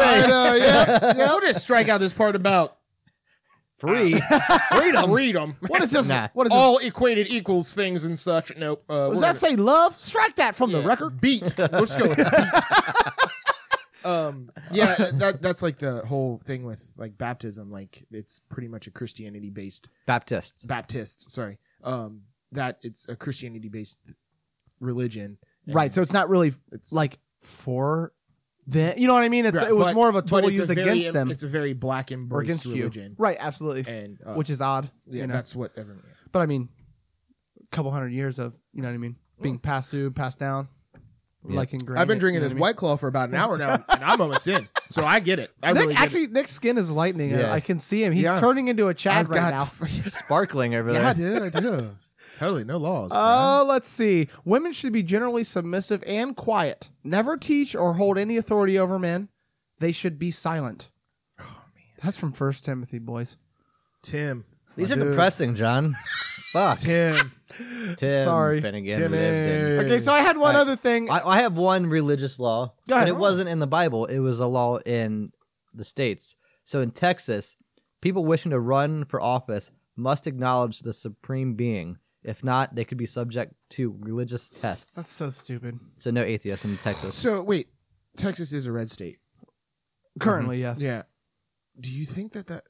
S2: say.
S1: We'll just strike out this part about
S2: Free.
S1: freedom. freedom.
S3: What is this?
S2: Nah.
S3: What is this?
S1: All equated equals things and such. Nope. Uh, we're
S3: Does that
S1: gonna-
S3: say love? Strike that from the
S1: Yeah,
S3: record.
S1: Beat. Let's go. with beat. um. Yeah. That that's like the whole thing with like baptism. Like it's pretty much a Christianity based
S2: Baptists.
S1: Baptists, sorry, um, that it's a Christianity based religion. And
S3: Right. So it's not really
S1: it's
S3: like for them. You know what I mean? It's,
S1: Right,
S3: it was
S1: but-
S3: more of a
S1: but
S3: tool
S1: it's
S3: used
S1: a very-
S3: against them
S1: It's a very black
S3: or
S1: embraced
S3: against
S1: religion,
S3: you. Right. Absolutely.
S1: and uh,
S3: Which is odd.
S1: yeah,
S3: you know?
S1: that's what everyone.
S3: But I mean, a couple hundred years of you know what I mean being passed through, passed down,
S2: Yeah.
S3: like ingrained.
S1: I've been
S3: you
S1: drinking
S3: know
S1: this
S3: what
S1: White Claw for about an hour now, and I'm almost in, so I get it. I
S3: I mean? Nick,
S1: really
S3: actually, Nick's skin is lightning.
S2: Yeah.
S3: I can see him. He's
S1: Yeah.
S3: turning into a Chad
S1: I've
S3: right
S1: got-
S3: now.
S2: Sparkling over
S1: yeah, I
S2: there.
S1: do, I do. Totally, no laws.
S3: Uh, let's see. Women should be generally submissive and quiet. Never teach or hold any authority over men. They should be silent.
S1: Oh, man.
S3: That's from First Timothy, boys.
S1: Tim.
S2: These
S1: my
S2: are
S1: dude.
S2: depressing, John. Fuck.
S1: Tim.
S2: Tim
S3: Sorry.
S2: Finnegan
S1: Timmy.
S2: lived in-
S1: Okay,
S3: Okay, so I had one
S2: Right.
S3: other thing.
S2: I, I have one religious law,
S3: Go ahead.
S2: but it wasn't in the Bible. It was a law in the states. So in Texas, people wishing to run for office must acknowledge the supreme being. If not, they could be subject to religious tests.
S3: That's so stupid.
S2: so no atheists in Texas.
S1: So wait, Texas is a red state.
S3: Currently, yes.
S1: Mm-hmm. Yeah. Do you think that that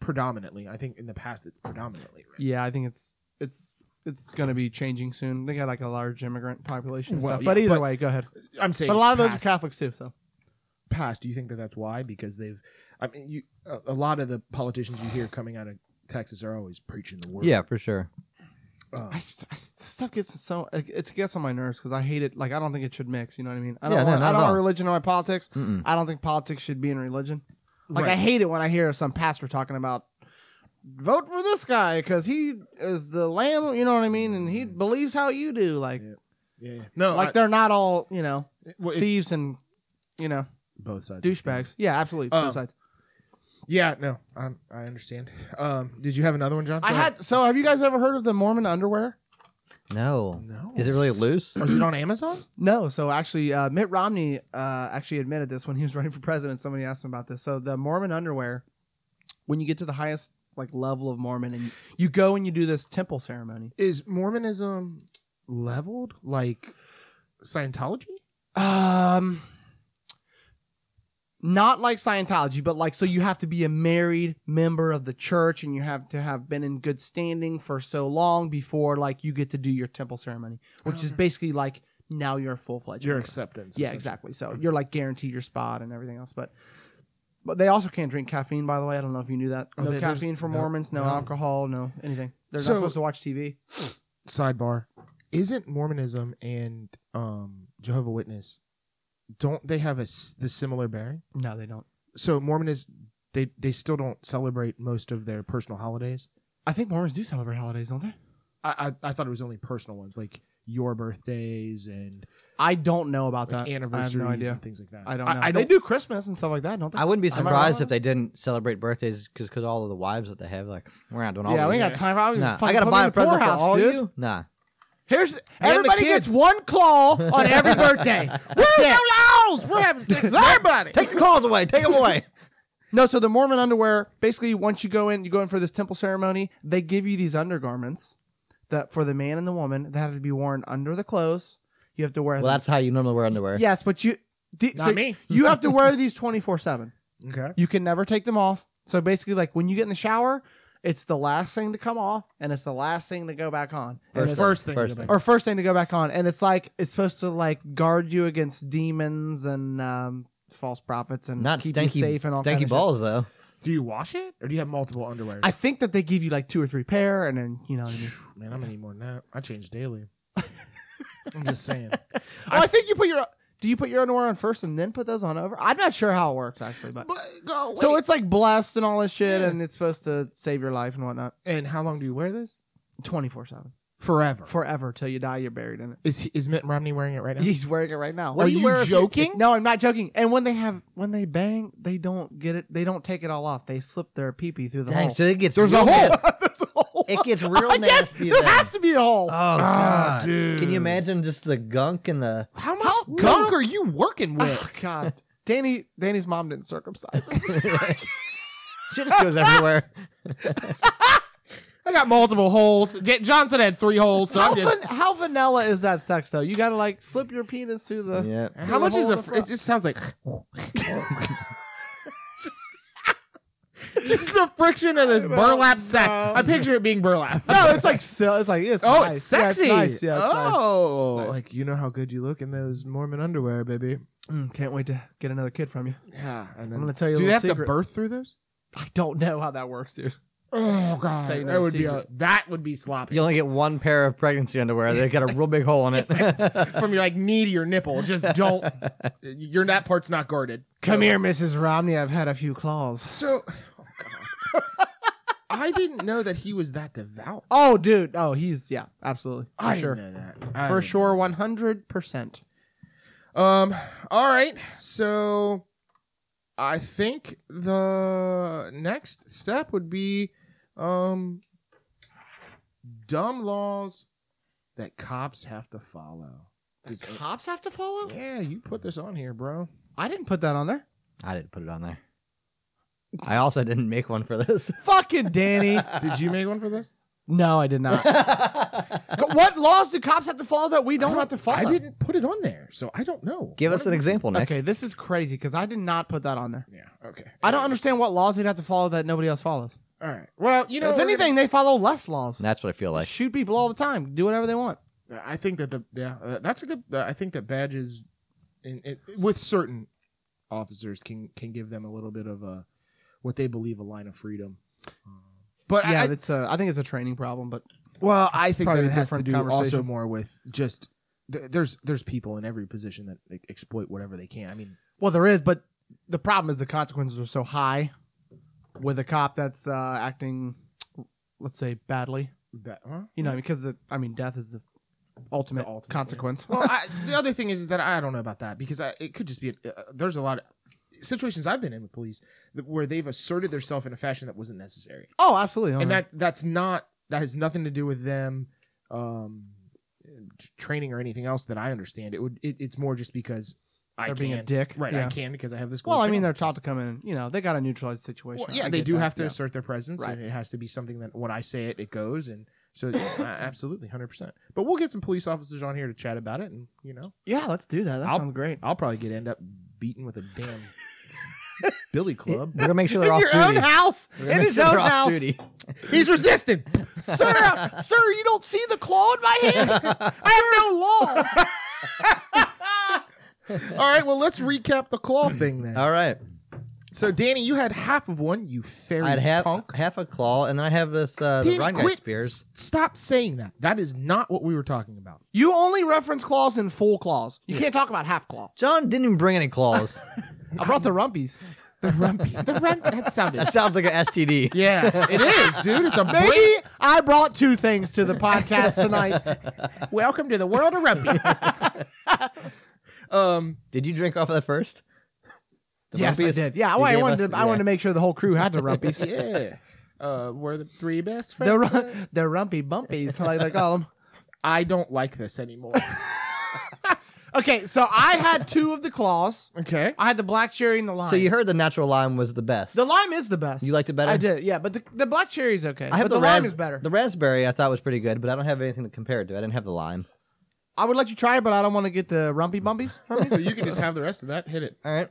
S1: predominantly? I think in the past it's predominantly red.
S3: Yeah, I think it's it's it's going to be changing soon. They got like a large immigrant population. and
S1: Well,
S3: stuff. but
S1: yeah,
S3: either
S1: but-
S3: way, go ahead.
S1: I'm saying,
S3: But a lot of those are
S1: past-
S3: Catholics too. So
S1: past. Do you think that that's why? Because they've I mean, you a, a lot of the politicians you hear coming out of Texas are always preaching the word.
S2: Yeah, for sure.
S1: Uh,
S3: I, st- I st- this stuff gets so it it gets on my nerves because I hate it. Like I don't think it should mix. You know what I mean? I don't
S2: Yeah, no,
S3: want,
S2: not
S3: I
S2: at
S3: don't want
S2: all.
S3: religion in my politics.
S2: Mm-mm.
S3: I don't think politics should be in religion. Like I
S1: Right.
S3: hate it when I hear some pastor talking about vote for this guy because he is the lamb. You know what I mean? And he believes how you do. Like
S1: Mm. Yeah. yeah, yeah. No,
S3: like
S1: like
S3: they're not all you know
S1: well, it-
S3: thieves and you know
S1: both sides.
S3: douchebags. Yeah, absolutely.
S1: Um,
S3: both sides.
S1: Yeah, no, I'm, I understand. Um, did you have another one, John?
S3: I
S1: Go ahead.
S3: had so. Have you guys ever heard of the Mormon underwear?
S2: No.
S1: no.
S2: Is it really loose?
S1: Or is it on Amazon?
S3: No, so actually, uh, Mitt Romney uh, actually admitted this when he was running for president. Somebody asked him about this. So the Mormon underwear, when you get to the highest like level of Mormon, and you go and you do this temple ceremony.
S1: Is Mormonism leveled like Scientology?
S3: Um, not like Scientology, but like so you have to be a married member of the church, and you have to have been in good standing for so long before like you get to do your temple ceremony, which is
S1: Okay.
S3: basically like now Oh. you're a full fledged
S1: Your acceptance.
S3: yeah, exactly. So you're like guaranteed your spot and everything else. But but they also can't drink caffeine, by the way. I don't know if you knew that.
S1: Oh,
S3: no
S1: they- there's-
S3: caffeine for
S1: no,
S3: Mormons, no,
S1: no.
S3: alcohol, no anything. They're
S1: So-
S3: not supposed to watch TV.
S1: Sidebar: Isn't Mormonism and um, Jehovah Witness don't they have a s- the similar bearing?
S3: No, they don't.
S1: So Mormon is they they still don't celebrate most of their personal holidays.
S3: I think Mormons do celebrate holidays, don't they?
S1: I I, I thought it was only personal ones like your birthdays and
S3: I don't know about
S1: like
S3: that.
S1: anniversaries
S3: I have no idea.
S1: and things like that.
S3: I don't know.
S1: I,
S3: they do Christmas and stuff like that, don't they?
S2: I wouldn't be
S1: Am I
S2: surprised
S1: wrong?
S2: if they didn't celebrate birthdays because all of the wives that they have, like, we're not doing all
S3: yeah, we
S2: these.
S3: ain't got time for all these
S2: Nah,
S3: fucking
S2: I gotta
S3: put me
S2: buy a
S3: in the
S2: present for
S3: poorhouse,
S2: all
S3: dude.
S2: you. Nah,
S3: Here's
S1: the
S3: everybody
S1: kids.
S3: gets one claw on every birthday. Woo, no laws! We're having sex with everybody.
S2: take the claws away. Take them away.
S3: No, so the Mormon underwear, basically, once you go in, you go in for this temple ceremony, they give you these undergarments that for the man and the woman that have to be worn under the clothes. You have to wear
S2: Well,
S3: them.
S2: that's how you normally wear underwear.
S3: yes, but you the,
S1: Not
S3: so
S1: me.
S3: you have to wear these 24 7.
S1: okay.
S3: You can never take them off. So basically, like when you get in the shower, it's the last thing to come off and it's the last thing to go back on.
S1: First,
S3: And it's-
S1: first thing,
S2: First thing.
S3: or first thing to go back on and it's like it's supposed to like guard you against demons and um, false prophets and
S2: Not
S3: keep
S2: stanky,
S3: you safe and all
S2: stanky
S3: kind of shit.
S2: balls though.
S1: do you wash it or do you have multiple underwear?
S3: I think that they give you like two or three pair, and then you know. What I, mean.
S1: Man, I'm gonna need more than that. I change daily. I'm just saying.
S3: Oh, I think you put your. Do you put your underwear on first and then put those on over? I'm not sure how it works actually, but, so it's like blessed and all this shit,
S1: Yeah.
S3: and it's supposed to save your life and whatnot.
S1: and how long do you wear this?
S3: Twenty four seven,
S1: Forever.
S3: forever till you die, you're buried in it.
S1: Is he, is Mitt Romney wearing it right now?
S3: He's wearing it right now.
S1: Are you joking?
S3: No, I'm not joking. And when they have when they bang, they don't get it. They don't take it all off. They slip their pee pee through the
S2: Dang,
S3: hole.
S2: so it gets
S1: There's
S2: real
S1: a hole.
S2: nasty.
S3: There's a hole.
S2: It gets real
S3: I guess
S2: nasty.
S3: there
S2: then.
S3: has to be a hole.
S1: Uh,
S2: Oh god,
S1: Ah, dude.
S2: Can you imagine just the gunk and the?
S1: How much
S3: How
S1: gunk
S3: little-
S1: are you working
S3: oh
S1: with?
S3: God, Danny, Danny's mom didn't circumcise. him.
S2: Shit just goes everywhere.
S1: I got multiple holes. J- Johnson had three holes, so
S3: how,
S1: I'm just.
S3: van- how vanilla is that sex though? You gotta like slip your penis through the.
S2: yeah.
S1: How much is
S3: hole
S1: the?
S3: in the
S1: Fr- it
S3: front.
S1: just sounds like. just the friction of this burlap sack.
S3: no.
S1: I picture it being burlap.
S3: No, it's like so, it's like it's
S1: Oh,
S3: nice.
S1: it's
S3: Yeah,
S1: sexy.
S3: nice. Yeah, it's
S1: oh,
S3: nice.
S1: like you know how good you look in those Mormon underwear, baby.
S3: nice. Mm, can't wait to get another kid from you.
S1: Yeah, and then,
S3: I'm gonna tell you a
S1: Do they
S3: little
S1: have to
S3: secret.
S1: birth through those?
S3: I don't know how that works, dude.
S1: Oh god,
S3: Tell you
S1: that
S3: no
S1: would be a,
S3: secret.
S1: that would be sloppy.
S2: You only get one pair of pregnancy underwear. They got a real big hole in it.
S1: From your like knee to your nipple, just don't. your that part's not guarded.
S3: Come here, Mrs. Romney. I've had a few claws.
S1: So, oh god, I didn't know that he was that devout.
S3: Oh, dude. Oh, he's yeah, absolutely. For
S1: I
S3: sure.
S1: didn't know that I
S3: For
S1: didn't
S3: sure, one hundred percent.
S1: Um. All right. So, I think the next step would be, um, dumb laws that cops have to follow. Does-
S3: Cops have to follow.
S1: yeah, you put this on here, bro.
S3: I didn't put that on there.
S2: I didn't put it on there. I also didn't make one for this.
S3: Fucking Danny.
S1: Did you make one for this?
S3: no, I did not. what laws do cops have to follow that we don't,
S1: I
S3: have to follow?
S1: I didn't put it on there, so I don't know.
S2: Give
S1: What
S2: us
S1: are
S2: an
S1: we-
S2: example, Nick.
S3: Okay, this is crazy because I did not put that on there.
S1: Yeah. Okay.
S3: I don't understand what laws they'd have to follow that nobody else follows.
S1: All right. Well, you know,
S3: if
S1: we're gonna-
S3: anything, they follow less laws.
S2: That's what I feel like.
S3: Shoot people all the time. Do whatever they want.
S1: I think that the yeah, uh, that's a good. Uh, I think that badges, in, it, with certain officers, can can give them a little bit of a what they believe a line of freedom. Um, But
S3: yeah,
S1: I,
S3: that's a, I think it's a training problem, but
S1: well,
S3: I
S1: I
S3: think
S1: think
S3: probably
S1: that
S3: a
S1: it has to
S3: different
S1: do also
S3: conversation.
S1: more with just th- there's there's people in every position that like, exploit whatever they can. I mean,
S3: well, there is, but the problem is the consequences are so high with a cop that's uh, acting, let's say, badly.
S1: that, huh?
S3: You know, because the, I mean, death is the ultimate,
S1: Mm. ultimate, yeah.
S3: consequence.
S1: well, I, the other thing is, is that I don't know about that because I, it could just be uh, there's a lot of situations I've been in with police that- where they've asserted themselves in a fashion that wasn't necessary,
S3: oh, absolutely.
S1: and
S3: Oh,
S1: that that's not that has nothing to do with them um, t- training or anything else that I understand. It would it, it's more just because I
S3: they're
S1: can
S3: being a dick,
S1: right I
S3: Yeah.
S1: can because I have this.
S3: Well,
S1: gold
S3: I mean,
S1: job.
S3: they're taught to come in. and, You know, they got to neutralize the situation.
S1: Well, yeah,
S3: I
S1: they
S3: get
S1: do
S3: that,
S1: have to
S3: yeah.
S1: assert their presence,
S3: Right.
S1: and it has to be something that when I say it, it goes, and so uh, absolutely, hundred percent. But we'll get some police officers on here to chat about it, and you know,
S3: Yeah, let's do that. That
S1: I'll-
S3: sounds great.
S1: I'll probably get end up beaten with a damn billy club.
S2: We're gonna make sure they're
S3: in
S2: off
S3: your own
S2: duty.
S3: house.
S2: We're gonna
S3: In
S2: make
S3: his
S2: sure
S3: own
S2: they're off
S3: house.
S2: duty.
S1: He's resisting.
S3: sir, uh, sir, you don't see the claw in my hand? I have no laws.
S1: All right, well, let's recap the claw thing then.
S2: All right.
S1: So, Danny, you had half of one. You fairy
S2: I'd have
S1: punk.
S2: half a claw, and then I have this uh, the
S1: Danny,
S2: Rhine
S1: quit.
S2: spears.
S1: S- stop saying that. That is not what we were talking about.
S3: You only reference claws in full claws. You can't talk about half claw.
S2: John didn't even bring any claws.
S3: I brought the rumpies.
S1: The rumpy. The rump. That sounded.
S2: that sounds like an STD.
S1: Yeah, it is, dude. It's a brand-
S3: Maybe I brought two things to the podcast tonight.
S1: Welcome to the world of rumpies. um,
S2: Did you drink off of that first? The
S3: yes, I
S2: rumpiest
S3: did. Yeah,
S2: you
S3: well, I
S2: gave
S3: wanted
S2: us?
S3: to, I wanted to
S2: Yeah.
S3: make sure the whole crew had the rumpies.
S1: yeah. Uh, we're the three best
S3: the,
S1: friends.
S3: ru- the rumpy bumpies, like they call them.
S1: I don't like this anymore.
S3: Okay, so I had two of the claws.
S1: okay.
S3: I had the black cherry and the lime.
S2: So you heard the natural lime was the best.
S3: the lime is the best.
S2: You liked it better?
S3: I did, yeah. But the, the black cherry is okay.
S2: I have
S3: but the,
S2: ras-
S3: lime is better.
S2: The raspberry I thought was pretty good, but I don't have anything to compare it to. I didn't have the lime.
S3: I would let you try it, but I don't want to get the rumpy bumpies.
S1: So you can just have the rest of that. Hit it.
S2: All right.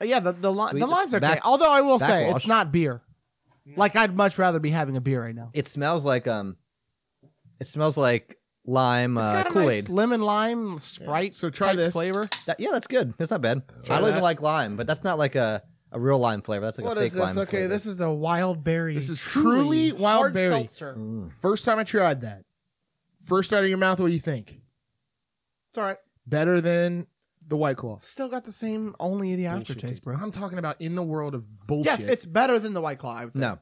S3: Uh, Yeah, the the, li-
S2: Sweet.
S3: the lime's okay.
S2: Back-
S3: Although I will say
S2: backwash.
S3: it's not beer. Like I'd much rather be having a beer right now.
S2: It smells like um, it smells like lime
S3: It's
S2: uh,
S3: got a
S2: Kool
S3: nice
S2: Aid.
S3: lemon lime Sprite.
S1: So try
S3: type
S1: this.
S3: flavor.
S2: yeah, that's good. That's not bad. I don't even
S1: that.
S2: like lime, but that's not like a, a real lime flavor. That's like
S3: What
S2: a fake
S3: is this?
S2: lime.
S3: Okay,
S2: flavor.
S3: this is a wild berry.
S1: This is truly wild
S3: hard
S1: berry.
S3: seltzer.
S2: Mm.
S1: First time I tried that. First out of your mouth, what do you think?
S3: It's all right.
S1: Better than the White Claw.
S3: Still got the same only the
S1: Bullshit.
S3: aftertaste, bro.
S1: I'm talking about in the world of bullshit.
S3: Yes, it's better than the white claw. I would say.
S2: No,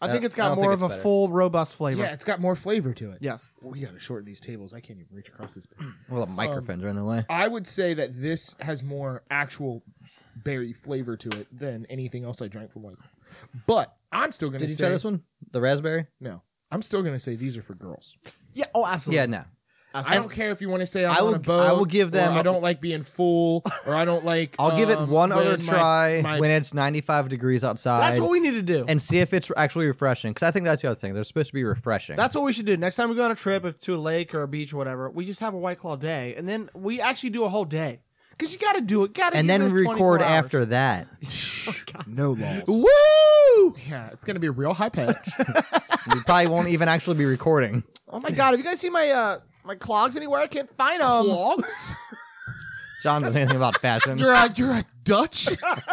S3: I
S2: I
S3: think
S2: don't-
S3: it's
S2: I
S3: got
S2: don't
S3: more
S2: think it's
S3: of a
S2: better.
S3: full, robust flavor.
S1: yeah, it's got more flavor to it.
S3: Yes.
S1: We gotta shorten these tables. I can't even reach across this.
S2: well, the
S3: Um,
S2: microphones are in the way.
S1: I would say that this has more actual berry flavor to it than anything else I drank from White Claw. But I'm still gonna
S2: Did you
S1: say
S2: try this one? The raspberry?
S1: no. I'm still gonna say these are for girls.
S3: Yeah. Oh, absolutely.
S2: Yeah, no.
S1: I don't care if you want to say I'm
S2: I
S1: on
S2: will-
S1: a boat.
S2: I will give
S1: or
S2: them-
S1: I don't like being full, or I don't like.
S2: I'll give it
S1: um,
S2: one
S1: when
S2: other
S1: my-
S2: try
S1: my-
S2: when it's 95 degrees outside.
S3: That's what we need to do.
S2: and see if it's actually refreshing. Because I think that's the other thing. They're supposed to be refreshing.
S3: That's what we should do. Next time we go on a trip if to a lake or a beach or whatever, we just have a White Claw day, and then we actually do a whole day because you got to do it. Got to
S2: and then we record after that.
S1: no laws.
S3: Woo!
S1: Yeah, it's gonna be a real high pitch.
S2: we probably won't even actually be recording.
S3: Oh my god! Have you guys seen my uh my clogs anywhere? I can't find
S2: Um,
S3: Oh, them.
S1: Logs?
S2: John doesn't know anything about fashion.
S1: You're a you're a Dutch. oh,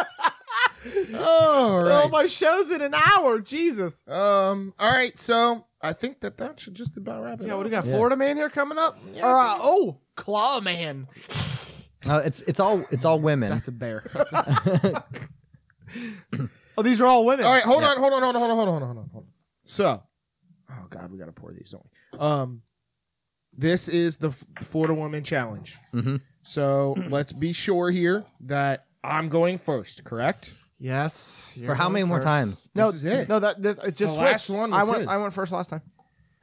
S1: all right.
S3: Oh my show's in an hour. Jesus.
S1: Um. All right. So I think that that should just about wrap it.
S3: Yeah,
S1: up.
S3: what do we got?
S2: Yeah.
S3: Florida man here coming up.
S1: Yeah,
S3: Or,
S1: I
S3: uh,
S1: think-
S3: oh, claw man.
S2: No, it's it's all it's all women.
S1: That's a bear. That's a-
S3: Oh, these are all women.
S1: all right. Hold on. Hold on. Hold on. Hold on. Hold on. Hold on. Hold on. So, oh god, we gotta pour these, don't we? Um, this is the F- Florida Woman Challenge.
S2: Mhm.
S1: So let's be sure here that I'm going first. Correct.
S3: Yes.
S2: For how many more times?
S3: No,
S1: This is it.
S3: No, that, that it just
S1: The last
S3: switched.
S1: one
S3: I
S1: was
S3: went.
S1: his.
S3: I went first last time.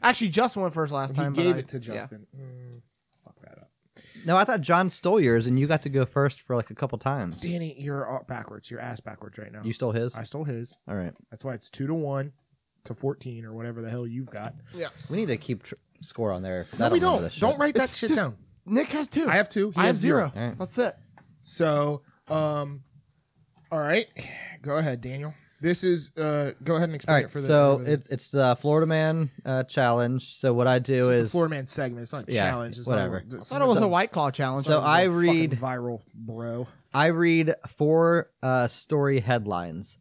S3: Actually, Justin went first last time.
S1: he
S3: but
S1: gave
S3: I-
S1: it to
S3: yeah.
S1: Justin. Mm, fuck that up.
S2: No, I thought John stole yours and you got to go first for like a couple times.
S1: Danny, you're all backwards. Your ass backwards right now.
S2: You stole his?
S1: I stole his.
S2: All right.
S1: That's why it's two to one to fourteen or whatever the hell you've got.
S2: We need to keep tr- score on there.
S1: No, we don't. Don't write that
S3: It's
S1: shit
S3: just-
S1: down.
S3: Nick has two.
S1: I have two. He
S3: I have
S1: has
S3: zero.
S2: All right.
S3: That's it.
S1: So, um, all right, go ahead, Daniel. This is uh, go ahead and
S2: All
S1: explain
S2: right.
S1: it for the.
S2: so
S1: for the-
S2: it's it's the Florida Man uh, challenge. So what I do
S1: it's
S2: is
S1: a four man segment. It's not a
S2: Yeah,
S1: challenge. It's
S2: whatever.
S1: Not, it's
S3: I thought it was
S1: not
S3: a White Claw challenge.
S2: so I
S1: fucking
S2: read
S1: viral, bro.
S2: I read four uh, story headlines.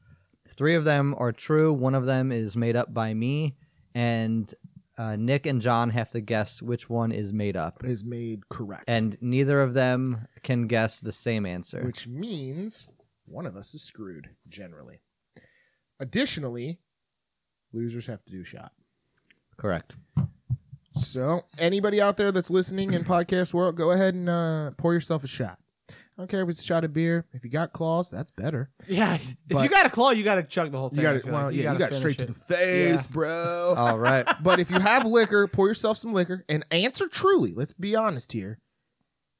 S2: Three of them are true. One of them is made up by me, and uh, Nick and John have to guess which one is made up.
S1: is made correct,
S2: And neither of them can guess the same answer.
S1: which means one of us is screwed generally. Additionally, losers have to do a shot.
S2: Correct.
S1: So, anybody out there that's listening in podcast world, go ahead and uh, pour yourself a shot. I don't care if it's a shot of beer. If you got claws, that's better.
S3: Yeah, if you
S1: But-
S3: got a claw, you got to chug the whole thing.
S1: You
S3: I
S1: got it.
S3: feel
S1: Well,
S3: like.
S1: yeah, you
S3: gotta
S1: got straight to the
S3: finish
S1: face,
S3: Yeah.
S1: bro.
S2: All right.
S1: But if you have liquor, pour yourself some liquor and answer truly. Let's be honest here.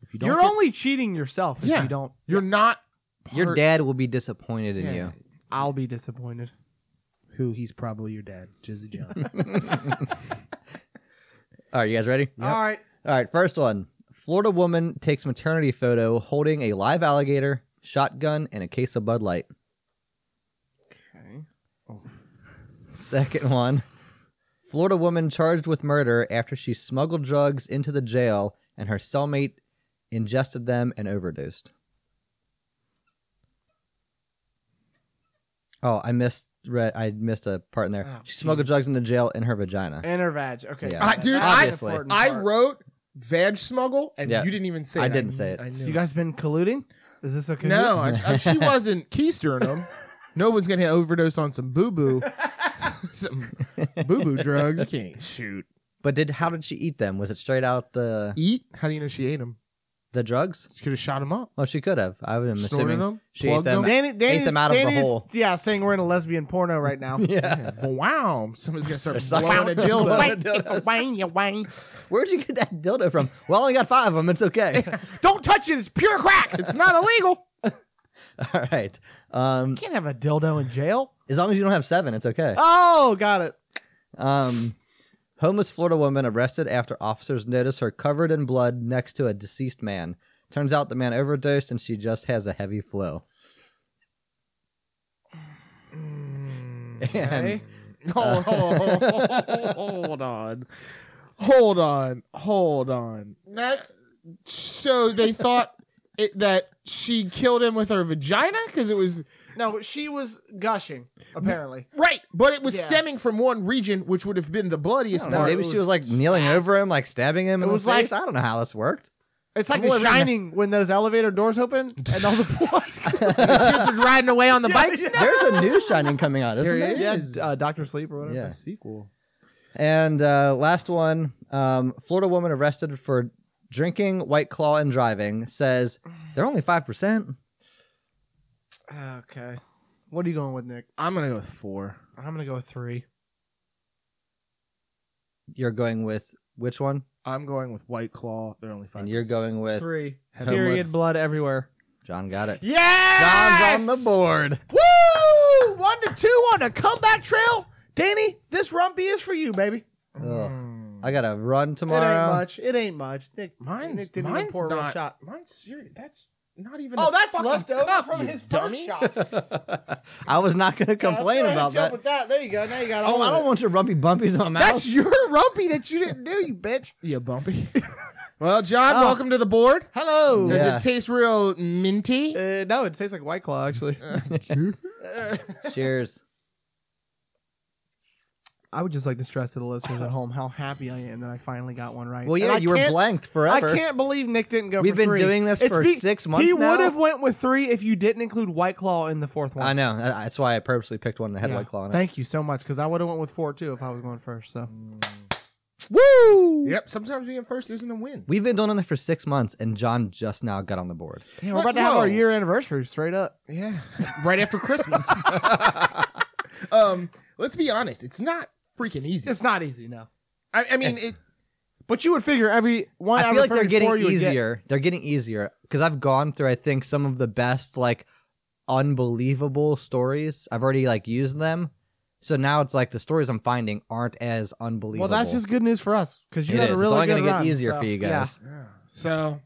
S1: If you
S3: it. You're
S1: get-
S3: only cheating yourself if
S1: Yeah.
S3: you don't.
S1: you're not
S2: Your
S1: part-
S2: dad will be disappointed in
S1: Yeah.
S2: you.
S3: I'll be disappointed.
S1: Who he's probably your dad, Jizzy John.
S2: All right, you guys ready?
S1: Yep.
S3: All right.
S2: All right, first one. Florida woman takes maternity photo holding a live alligator, shotgun, and a case of Bud Light.
S3: Okay.
S1: Oh,
S2: Second one. Florida woman charged with murder after she smuggled drugs into the jail and her cellmate ingested them and overdosed. Oh, I missed re- I missed a part in there.
S1: Oh,
S2: she smuggled drugs in the jail in her vagina.
S3: Inner vag. Okay.
S2: Yeah.
S1: I-
S3: that-
S1: dude,
S3: that's
S1: I-
S3: an important
S1: I
S3: part.
S1: wrote vag smuggle, and
S2: Yeah.
S1: you didn't even say
S2: I
S1: it.
S2: didn't say it.
S1: I
S3: So
S1: knew.
S3: you guys been colluding? Is this okay?
S1: no, I, I- she wasn't keistering them. No one's gonna overdose on some boo boo, some boo boo drugs. You can't shoot.
S2: But did how did she eat them? Was it straight out the
S1: Eat? How do you know she ate them?
S2: the drugs?
S1: She could have shot them up.
S2: Well, she could have. I'm
S1: Snorted
S2: assuming
S1: them?
S2: she ate
S1: plugged
S2: them.
S3: Danny, Danny's,
S2: them out of the
S3: Danny's-
S2: hole.
S3: Yeah, saying we're in a lesbian porno right now.
S2: Yeah.
S1: Yeah, wow! Somebody's gonna start
S2: There's some-
S1: blowing a
S2: Blowing
S1: dildo.
S2: a dildo.
S3: Wang, ya wang.
S2: Where'd you get that dildo from? Well, I only got five of them. It's okay.
S3: Don't touch it. It's pure crack.
S1: It's not illegal.
S2: All right. Um,
S3: You can't have a dildo in jail.
S2: as long as you don't have seven, it's okay.
S3: Oh, got it.
S2: Um, homeless Florida woman arrested after officers notice her covered in blood next to a deceased man. Turns out the man overdosed and she just has a heavy flow.
S3: Mm, Okay.
S2: Uh.
S1: Hold, hold, hold on. Hold on. Hold on. That's so they thought it, that she killed him with her vagina because it was
S3: No, she was gushing, apparently.
S1: right, but it was
S3: Yeah.
S1: stemming from one region, which would have been the bloodiest
S2: No,
S3: I don't
S1: part.
S3: know,
S2: maybe
S3: it
S2: she was
S3: was
S2: like kneeling
S3: fast.
S2: over him, like stabbing him. It
S3: was
S2: was
S3: like-
S2: like I don't know how this worked.
S3: It's like
S2: Well,
S3: The
S2: it wouldn't-
S3: Shining when those elevator doors open and all the blood.
S1: kids are riding away on the bikes.
S2: There's a new Shining coming out, isn't
S1: There
S2: there?
S1: is.
S3: yeah, uh, Doctor Sleep or whatever.
S2: Yeah.
S1: sequel.
S2: And uh, last one um, Florida woman arrested for drinking White Claw and driving says they're only 5%.
S3: Okay. What are you going with, Nick?
S1: I'm gonna go with four.
S3: I'm gonna go with three.
S2: You're going with which one?
S1: I'm going with White Claw. They're only five.
S2: And you're going with
S3: Three.
S1: Head
S3: Period.
S2: homeless.
S3: Blood everywhere.
S2: John got it.
S3: Yes.
S2: John's on the board.
S3: Woo! One to two on a comeback trail. Danny, this rumpy is for you, baby.
S2: I got to run
S3: It ain't
S2: tomorrow.
S3: much. It ain't much. Nick, Nick
S1: Mm. Mine's
S3: didn't
S1: mine's
S3: even pour
S1: not.
S3: one shot.
S1: Mine's serious. That's not even.
S3: Oh,
S1: the
S3: that's
S1: fucking
S3: left over
S1: cup,
S3: from
S1: you
S3: his
S1: dummy.
S3: first shot. Yeah,
S2: I was not going to
S3: let's
S2: complain
S3: go ahead
S2: about
S3: and jump
S2: that.
S3: With that. There you go. Now you got all
S2: Oh, I
S3: of
S2: don't
S3: it.
S2: want your rumpy bumpies on my mouth.
S3: That's your rumpy that you didn't do, you bitch.
S1: Yeah, bumpy. well, John,
S3: Oh.
S1: welcome to the board.
S3: Hello.
S1: Does
S2: Yeah.
S1: it taste real minty?
S3: Uh, no, it tastes like White Claw, actually.
S2: Uh, Cheers.
S3: I would just like to stress to the listeners at home how happy I am that I finally got one right.
S2: Well,
S3: And
S2: yeah,
S3: I
S2: you were
S3: can't-
S2: blanked
S3: I
S2: forever.
S3: can't believe Nick didn't go
S2: We've
S3: for
S2: been
S3: three.
S2: doing this for six months
S3: He
S2: now.
S3: would have went with three if you didn't include White Claw in the fourth one.
S2: I know. I- That's why I purposely picked one that had White Claw in it.
S3: Thank you so much, because I would have went with four too if I was going first. So, woo!
S1: Yep. Sometimes being first isn't a win.
S2: We've been doing it for six months, and John just now got on the board.
S3: Yeah, we're
S1: What?
S3: about to have our
S1: Whoa.
S3: year anniversary straight up.
S1: Yeah. right after Christmas. um, let's be honest. It's not freaking easy.
S3: It's not easy, no.
S1: I, I mean, it,
S3: But you would figure every one.
S2: I feel like
S3: anniversary
S2: they're getting
S3: four you would get-
S2: easier. They're getting easier because I've gone through, I think, some of the best, like, unbelievable stories. I've already like used them, so now it's like the stories I'm finding aren't as unbelievable.
S3: Well, that's just good news for us because you
S2: it
S3: had
S2: is.
S3: a
S2: it's
S3: really
S2: only
S3: good
S2: gonna
S3: run,
S2: get easier
S3: so,
S2: for you
S3: yeah.
S2: guys.
S1: so,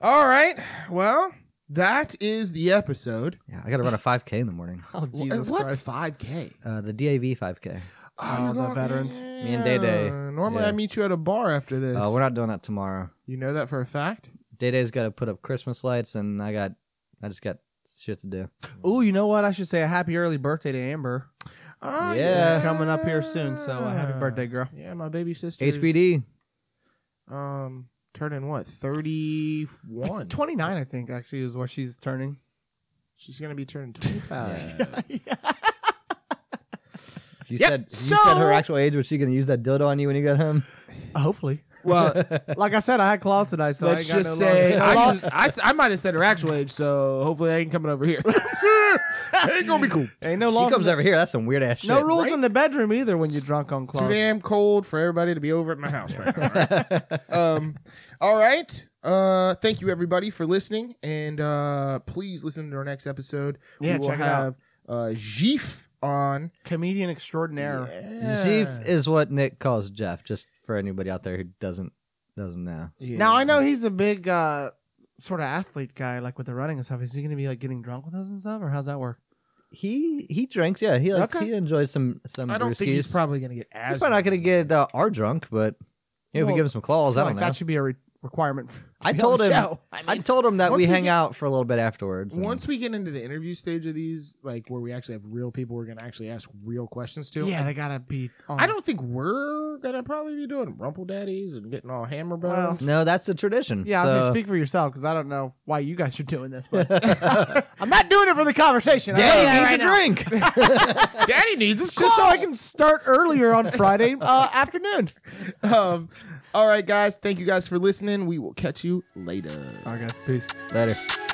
S1: all right. Well, that is the episode.
S2: Yeah, I got to run a 5K in the morning.
S3: Oh Jesus
S1: what
S3: Christ!
S1: 5K?
S2: Uh, the DAV 5K.
S3: Oh,
S1: Ah, you're
S3: the veterans.
S2: Me and Day Day.
S1: Yeah. Uh, Normally,
S2: Yeah.
S1: I meet you at a bar after this.
S2: Uh, we're not doing that tomorrow.
S1: you know that for a fact?
S2: Day Day's got to put up Christmas lights, and I got I just got shit to do.
S3: Ooh, you know what? I should say a happy early birthday to Amber.
S1: Oh,
S2: Yeah.
S3: Coming up here soon, so uh, happy birthday, girl.
S1: Yeah, my baby sister.
S2: HBD.
S1: Um, turning what? Thirty-one.
S3: Twenty nine, I think, actually, is what she's turning.
S1: She's gonna be turning twenty-five.
S2: Yeah. You
S1: Yep,
S2: said you
S1: so-
S2: said her actual age. Was she gonna use that dildo on you when you got home?
S3: Hopefully,
S1: Well,
S3: like I said, I had claws tonight, so
S1: let's
S3: I ain't got
S1: just
S3: no
S1: say
S3: laws.
S1: I, just- I s- I might have said her actual age, so hopefully I ain't coming over here. ain't gonna be cool.
S3: ain't no
S2: She
S3: laws. in
S2: comes
S3: the-
S2: over here. That's some weird ass shit.
S3: no rules in the bedroom either when you're drunk on
S1: Too
S3: claws.
S1: damn cold for everybody to be over at my house right now. um all right uh thank you everybody for listening and uh please listen to our next episode
S3: Yeah,
S1: we will
S3: check it
S1: have
S3: out.
S1: uh jeef on
S3: Comedian extraordinaire.
S2: Jeff is what Nick calls Jeff. Just for anybody out there who doesn't doesn't know.
S1: Yeah.
S3: Now I know he's a big uh, sort of athlete guy, like with the running and stuff. Is he going to be like getting drunk with us and stuff, or how's that work?
S2: He he drinks. Yeah, he like,
S3: Okay.
S2: he enjoys some some.
S1: i don't think he's
S2: brewskis.
S1: probably gonna get as
S2: He's probably not gonna get uh, our drunk, but you know, if we
S3: Well,
S2: give him some claws, I
S3: Like,
S2: don't know.
S3: That should be a re- requirement. for-
S2: I
S3: be on
S2: told
S3: the
S2: him.
S3: show.
S2: I, told him that
S1: once
S2: we
S1: we
S2: hang
S1: get-
S2: out for a little bit afterwards. and-
S1: once we get into the interview stage of these like where we actually have real people we're gonna actually ask real questions to
S3: Yeah, they gotta be. On.
S1: i don't think we're gonna probably be doing rumple daddies and getting all hammer boned.
S2: no, that's a tradition.
S3: Yeah, I was
S2: so-
S3: like, speak for yourself because I don't know why you guys are doing this, but I'm not doing it for the conversation. I
S2: Daddy
S3: don't know.
S2: needs a drink.
S1: daddy needs his
S3: just so I
S1: claws.
S3: can start earlier on Friday uh, afternoon.
S1: um all right guys thank you guys for listening we will catch you later
S3: All right, guys, peace.
S2: Later.